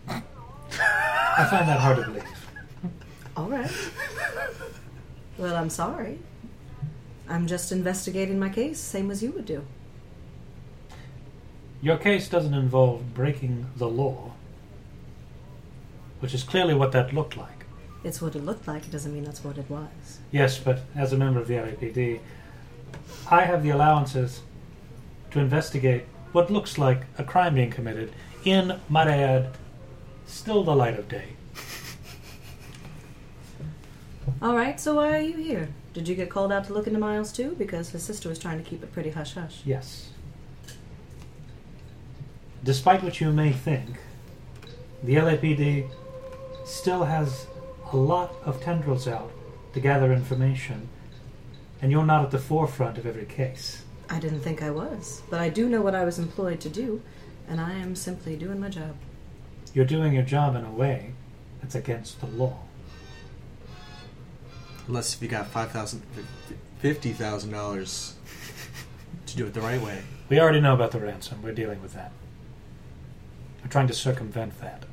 A: I find that hard to believe.
B: All right. well, I'm sorry. I'm just investigating my case, same as you would do.
A: Your case doesn't involve breaking the law, which is clearly what that looked like.
B: It's what it looked like. It doesn't mean that's what it was.
A: Yes, but as a member of the LAPD, I have the allowances to investigate what looks like a crime being committed in Mariad, still the light of day.
B: All right, so why are you here? Did you get called out to look into Miles too? Because his sister was trying to keep it pretty hush hush.
A: Yes. Despite what you may think, the LAPD still has a lot of tendrils out to gather information, and you're not at the forefront of every case.
B: I didn't think I was, but I do know what I was employed to do, and I am simply doing my job.
A: You're doing your job in a way that's against the law.
D: Unless if you got five thousand, fifty thousand dollars to do it the right way.
A: We already know about the ransom. We're dealing with that. We're trying to circumvent that.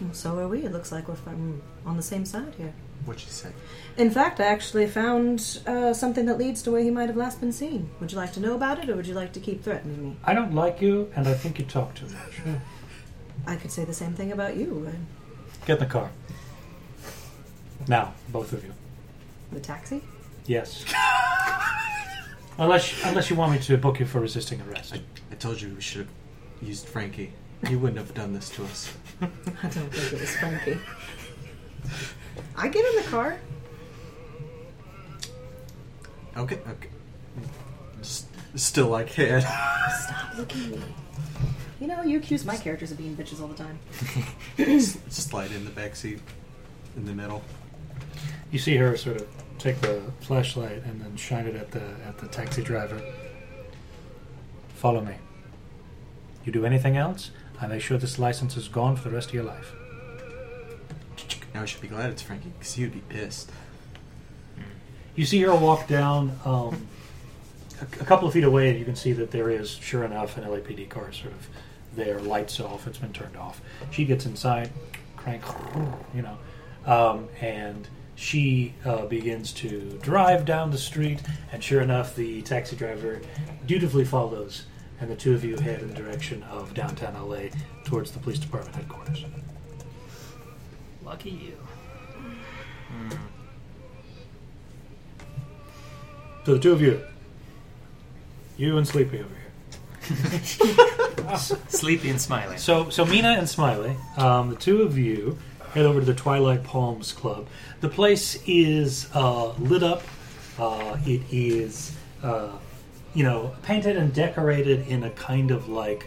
B: Well, so are we. It looks like we're from on the same side here.
D: What she said.
B: In fact, I actually found uh, something that leads to where he might have last been seen. Would you like to know about it, or would you like to keep threatening me?
A: I don't like you, and I think you talk too much.
B: I could say the same thing about you uh, and
A: Get in the car. Now, both of you.
B: the taxi.
A: Yes. unless unless you want me to book you for resisting arrest.
D: I, I told you we should have used Frankie. He wouldn't have done this to us.
B: I don't think it was Frankie. I get in the car.
D: Okay, okay. S- still like head.
B: Stop looking at me. You know, you accuse my characters of being bitches all the time.
D: S- Slide in the back seat, in the middle.
A: You see her sort of take the flashlight and then shine it at the at the taxi driver. Follow me. You do anything else, I make sure this license is gone for the rest of your life.
D: Now I should be glad it's Frankie because he would be pissed.
A: You see her walk down um, a, a couple of feet away, and you can see that there is, sure enough, an LAPD car sort of there, lights off. It's been turned off. She gets inside, crank, you know, um, and she uh, begins to drive down the street. And sure enough, the taxi driver dutifully follows, and the two of you head in the direction of downtown LA towards the police department headquarters.
C: Lucky you.
A: So the two of you, you and Sleepy over here.
C: Mm. Sleepy and smiling.
A: So, so Mina and Smiley, um, the two of you, head over to the Twilight Palms Club. The place is uh, lit up. Uh, it is, uh, you know, painted and decorated in a kind of like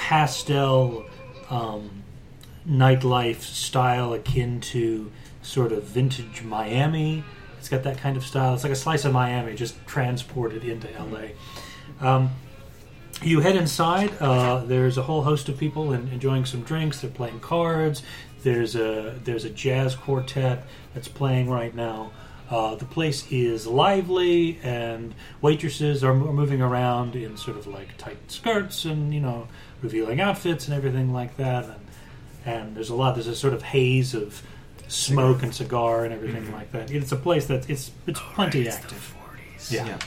A: pastel um, nightlife style, akin to sort of vintage Miami. It's got that kind of style. It's like a slice of Miami, just transported into LA. Um, you head inside. Uh, there's a whole host of people and enjoying some drinks. They're playing cards. There's a there's a jazz quartet that's playing right now. Uh, the place is lively, and waitresses are, mo- moving around in sort of like tight skirts and you know revealing outfits and everything like that. And and there's a lot. There's a sort of haze of smoke and cigar and everything like that. It's a place that it's it's plenty active. yeah.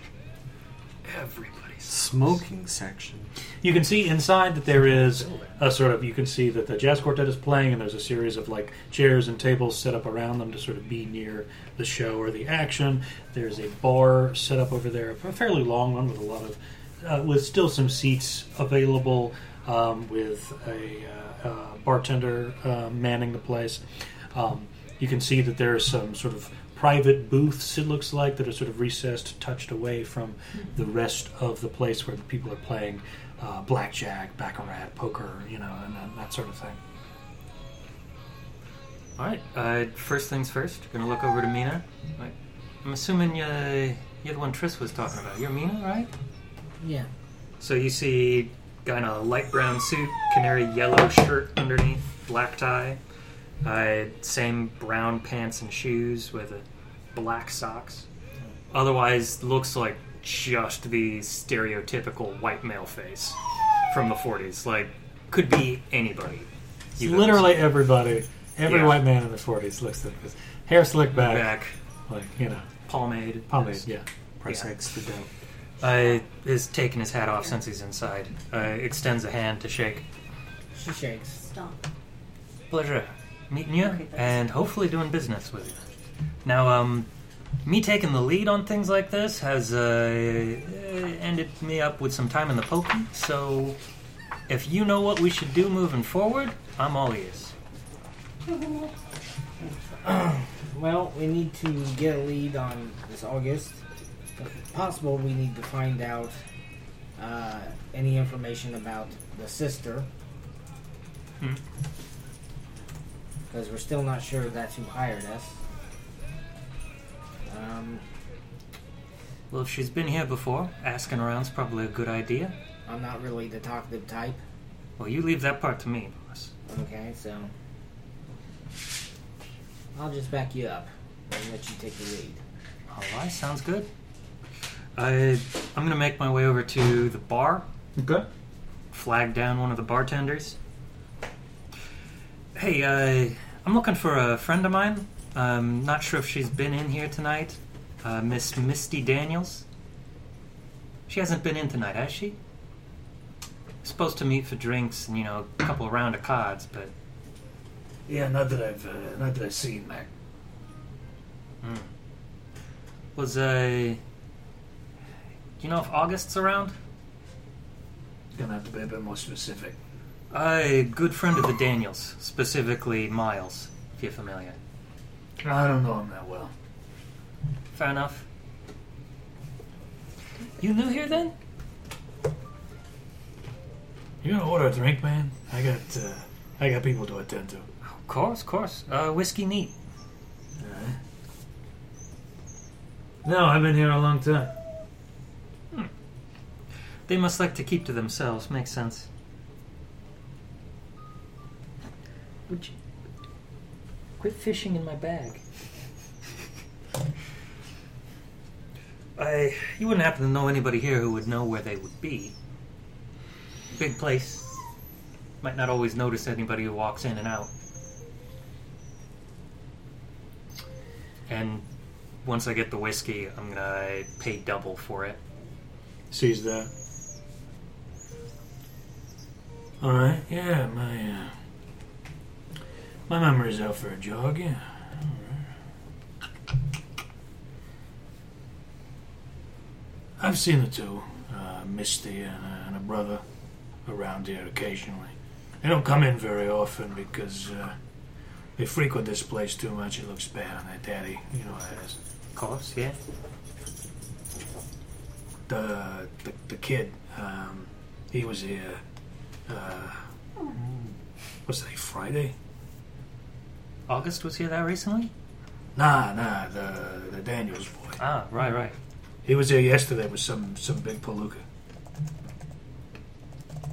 C: Everybody's
D: Smoking section.
A: You can see inside that there is a sort of you can see that the jazz quartet is playing, and there's a series of like chairs and tables set up around them to sort of be near the show or the action. There's a bar set up over there, a fairly long one with a lot of uh, with still some seats available, um, with a uh, uh, bartender uh, manning the place. Um, you can see that there are some sort of private booths, it looks like, that are sort of recessed, touched away from the rest of the place where the people are playing uh, blackjack, baccarat, poker, you know, and, and that sort of thing.
C: All right. Uh, first things first. Gonna look over to Mina. Like, I'm assuming uh, you're the one Tris was talking about. You're Mina, right?
E: Yeah.
C: So you see guy in a light brown suit, canary yellow shirt underneath, black tie, uh, same brown pants and shoes with a black socks. Otherwise, looks like just the stereotypical white male face from the 40s. Like, could be anybody.
A: It's
C: You've ever
A: literally
C: seen.
A: everybody, every
C: Yeah.
A: white man in the 40s looks like this. Hair slicked back,
C: Back.
A: like, you know,
C: Palmade.
A: pomade, yeah.
D: Press X for dope.
C: Uh, is taking his hat off since he's inside. Uh, extends a hand to shake.
E: She shakes.
G: Stop.
C: Pleasure meeting you
G: Okay, thanks.
C: and hopefully doing business with you. Now, um, me taking the lead on things like this has uh, uh, ended me up with some time in the pokey, so if you know what we should do moving forward, I'm all ears.
E: Well, we need to get a lead on this August. If possible, we need to find out uh, any information about the sister.
C: Hmm.
E: Because we're still not sure that's who hired us. Um,
C: Well, if she's been here before, asking around's probably a good idea.
E: I'm not really the talkative type.
C: Well, you leave that part to me, boss.
E: Okay, so I'll just back you up and let you take the lead.
C: All right, sounds good. I, I'm gonna make my way over to the bar,
A: Okay.
C: flag down one of the bartenders. Hey, uh, I'm looking for a friend of mine. Um, I'm not sure if she's been in here tonight. Uh, Miss Misty Daniels. She hasn't been in tonight, has she? Supposed to meet for drinks and you know a couple round of cards, but
H: Yeah, not that I've uh, not that I've seen Mac.
C: hmm. was uh, you know if August's around?
H: Gonna have to be a bit more specific.
C: A good friend of the Daniels, specifically Miles, if you're familiar.
H: I don't know him that well.
C: Fair enough. You new here then?
H: You gonna order a drink, man? I got uh, I got people to attend to.
C: Of course, of course. Uh, whiskey neat.
H: No, I've been here a long time.
C: Hmm. They must like to keep to themselves. Makes sense. Would you, Quit fishing in my bag. I, you wouldn't happen to know anybody here who would know where they would be. Big place. Might not always notice anybody who walks in and out. And once I get the whiskey, I'm gonna pay double for it.
H: Sees that. All right. Yeah, my uh, my memory's out for a jog. Yeah. All right. I've seen the two, uh, Misty and, uh, and a brother, around here occasionally. They don't come in very often because uh, they frequent this place too much. It looks bad on their daddy. You know how that is.
C: Of course, yeah.
H: The the, the kid, um, he was here. Uh, was today Friday?
C: August was here that recently?
H: Nah, nah. The the Daniels boy.
C: Ah, right, right.
H: He was here yesterday with some some big palooka.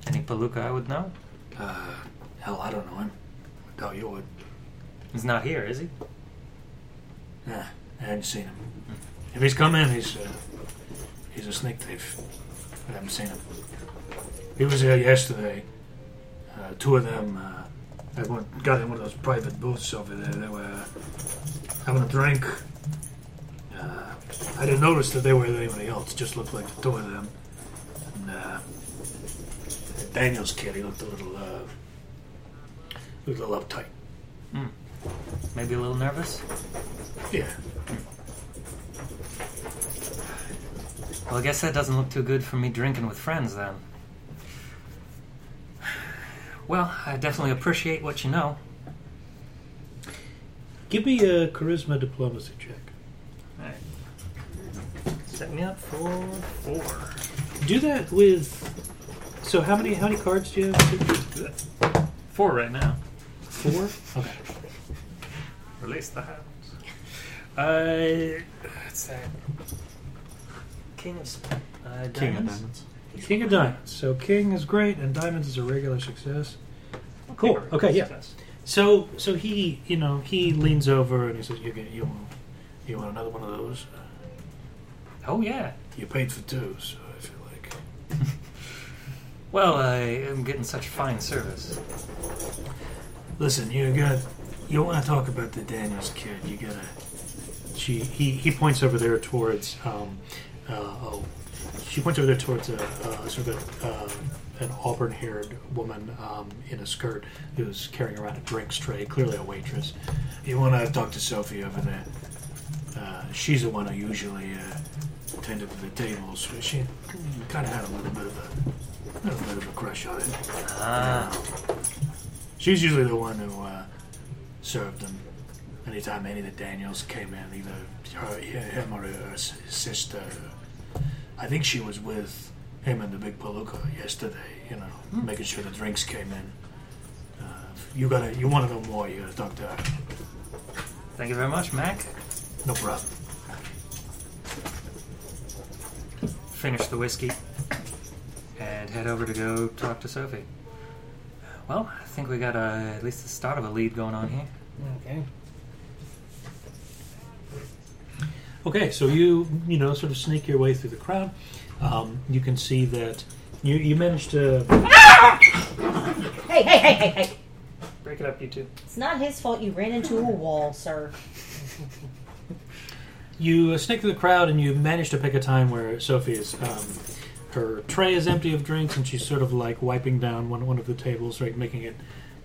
C: Any palooka I would know?
H: Uh, hell, I don't know him. I doubt you would.
C: He's not here, is he?
H: Nah, I haven't seen him. If he's come in, he's uh, he's a snake thief. I haven't seen him. He was here yesterday. Uh, two of them uh, I went, got in one of those private booths over there. They were uh, having a drink. Uh, I didn't notice that they were with anybody else. Just looked like the two of them. And, uh, Daniel's kid, he looked a little, uh, he was a little uptight.
C: Hmm. Maybe a little nervous?
H: Yeah.
C: Well, I guess that doesn't look too good for me drinking with friends then. Well, I definitely appreciate what you know.
A: Give me a charisma diplomacy check.
C: Alright. Set me up for four.
A: Do that with. So how many how many cards do you have?
C: Four right now.
A: Four. Okay.
C: Release the hounds. Uh, that's that. King of sp- uh, diamonds.
D: King of diamonds.
A: King of diamonds. So king is great, and diamonds is a regular success. Cool. Okay. Yeah.
C: Success.
A: So so he you know he leans over and he says you get you want you want another one of those.
C: Oh yeah.
H: You paid for two, so I feel like
C: Well, I am getting such fine service.
H: Listen, you got you want to talk about the Daniels kid? You gotta.
A: She he, he points over there towards um uh, oh she points over there towards a, a sort of a, uh, an auburn haired woman um, in a skirt who's carrying around a drinks tray, clearly a waitress.
H: You want to talk to Sophie over there? Uh, she's the one who usually uh, tended to the tables. She kind of had a little bit of a little bit of a crush on it.
C: Ah.
H: She's usually the one who uh, served them. Anytime any of the Daniels came in, either her, him or her s- sister. I think she was with him and the big palooka yesterday. You know,
A: Hmm.
H: making sure the drinks came in. Uh, you gotta, you want to know more? You gotta talk to her.
C: Thank you very much, Mac.
H: No problem.
C: Finish the whiskey and head over to go talk to Sophie. Well, I think we got uh at least the start of a lead going on here.
E: Okay.
A: Okay, so you you know sort of sneak your way through the crowd. Um, you can see that you you managed to
M: Hey, hey, hey, hey, hey.
C: Break it up, you two.
M: It's not his fault you ran into a wall, sir.
A: you sneak through the crowd and you manage to pick a time where Sophie is. Um, her tray is empty of drinks and she's sort of like wiping down one, one of the tables, right, making it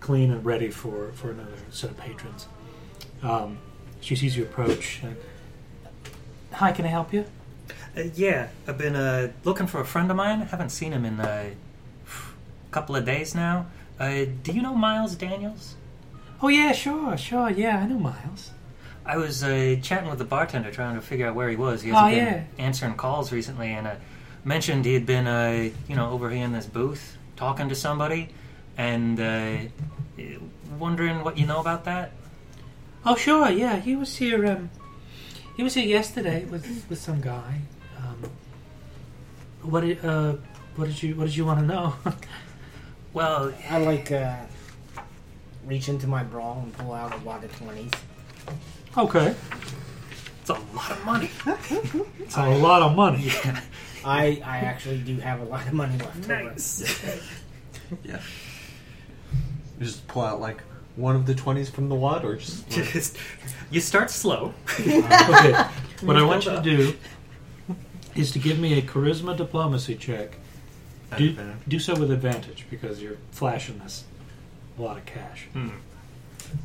A: clean and ready for, for another set of patrons. Um, she sees you approach. And, Hi, can I help you?
C: Uh, yeah, I've been uh, looking for a friend of mine. haven't seen him in uh, a couple of days now. Uh, do you know Miles Daniels?
A: Oh yeah, sure, sure, yeah, I know Miles.
C: I was uh, chatting with the bartender trying to figure out where he was. He
A: Oh,
C: hasn't been answering calls recently, and uh, mentioned he had been, uh, you know, over here in this booth talking to somebody, and uh, wondering what you know about that.
A: Oh sure, yeah. He was here. Um, he was here yesterday with with some guy. Um, what did uh, what did you what did you want to know?
C: Well,
E: I like uh, reach into my bra and pull out a lot of 20s.
A: Okay.
C: It's a lot of money.
A: It's a lot of money.
E: Yeah. I, I actually do have a lot of money left.
C: Nice.
D: Yeah. You just pull out like one of the twenties from the wad, or just
C: Just, you start slow.
A: okay. What I
C: Build
A: want you to
C: up.
A: do is to give me a charisma diplomacy check. Do,
C: Advantage.
A: do so with advantage because you're flashing this a lot of cash.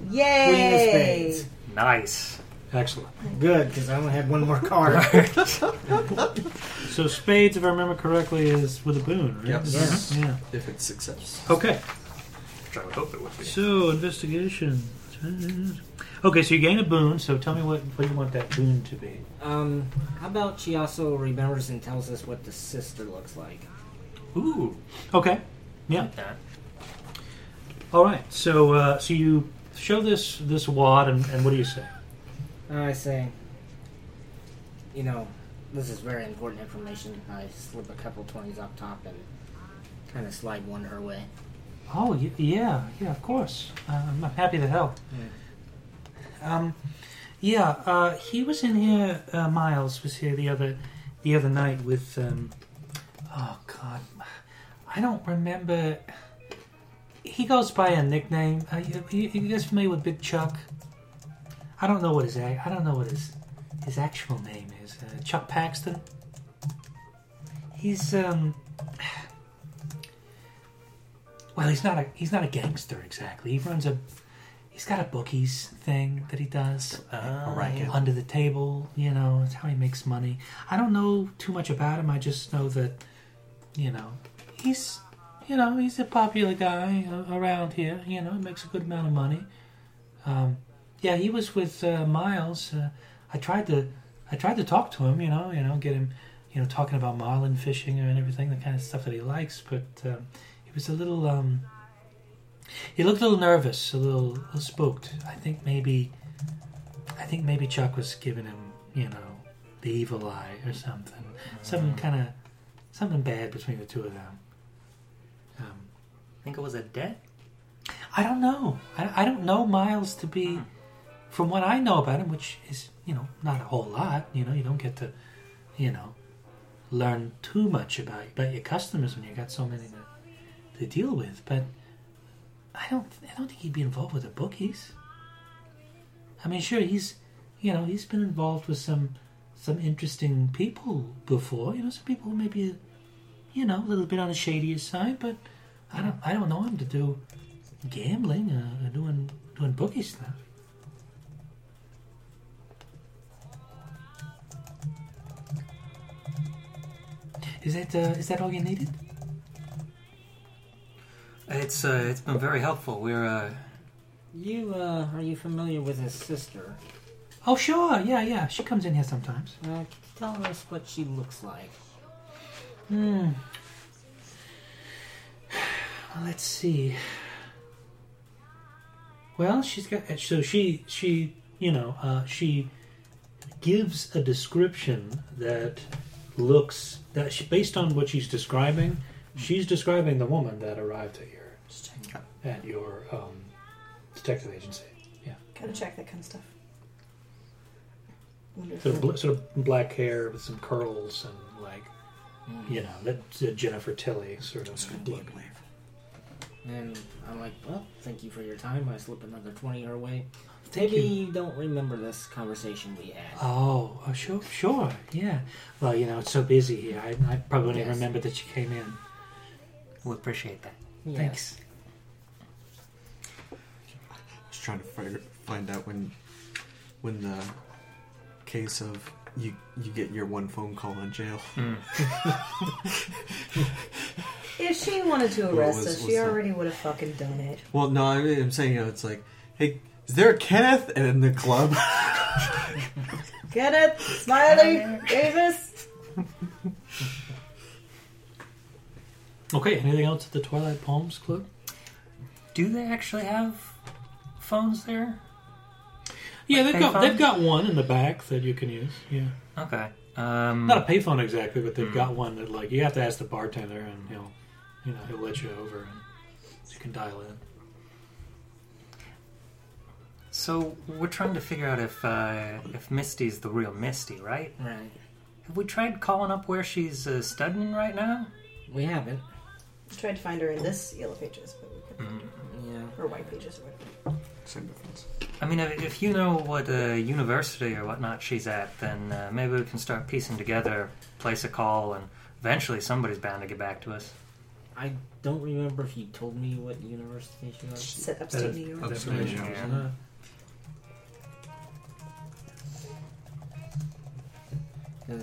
B: Yay!
E: spades.
C: Nice.
A: Excellent.
E: Good, because I only had one more card.
A: So spades, if I remember correctly, is with a boon, right?
D: Yep.
A: Is that- Yeah.
D: if it's success.
A: Okay.
C: Which I would hope it would be.
A: So investigation. Okay, so you gain a boon. So tell me what, what you want that boon to be.
E: Um, how about she also remembers and tells us what the sister looks like?
C: Ooh.
A: Okay. Yeah.
C: Like that.
A: All right. So uh, so you show this this wad, and, and what do you say?
E: And I say, you know, this is very important information. I slip a couple 20s up top and kind of slide one her way.
A: Oh y- yeah, yeah, of course. Uh, I'm I'm happy to help. Um, yeah, uh, he was in here. Uh, Miles was here the other the other night with. Um, oh God, I don't remember. He goes by a nickname. Uh, you, you, you guys familiar with Big Chuck? I don't know what his a- I don't know what his his actual name is. Uh, Chuck Paxton. He's um. Well, he's not a he's not a gangster exactly. He runs a he's got a bookies thing that he does
C: Ah,
A: racket under the table. You know, it's how he makes money. I don't know too much about him. I just know that you know he's you know he's a popular guy uh, around here. You know, he makes a good amount of money. Um, yeah, he was with uh, Miles. Uh, I tried to I tried to talk to him. You know, you know, get him you know talking about marlin fishing and everything, the kind of stuff that he likes. But um, he was a little um, he looked a little nervous, a little, a little spooked. I think maybe, I think maybe Chuck was giving him, you know, the evil eye or something, something kind of, something bad between the two of them. Um,
C: I think it was a debt.
A: I don't know. I, I don't know Miles to be, from what I know about him, which is you know not a whole lot. You know, you don't get to, you know, learn too much about about your customers when you got so many to, to deal with. But I don't I don't think he'd be involved with the bookies. I mean, sure he's you know he's been involved with some some interesting people before. You know, some people who maybe you know a little bit on the shadier side, but. I don't, I don't know him to do gambling, uh, doing doing bookie stuff. Is that uh, is that all you needed?
C: It's uh, it's been very helpful. We're uh,
E: You, uh, are you familiar with his sister?
A: Oh sure, yeah, yeah. She comes in here sometimes.
E: Uh, tell us what she looks like.
A: Hmm. Well, let's see. Well, she's got so she she you know uh, she gives a description that looks that she, based on what she's describing, she's describing the woman that arrived at your at your um, detective agency. Yeah,
G: Gotta check that kind of stuff. Wonder if
A: sort of,
G: we're-
A: bl- sort of black hair with some curls and like
E: Hmm.
A: you know that that Jennifer Tilly sort of look.
E: And I'm like, well, thank you for your time. I slip another 20 her way. Maybe you. don't remember this conversation we had.
A: Oh, oh, sure, sure, yeah. Well, you know, it's so busy here. I, I probably didn't
E: Yes.
A: remember that you came in.
C: we appreciate that.
A: Thanks.
D: I was trying to figure, find out when when the case of you you get your one phone call in jail.
B: If she wanted to
D: What
B: arrest
D: was-
B: us,
D: was
B: she
D: that?
B: already would have fucking done it.
D: Well, no, I mean, I'm saying you know, it's like, hey, is there a Kenneth in the club?
B: Get it? Smiley? Davis?
A: Okay, anything else at the Twilight Palms Club?
C: Do they actually have phones there?
A: Yeah,
C: Like
A: they've got
C: payphone?
A: they've got one in the back that you can use. Yeah,
C: Okay. Um, Hmm.
A: not a payphone exactly, but they've got one that like you have to ask the bartender, and he'll you know he'll let you over, and you can dial in.
C: So we're trying to figure out if uh, if Misty's the real Misty, right?
E: Right.
C: Have we tried calling up where she's uh, studying right now?
E: We haven't.
B: I tried to find her in this yellow pages, but we couldn't.
C: Mm-hmm.
E: Yeah.
B: Or white pages, or whatever.
D: Same difference.
C: I mean, if if you know what uh, university or whatnot she's at, then uh, maybe we can start piecing together, place a call, and eventually somebody's bound to get back to us.
E: I don't remember if you told me what university she was. Uh-huh.
B: She said upstate New York.
D: Upstate New York.
E: Yeah. Because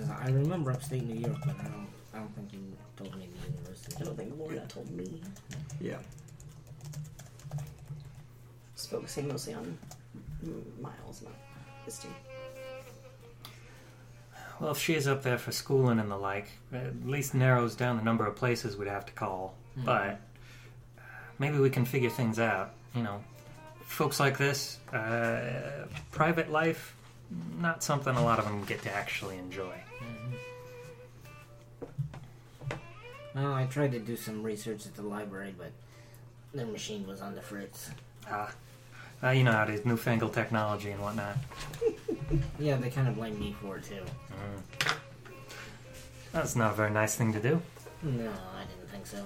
E: Uh, I remember upstate New York, but I don't, I don't think you told me the university.
B: I don't think Lorna told me.
D: Yeah.
B: Just focusing mostly on mm, Miles, not his team.
C: Well, if she is up there for schooling and the like, at least narrows down the number of places we'd have to call.
E: Mhm.
C: But uh, maybe we can figure things out. You know, folks like this, uh, private life, not something a lot of them get to actually enjoy.
E: Well, I tried to do some research at the library, but their machine was on the fritz.
C: Ah, uh, you know how it is, newfangled technology and whatnot.
E: Yeah, they kind of blamed me for it too.
C: Uh, That's not a very nice thing to do.
E: No, I didn't think so.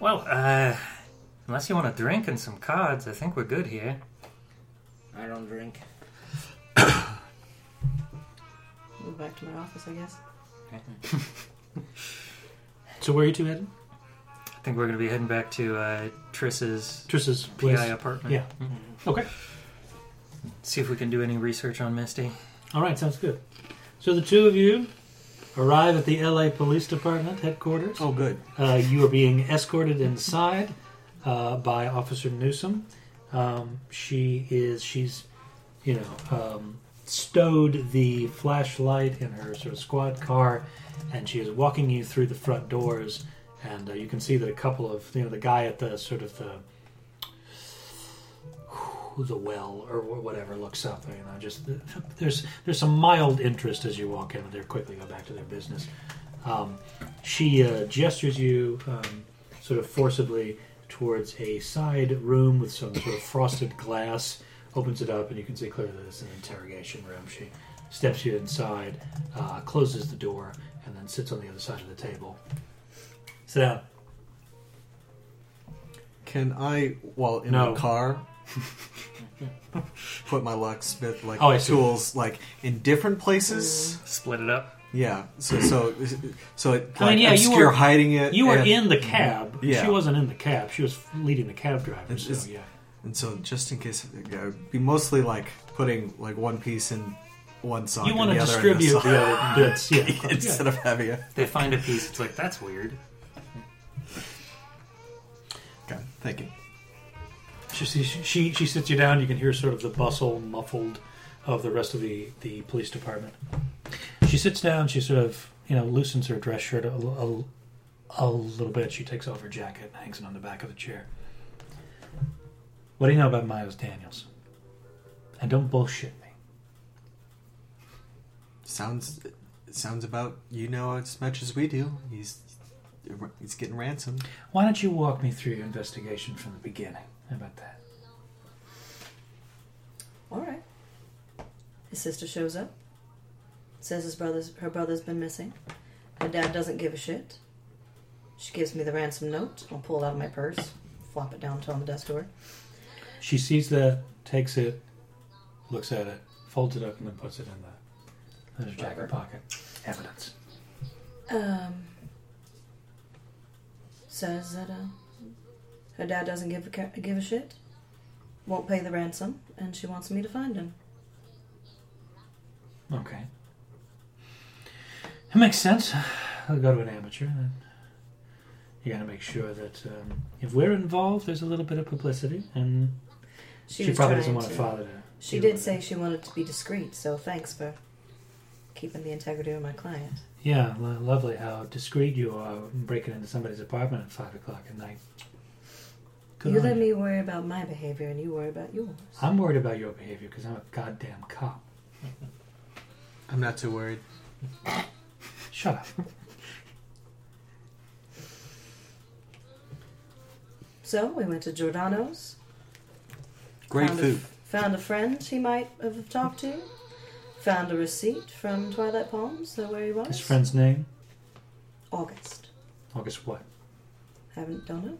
C: Well, uh, unless you want a drink and some cards, I think we're good here.
E: I don't drink.
B: Move back to my office, I guess.
A: So where are you two headed?
C: I think we're going to be heading back to uh, Triss's
A: Triss's
C: PI
A: place.
C: apartment. Mm-hmm.
A: Yeah. Okay.
C: See if we can do any research on Misty.
A: All right, sounds good. So the two of you arrive at the LA Police Department headquarters.
D: Oh, good.
A: Uh, you are being escorted inside uh, by Officer Newsom. Um, she is she's you know um, stowed the flashlight in her sort of squad car, and she is walking you through the front doors. And uh, you can see that a couple of you know the guy at the sort of the the well or wh- whatever looks up. You know, just there's there's some mild interest as you walk in, but they quickly go back to their business. Um, she uh, gestures you um, sort of forcibly towards a side room with some sort of frosted glass. Opens it up, and you can see clearly that it's an interrogation room. She steps you inside, uh, closes the door, and then sits on the other side of the table. Sit down.
D: Can I, while in
A: No.
D: the car, put my locksmith like
A: Oh, I see.
D: tools like in different places?
C: Split it up.
D: Yeah. So so so
A: I
D: it,
A: mean,
D: like,
A: yeah, you
D: obscure
A: were
D: hiding it.
A: You were
D: and-
A: in the cab.
D: Yeah.
A: She wasn't in the cab. She was leading the cab driver.
D: And
A: So
D: it's-
A: yeah.
D: And so just in case, yeah, it'd be mostly like putting like one piece in one sock.
A: You
D: and
A: wanna
D: the other in
A: distribute
D: sock.
A: the other bits, yeah, of course,
D: Instead
A: yeah.
D: of having it.
C: They find a piece. It's like that's weird.
D: Okay. Thank you.
A: She, she she she sits you down. You can hear sort of the bustle muffled of the rest of the the police department. She sits down. She sort of you know loosens her dress shirt a, a, a little bit. She takes off her jacket and hangs it on the back of the chair. What do you know about Miles Daniels? And don't bullshit me.
D: Sounds it sounds about you know as much as we do. He's he's getting ransomed.
A: Why don't you walk me through your investigation from the beginning? How about that?
B: All right. His sister shows up. Says his brother's her brother's been missing. Her dad doesn't give a shit. She gives me the ransom note. I'll pull it out of my purse, flop it down on the desk door.
A: She sees that, takes it, looks at it, folds it up, and then puts it in the in her jacket pocket. Evidence.
B: Um, says that uh, her dad doesn't give a ca- give a shit, won't pay the ransom, and she wants me to find him.
A: Okay. It makes sense. I'll go to an amateur. And you got to make sure that um, if we're involved, there's a little bit of publicity, and she,
B: was
A: probably doesn't
B: trying
A: want
B: to-
A: her father to.
B: She
A: deal
B: did
A: with
B: say she wanted to be discreet, so thanks for keeping the integrity of my client.
A: it. Yeah, lo- lovely how discreet you are breaking into somebody's apartment at five o'clock at night. Good
B: you
A: on
B: let
A: you.
B: me worry about my behavior, and you worry about yours.
A: I'm worried about your behavior because I'm a goddamn cop.
D: I'm not too worried.
A: Shut up.
B: So we went to Giordano's,
D: Great
B: found
D: food.
B: A, found a friend he might have talked to. Found a receipt from Twilight Palms, so where he was.
A: His friend's name?
B: August.
A: August what?
B: Haven't don't know.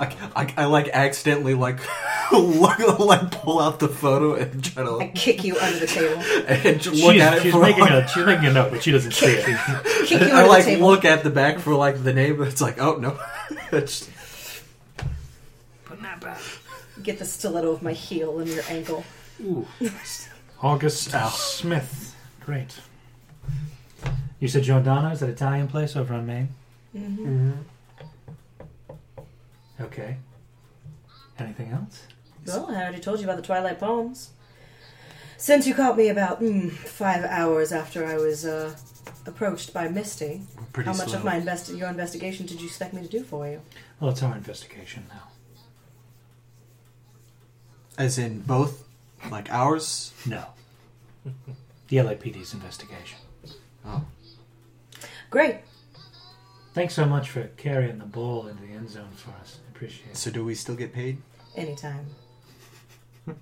D: I, I, I like accidentally like look, like pull out the photo and try to
B: I kick you under the table.
D: and j- look at it
A: she's
D: for
A: making
D: like,
A: a she's making a note, but she doesn't see it.
B: Kick you
D: I
B: under
D: like
B: the table.
D: look at the back for like the name. but It's like oh no, it's
C: Putting that back.
B: Get the stiletto of my heel in your ankle. Mm-hmm.
A: Ooh. August Smith. Great. You said Giordano is that Italian place over on Maine?
B: Mhm.
A: Okay. Anything else?
B: Well, I already told you about the Twilight Palms. Since you caught me about mm, five hours after I was uh, approached by Misty,
A: Pretty
B: how much
A: slow.
B: of my invest- your investigation did you expect me to do for you?
A: Well, it's our investigation now.
D: as in both like ours.
A: No, the LAPD's investigation.
D: Oh.
B: Great.
A: Thanks so much for carrying the ball into the end zone for us. I appreciate it.
D: So do we still get paid?
B: Anytime.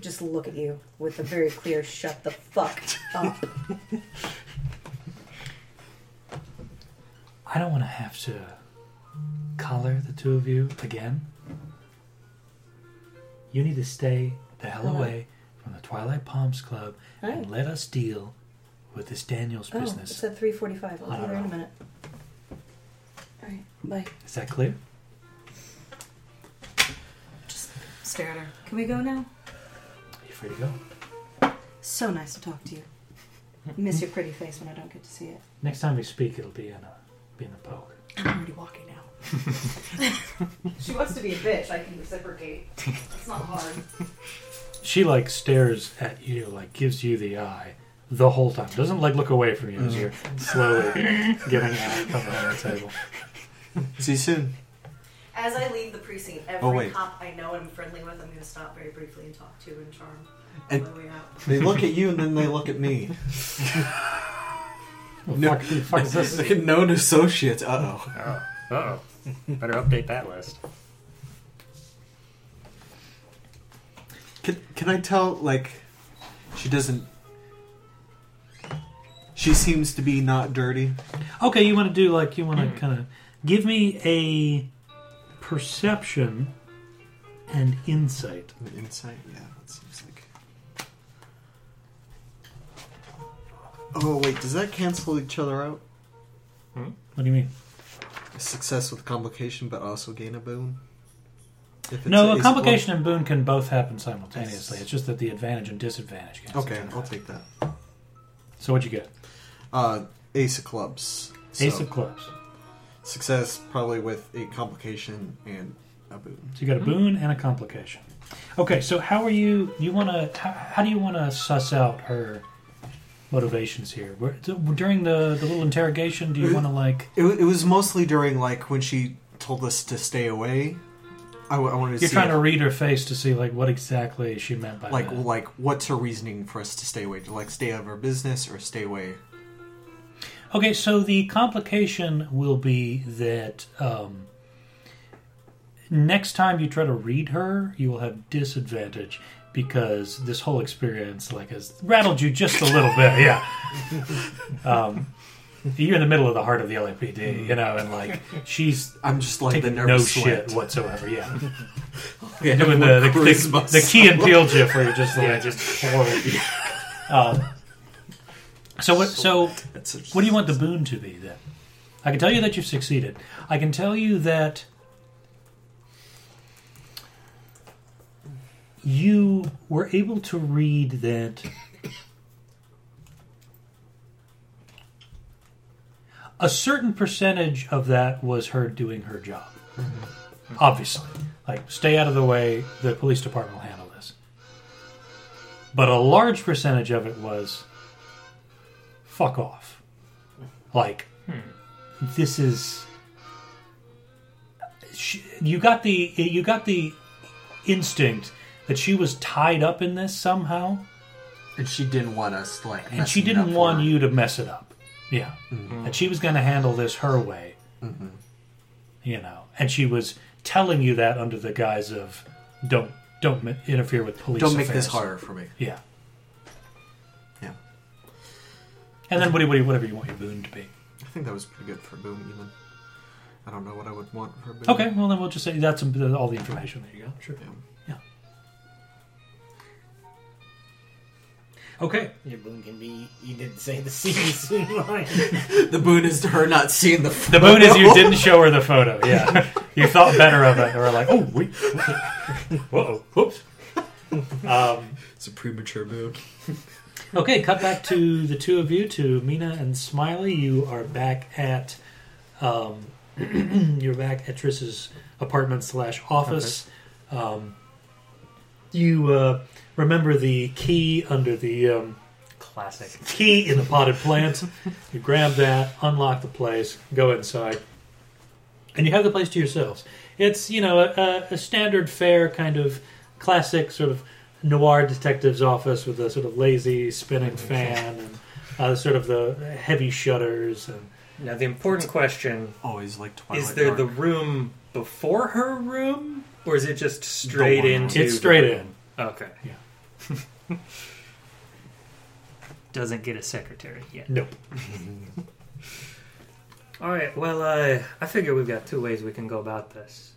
B: Just look at you with a very clear shut the fuck up.
A: I don't want to have to collar the two of you again. You need to stay the hell
B: Uh-huh.
A: away from the Twilight Palms Club
B: Alright.
A: and let us deal with this Daniels
B: Oh,
A: business.
B: it's at 3.45. I'll
A: I
B: be
A: don't
B: there in a
A: know.
B: minute. Alright, bye.
A: Is that clear?
B: Stare at her. Can we go now?
A: Are you free to go?
B: So nice to talk to you. Miss your pretty face when I don't get to see it.
A: Next time we speak, it'll be in a be in the poke.
B: I'm already walking now. she wants to be a bitch. I can reciprocate. It's not hard.
A: She like stares at you, like gives you the eye the whole time. Doesn't like look away from you as you're
D: Mm-hmm.
A: slowly getting out of the table.
D: See you soon.
B: As I leave the precinct, every
D: Oh, wait.
B: cop I know and I'm friendly with, I'm going to stop very briefly and talk to and charm
D: And-
B: on my way out.
D: They look at you and then they look at me. no,
C: fuck- the fuck is this?
D: known associates. Uh oh.
C: Oh. Uh oh. Better update that list.
D: Can, can I tell, like, she doesn't. She seems to be not dirty.
A: Okay, you want to do like you want to kind of give me a perception and insight.
D: Insight, yeah, that seems like. Oh, wait, does that cancel each other out?
A: What do you mean?
D: Success with complication, but also gain a boon? If it's
A: no, a
D: is-
A: complication and boon can both happen simultaneously. It's just that the advantage and disadvantage. Can
D: Okay, I'll take that.
A: So what'd you get?
D: Uh, ace of clubs.
A: Ace
D: So,
A: of clubs.
D: Success probably with a complication and a boon.
A: So you got a boon and a complication. Okay, so how are you? You want to? How, how do you want to suss out her motivations here? Where, during the the little interrogation, do you
D: Mm-hmm.
A: want to like?
D: It, wa- it was mostly during like when she told us to stay away. I, wa- I wanted to
A: You're
D: see
A: trying
D: if-
A: to read her face to see like what exactly she meant by
D: like
A: that.
D: like what's her reasoning for us to stay away? To like stay out of her business or stay away?
A: Okay, so the complication will be that um, next time you try to read her, you will have disadvantage because this whole experience like has rattled you just a little bit. Yeah, um, you're in the middle of the heart of the LAPD, you know, and like she's
D: I'm just like the
A: taking no
D: nervous
A: shit
D: sweat.
A: whatsoever. Yeah,
D: Yeah,
A: doing the the, the,
D: charisma
A: the key and
D: solo.
A: peel gif where you're just like
C: Yeah.
A: just horrible. Um, so what? So
D: That's such-
A: what do you want the boon to be then? I can tell you that you've succeeded. I can tell you that you were able to read that a certain percentage of that was her doing her job. Obviously. Like, stay out of the way, the police department will handle this. But a large percentage of it was fuck off. Like, this is. She, you got the you got the instinct that she was tied up in this somehow,
D: And she didn't want us like.
A: and she
D: messing it up
A: didn't
D: for
A: want
D: her. Mm-hmm.
A: you to mess it up. Yeah, and she was going to handle this her way. You know, and she was telling you that under the guise of "don't don't mi- interfere with police.
D: Don't make
A: affairs.
D: this harder for me.
A: Yeah.
D: Yeah.
A: And then what do you, whatever you want your boon to be.
D: I think that was pretty good for Boom, even. I don't know what I would want for Boom.
A: Okay, well then we'll just say that's all the information that you got. Sure. Yeah. Okay.
E: Your boon can be. You didn't say the seas in line.
D: The boon is her not seeing the
A: The
D: photo.
A: boon is you didn't show her the photo. Yeah, you thought better of it. Or were like, oh wait, whoa, whoops. Um,
D: it's a premature boon.
A: okay, cut back to the two of you, to Mina and Smiley. You are back at, um, you're back at Triss's apartment slash office. Um, you uh, remember the key under the um,
C: Classic.
A: key in the potted plant. you grab that, unlock the place, go inside, and you have the place to yourselves. It's you know a, a standard fare kind of classic sort of noir detective's office with a sort of lazy spinning fan and uh, sort of the heavy shutters and
C: Now the important question
D: Always Oh, like Twilight
C: is there the
D: Dark.
C: room before her room, or is it just straight
A: one room.
C: into?
A: It's straight
C: the-
A: in.
C: Okay.
A: Yeah.
C: Doesn't get a secretary yet.
A: Nope.
C: All right. Well, uh, I figure we've got two ways we can go about this.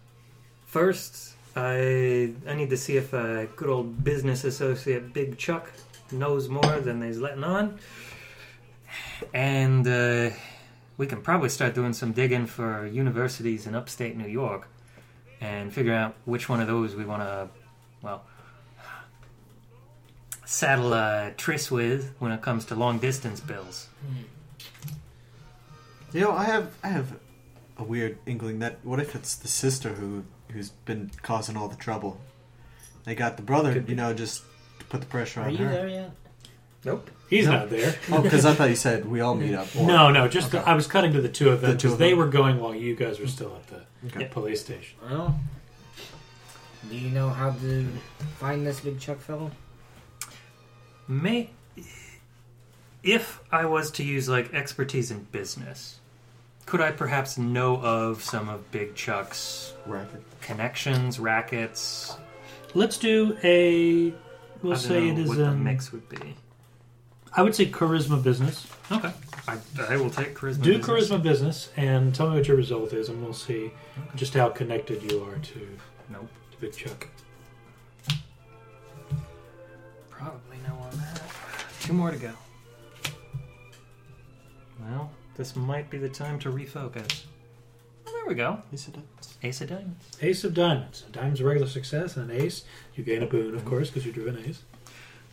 C: First, I I need to see if uh, good old business associate Big Chuck knows more than he's letting on, and uh, we can probably start doing some digging for universities in upstate New York, and figure out which one of those we want to, well, saddle uh, Triss with when it comes to long distance bills.
D: You know, I have I have a weird inkling that what if it's the sister who who's been causing all the trouble? They got the brother, you know, just to put the pressure
E: Are
D: on
E: you
D: her.
E: there yet?
C: Nope.
A: He's
D: No.
A: not there.
D: Oh, because I thought you said we all meet up. or-
A: No, no, just
D: Okay.
A: I was cutting to the two of them
D: The two
A: because
D: of
A: they
D: them.
A: were going while you guys were still at the
D: Okay.
A: police station.
E: Well, do you know how to find this big Chuck fellow?
C: May if I was to use like expertise in business, could I perhaps know of some of Big Chuck's
D: Racket.
C: connections, rackets?
A: Let's do a. We'll
C: I don't
A: say
C: know
A: it is um,
C: what
A: a
C: the mix would be.
A: I would say charisma business.
C: Okay, I, I will take charisma.
A: do
C: business.
A: charisma business and tell me what your result is, and we'll see just how connected you are to
C: Nope.
A: to Big Chuck.
C: Probably no on that. Two more to go. Well, this might be the time to refocus. Well, there we go.
D: You said it.
C: Ace of diamonds.
A: Ace of diamonds. A diamond's a regular success, and an ace, you gain a boon,
C: Mm-hmm.
A: of course, because you drew an ace.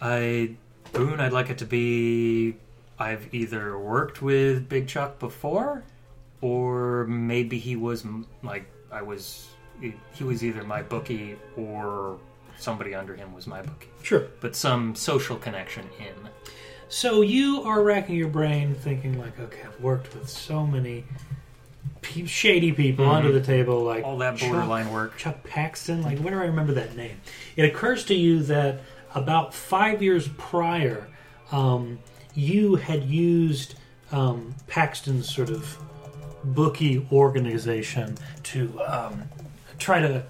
C: I boon. I'd like it to be. I've either worked with Big Chuck before, or maybe he was m- like I was. e, He was either my bookie or somebody under him was my bookie.
A: Sure.
C: But some social connection in.
A: So you are racking your brain, thinking like, okay, I've worked with so many pe- shady people
C: Mhm.
A: under the table, like
C: All that
A: Chuck-
C: borderline work.
A: Chuck Paxton. Like, where do I remember that name? It occurs to you that about five years prior, um, you had used um, Paxton's sort of bookie organization to um, try to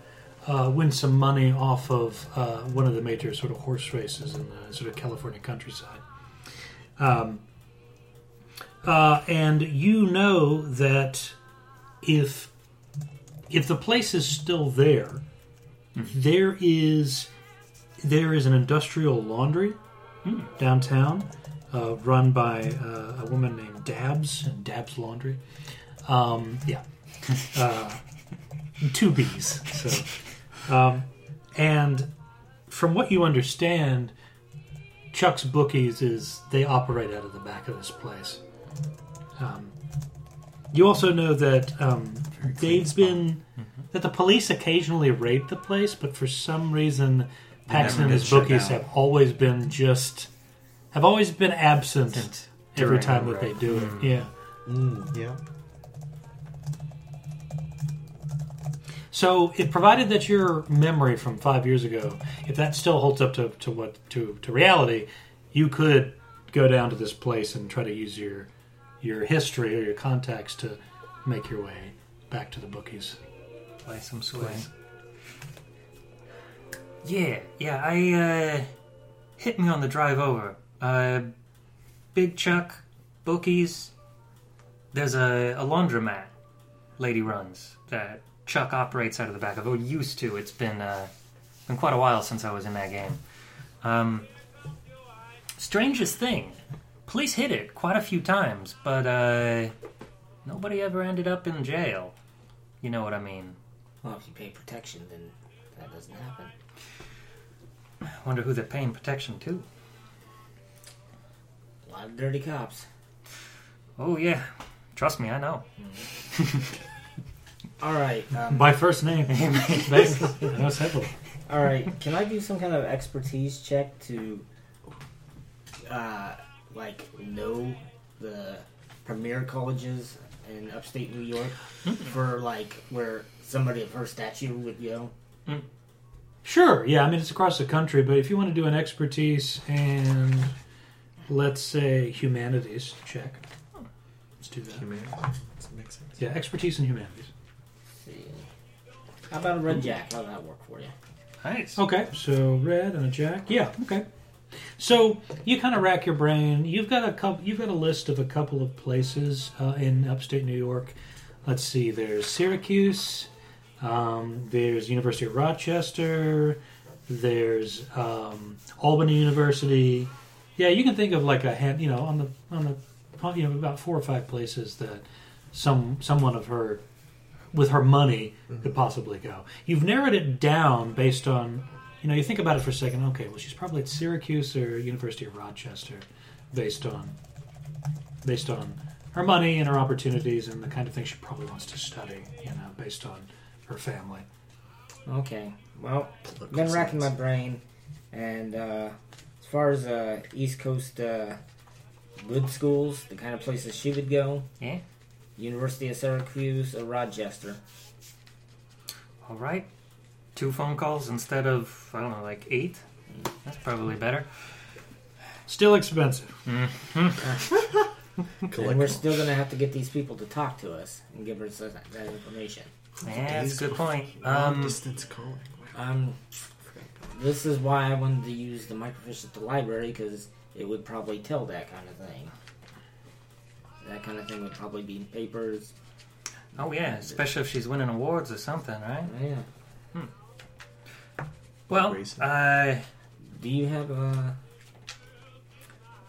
A: uh, win some money off of uh, one of the major sort of horse races in the sort of California countryside. Um, uh, and you know that if if the place is still there, there is there is an industrial laundry downtown uh, run by uh, a woman named Dabs and Dabs Laundry. Um, yeah, uh, two B's. So, um, and from what you understand, Chuck's Bookies is they operate out of the back of this place. Um, you also know that um, they've been that the police occasionally raid the place, but for some reason, Paxton and
C: get
A: his
C: shut
A: bookies
C: down.
A: have always been just have always been absent
C: Absent
A: every
C: during
A: time
C: the
A: that they
C: raid.
A: do it.
C: Mm.
A: Yeah.
D: Mm, yeah.
A: So, it provided that your memory from five years ago, if that still holds up to, to what to, to reality, you could go down to this place and try to use your your history or your contacts to make your way back to the bookies.
C: Play some swing. Yeah, yeah, I, uh, hit me on the drive over. Uh, Big Chuck, Bookies, there's a, a laundromat Lady runs that Chuck operates out of the back of. Oh, used to. It's been, uh, been quite a while since I was in that game. Um, strangest thing, police hit it quite a few times, but, uh, nobody ever ended up in jail. You know what I mean.
E: Well, if you pay protection, then that doesn't happen.
C: Wonder who they're paying protection to.
E: A lot of dirty cops.
C: Oh yeah, trust me, I know.
E: All right. Um,
A: By first name, basically. No simple.
E: All right. Can I do some kind of expertise check to, uh, like know the premier colleges in upstate New York for like where somebody of her statue would go?
A: Sure, yeah, I mean, it's across the country, but if you want to do an expertise and let's say humanities check, let's do that. Humanities.
D: makes sense.
A: Yeah, expertise in humanities.
E: How about a red jack? How would that work for you?
C: Nice.
A: Okay, so red and a jack. Yeah, okay. So you kind of rack your brain. You've got a couple. You've got a list of a couple of places uh, in upstate New York. Let's see. There's Syracuse. Um, there's University of Rochester. There's um, Albany University. Yeah, you can think of like a hand. You know, on the on the you know about four or five places that some someone of her with her money could possibly go. You've narrowed it down based on, you know, you think about it for a second. Okay, well, she's probably at Syracuse or University of Rochester, based on, based on her money and her opportunities and the kind of thing she probably wants to study. You know, based on her family.
E: Okay. Well, I've been racking my brain, and uh, as far as uh, East Coast uh, good schools, the kind of places she would go.
C: Yeah.
E: University of Syracuse or Rochester.
C: All right. Two phone calls instead of, I don't know, like eight? That's probably better.
A: Still expensive.
E: and we're still going to have to get these people to talk to us and give us that, that information.
C: Yeah, that's a good point. Um,
D: distance calling.
E: um, this is why I wanted to use the microfiche at the library because it would probably tell that kind of thing. That kind of thing would probably be in papers.
C: oh, yeah, especially if she's winning awards or something, right?
E: Oh, Yeah.
C: Well, uh,
E: Do you have uh,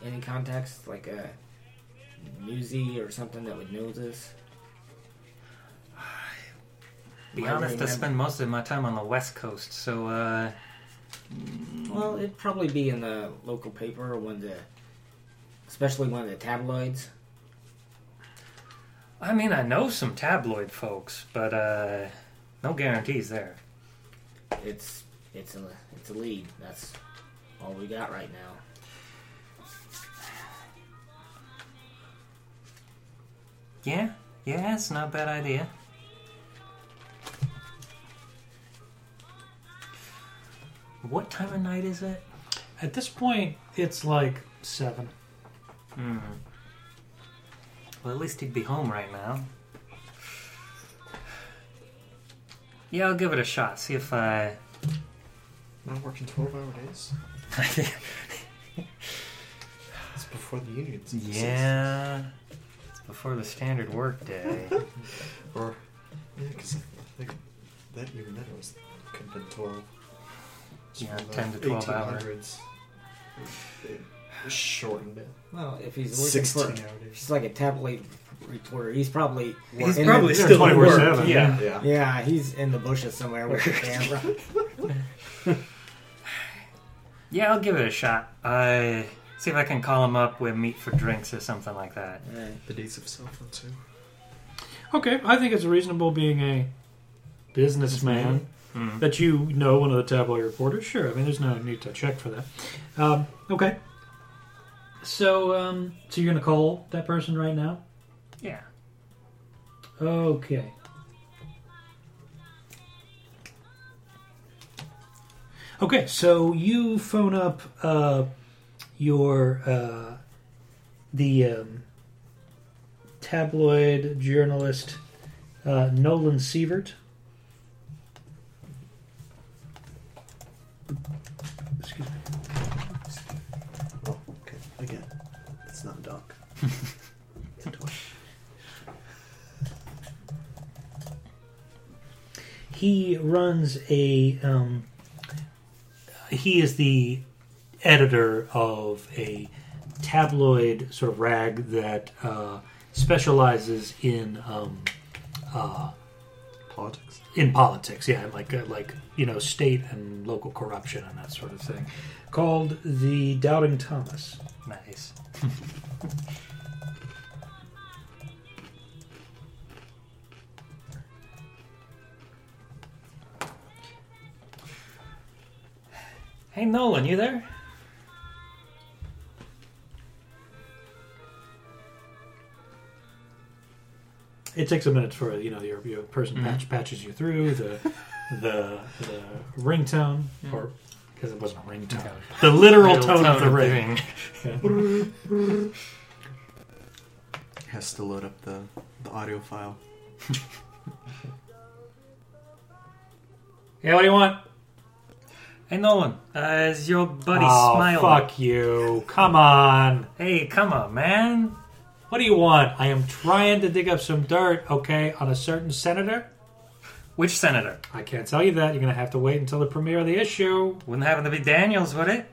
E: any contacts, like a newsy or something that would know this?
C: be
E: Might
C: honest, I
E: remember.
C: spend most of my time on the West Coast, so, uh,
E: Well, it'd probably be in the local paper or one of the, especially one of the tabloids.
C: I mean, I know some tabloid folks, but, uh, no guarantees there.
E: It's it's a it's a lead. That's all we got right now.
C: Yeah, yeah, it's not a bad idea. What time of night is it?
A: At this point, it's like seven.
C: Hmm. Well, at least he'd be home right now. Yeah, I'll give it a shot. See if I.
D: Not working 12 hour days. It's before the unions.
C: yeah. It's before the standard work day.
D: Or, yeah, because I think that even then it was couldn't have been 12. It's
C: Yeah,
D: from the
C: 10 to 12 hour.
D: 1800s. They they shortened it.
E: Well, if he's looking for,
D: 16
E: if he's like a tabloid reporter. He's probably
D: He's
E: in
D: probably
E: the,
D: still at
A: 24/7,
D: work.
A: yeah.
D: Yeah.
E: yeah. He's in the bushes somewhere with the camera.
C: yeah, I'll give it a shot. I. See if I can call him up. We meet for drinks or something like that.
E: Right.
D: The days of cell phone, too.
A: Okay, I think it's reasonable being a businessman
C: Hmm.
A: that you know one of the tabloid reporters. Sure, I mean, there's no need to check for that. Um, okay. So, um, so you're gonna call that person right now?
C: Yeah.
A: Okay. Okay, so you phone up uh, your uh, the um, tabloid journalist uh, Nolan Sievert.
D: Oh, Again, it's not Doc.
N: He runs a. Um, he is the editor of a tabloid sort of rag that uh, specializes in um, uh,
D: politics.
N: In politics, yeah, like uh, like you know, state and local corruption and that sort of thing. Called the Doubting Thomas. Nice.
C: Hey, Nolan, you there?
A: It takes a minute for you know your, your person patch, patches you through the the, the ringtone or because it wasn't a ringtone, the literal Mm-hmm. tone, of the ring.
D: ring. Has to load up the, the audio file.
A: yeah, what do you want?
C: Hey, Nolan, uh, is your buddy
A: oh,
C: smiling?
A: fuck you! Come on.
C: Hey, come on, man.
A: What do you want? I am trying to dig up some dirt, okay, on a certain senator.
C: Which senator?
A: I can't tell you that. You're gonna have to wait until the premiere of the issue.
C: Wouldn't happen to be Daniels, would it?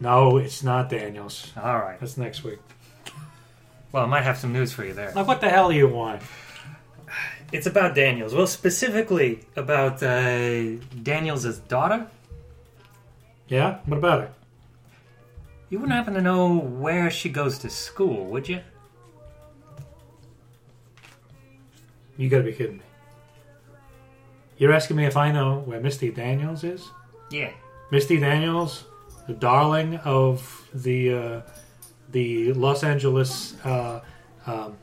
A: No, it's not Daniels.
C: All right.
A: That's next week.
C: Well, I might have some news for you there.
A: Like, what the hell do you want?
C: It's about Daniels. Well, specifically about uh, Daniels' daughter.
A: Yeah? What about it?
C: You wouldn't happen to know where she goes to school, would you?
A: You gotta be kidding me. You're asking me if I know where Misty Daniels is?
C: Yeah.
A: Misty Daniels, the darling of the uh, the Los Angeles uh, um,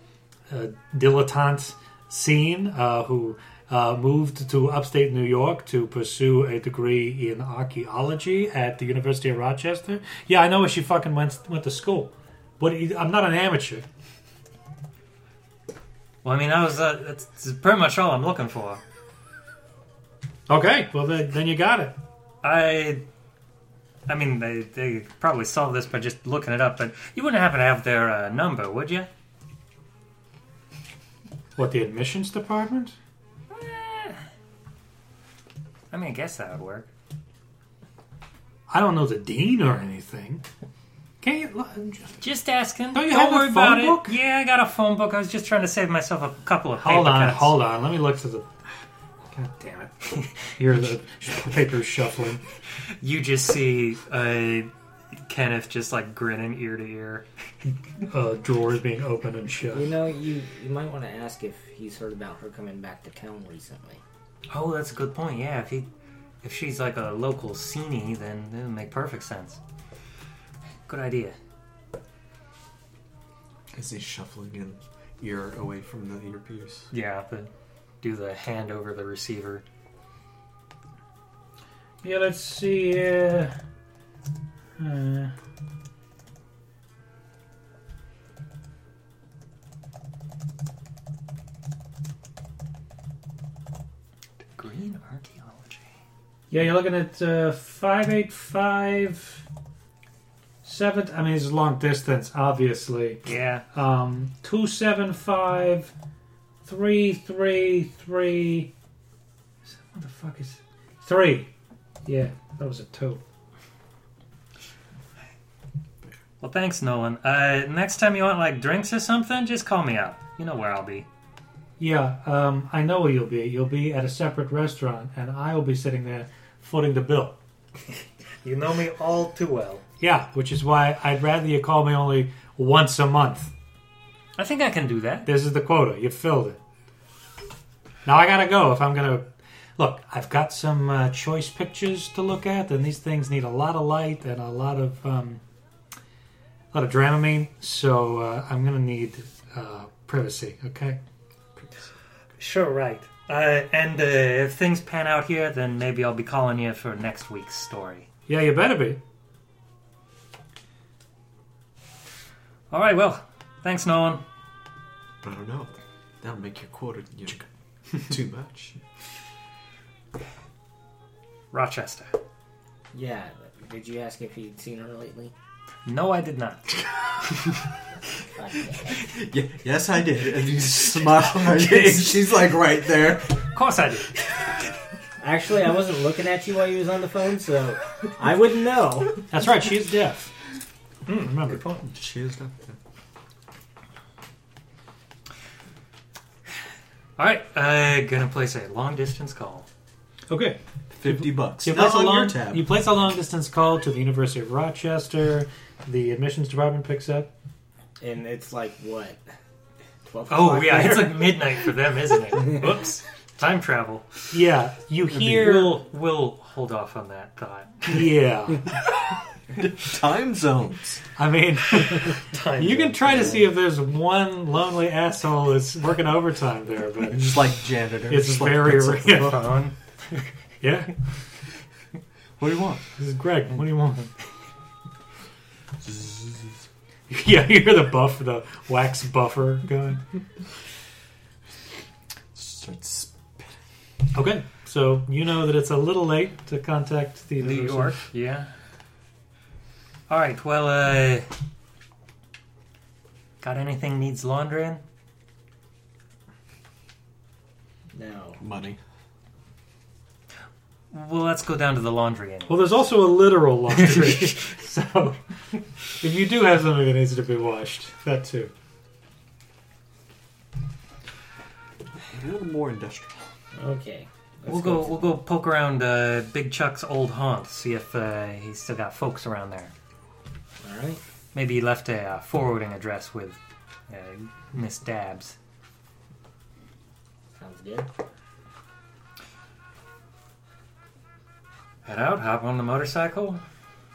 A: uh, dilettante scene, uh, who uh, moved to upstate New York to pursue a degree in archaeology at the University of Rochester. Yeah, I know where she fucking went went to school, but I'm not an amateur.
C: Well, I mean, that was uh, that's, that's pretty much all I'm looking for.
A: Okay, well then, then you got it.
C: I, I mean, they they could probably solve this by just looking it up, but you wouldn't happen to have their uh, number, would you?
A: What the admissions department?
C: Eh. I mean, I guess that would work.
A: I don't know the dean or anything. Can't you? lo-
C: Just asking.
A: Don't you have a
C: worry
A: phone
C: about
A: book?
C: it. Yeah, I got a phone book. I was just trying to save myself a couple of paper
A: Hold on,
C: cuts.
A: hold on. Let me look to the. God damn it! Hear the papers shuffling.
C: You just see uh, Kenneth just like grinning ear to ear.
A: Uh, drawers being open and shut.
E: You know, you you might want to ask if he's heard about her coming back to town recently.
C: Oh, that's a good point. Yeah, if he, if she's like a local sceney, then it would make perfect sense. Good idea.
D: Is he shuffling an ear away from the earpiece?
C: Yeah, the, do the hand over the receiver.
A: Yeah, let's see. Uh, uh,
C: Green archaeology.
A: yeah, you're looking at uh, five eight five seven. I mean, it's long distance, obviously.
C: Yeah.
A: Um, two seven five three three three. What the fuck is three? Yeah, that was a two.
C: Well, thanks, Nolan. Uh, next time you want like drinks or something, just call me up. You know where I'll be.
A: Yeah, um, I know where you'll be. You'll be at a separate restaurant, and I will be sitting there footing the bill.
C: You know me all too well.
A: Yeah, which is why I'd rather you call me only once a month.
C: I think I can do that.
A: This is the quota. You filled it. Now I gotta go if I'm gonna. Look, I've got some uh, choice pictures to look at, and these things need a lot of light and a lot of um, a lot of Dramamine. So uh, I'm gonna need uh, privacy. Okay.
C: Sure, right. Uh, and uh, if things pan out here, then maybe I'll be calling you for next week's story.
A: Yeah, you better be.
C: All right, well, thanks, Nolan.
D: I don't know. That'll make your quota you know, too much.
C: Rochester.
E: Yeah, Did you ask if he'd seen her lately?
C: No, I did not.
D: Ye- yes, I did. And you smile. and she's like right there.
C: Of course I did.
E: Actually, I wasn't looking at you while you was on the phone, so I wouldn't know.
A: That's right. She's deaf.
H: Mm, remember,
D: She is not.
C: All right, I'm gonna place a long distance call.
A: Okay.
D: Fifty bucks.
A: You
D: Not
A: place, a
D: on your
A: long,
D: tab.
A: you place a long distance call to the University of Rochester. The admissions department picks up.
E: And it's like what? Twelve.
C: Oh
E: o'clock
C: yeah, it's
E: there?
C: like midnight for them, isn't it? Whoops, time travel.
A: Yeah, you
C: That'd be-
A: hear-
C: We'll, we'll hold off on that thought.
A: Yeah.
D: Time zones.
A: I mean,
C: Time
A: you can try to see if there's one lonely asshole that's working overtime there, but
D: Just like janitor.
A: it's
D: Just like
A: very
D: picks up the
A: real.
D: phone.
A: yeah.
D: What do you want?
A: This is Greg. What do you want? yeah, you hear the buff, the wax buffer going.
D: Starts
A: Okay, so you know that it's a little late to contact the
C: New York, yeah. All right, well, uh, got anything needs laundering?
E: No.
D: money.
C: Well, let's go down to the laundry. Anyway.
A: Well, there's also a literal laundry, so if you do have something that needs to be washed, that too.
D: A little more industrial.
E: Okay.
C: We'll go. We'll go poke around uh, Big Chuck's old haunt, see if uh, he's still got folks around there.
E: All right.
C: Maybe he left a uh, forwarding address with uh, Miss Dabs.
E: Sounds good.
C: Head out, hop on the motorcycle.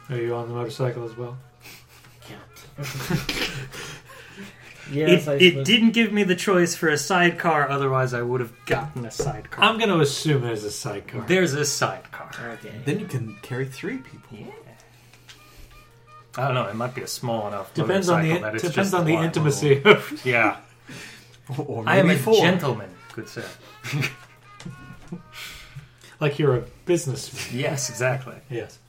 A: Are you on the motorcycle as well?
E: Yes, I
C: it,
E: suppose-
C: it didn't give me the choice for a sidecar, otherwise I would have gotten a sidecar.
A: I'm going to assume there's a sidecar.
C: There's a sidecar.
E: Okay.
D: Then you can carry three people.
C: I don't know. It might be a small enough.
A: Depends on the-
C: motorcycle that it's
A: depends
C: just
A: on the
C: one
A: intimacy
C: little-
A: of-
C: yeah,
D: Or
C: I am
D: maybe
C: a
D: four.
C: gentleman, good sir.
A: Like you're a businessman.
C: Yes, exactly.
A: Yes.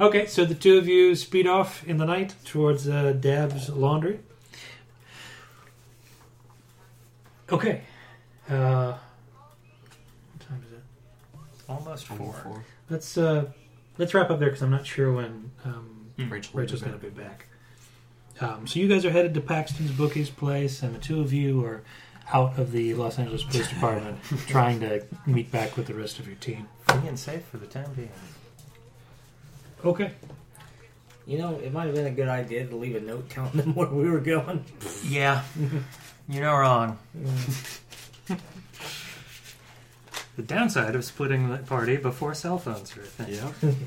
A: Okay, so the two of you speed off in the night towards uh, Dab's laundry. Okay. Uh, what time is it?
C: Almost four.
D: Four.
A: Let's uh, let's wrap up there because I'm not sure when um,
D: Rachel will
A: Rachel's
D: be
A: going
D: back.
A: to be back. Um, so you guys are headed to Paxton's Bookie's place, and the two of you are out of the Los Angeles Police Department trying to meet back with the rest of your team.
C: Free and safe for the time being.
A: Okay.
E: You know, it might have been a good idea to leave a note telling them where we were going.
C: Yeah, you're not wrong. the downside of splitting the party before cell phones are a thing.
D: Yeah.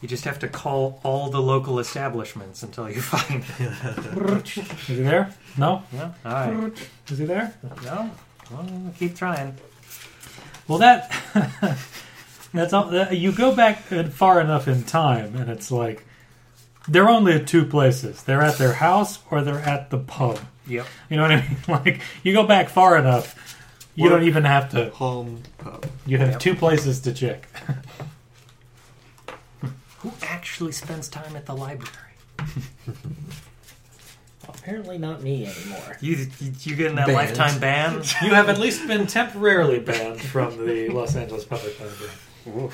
C: You just have to call all the local establishments until you find them.
A: Is he there? No.
C: Yeah, all right.
A: Is he there?
C: No, well, keep trying.
A: Well, that that's all. That, you go back uh, far enough in time, and it's like they're only at two places. They're at their house or they're at the pub.
C: Yep.
A: You know what I mean? Like you go back far enough, you
D: Work.
A: don't even have to.
D: Home pub.
A: You have
C: Yep.
A: two places to check.
C: Who actually spends time at the library?
E: Apparently not me anymore.
C: You you, you getting that
D: Banned.
C: lifetime ban?
A: You have at least been temporarily banned from the Los Angeles Public Library.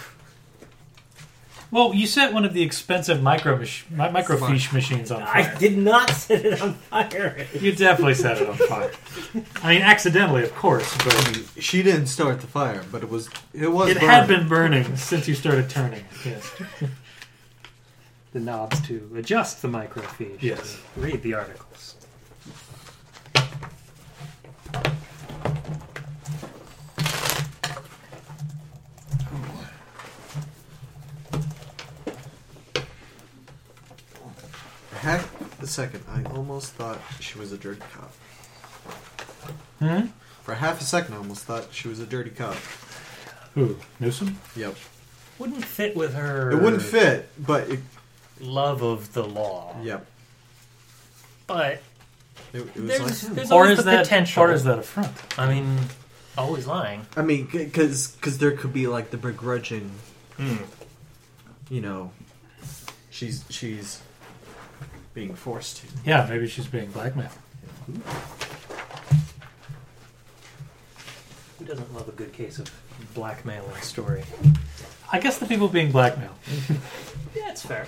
A: Well, you set one of the expensive micro mach- mi- microfiche machines on fire.
E: I did not set it on fire.
A: You definitely set it on fire. I mean, accidentally, of course, but
D: She didn't start the fire, but it was it was
A: it had
D: burning.
A: been burning since you started turning. it, Yes.
C: the knobs to adjust the microfiche.
A: Yes.
C: Read the articles.
D: Heck, the second, I almost thought she was a dirty cop.
A: Hmm?
D: For half a second, I almost thought she was a dirty cop.
A: Who? Newsom?
D: Yep.
C: Wouldn't fit with her.
D: It wouldn't fit, but it,
C: Love of the
A: Oh.
C: law.
D: yep.
C: But
D: It, it was
C: there's,
D: like,
C: there's
A: Or
C: always
A: is
C: the
A: that
C: potential.
A: Or is that a front?
C: I mean, always lying.
D: I mean, because there could be like the begrudging, you know, She's she's being forced to.
A: Yeah, maybe she's being blackmailed.
O: Who doesn't love a good case of blackmailing story?
A: I guess the people being blackmailed.
O: Yeah, it's fair.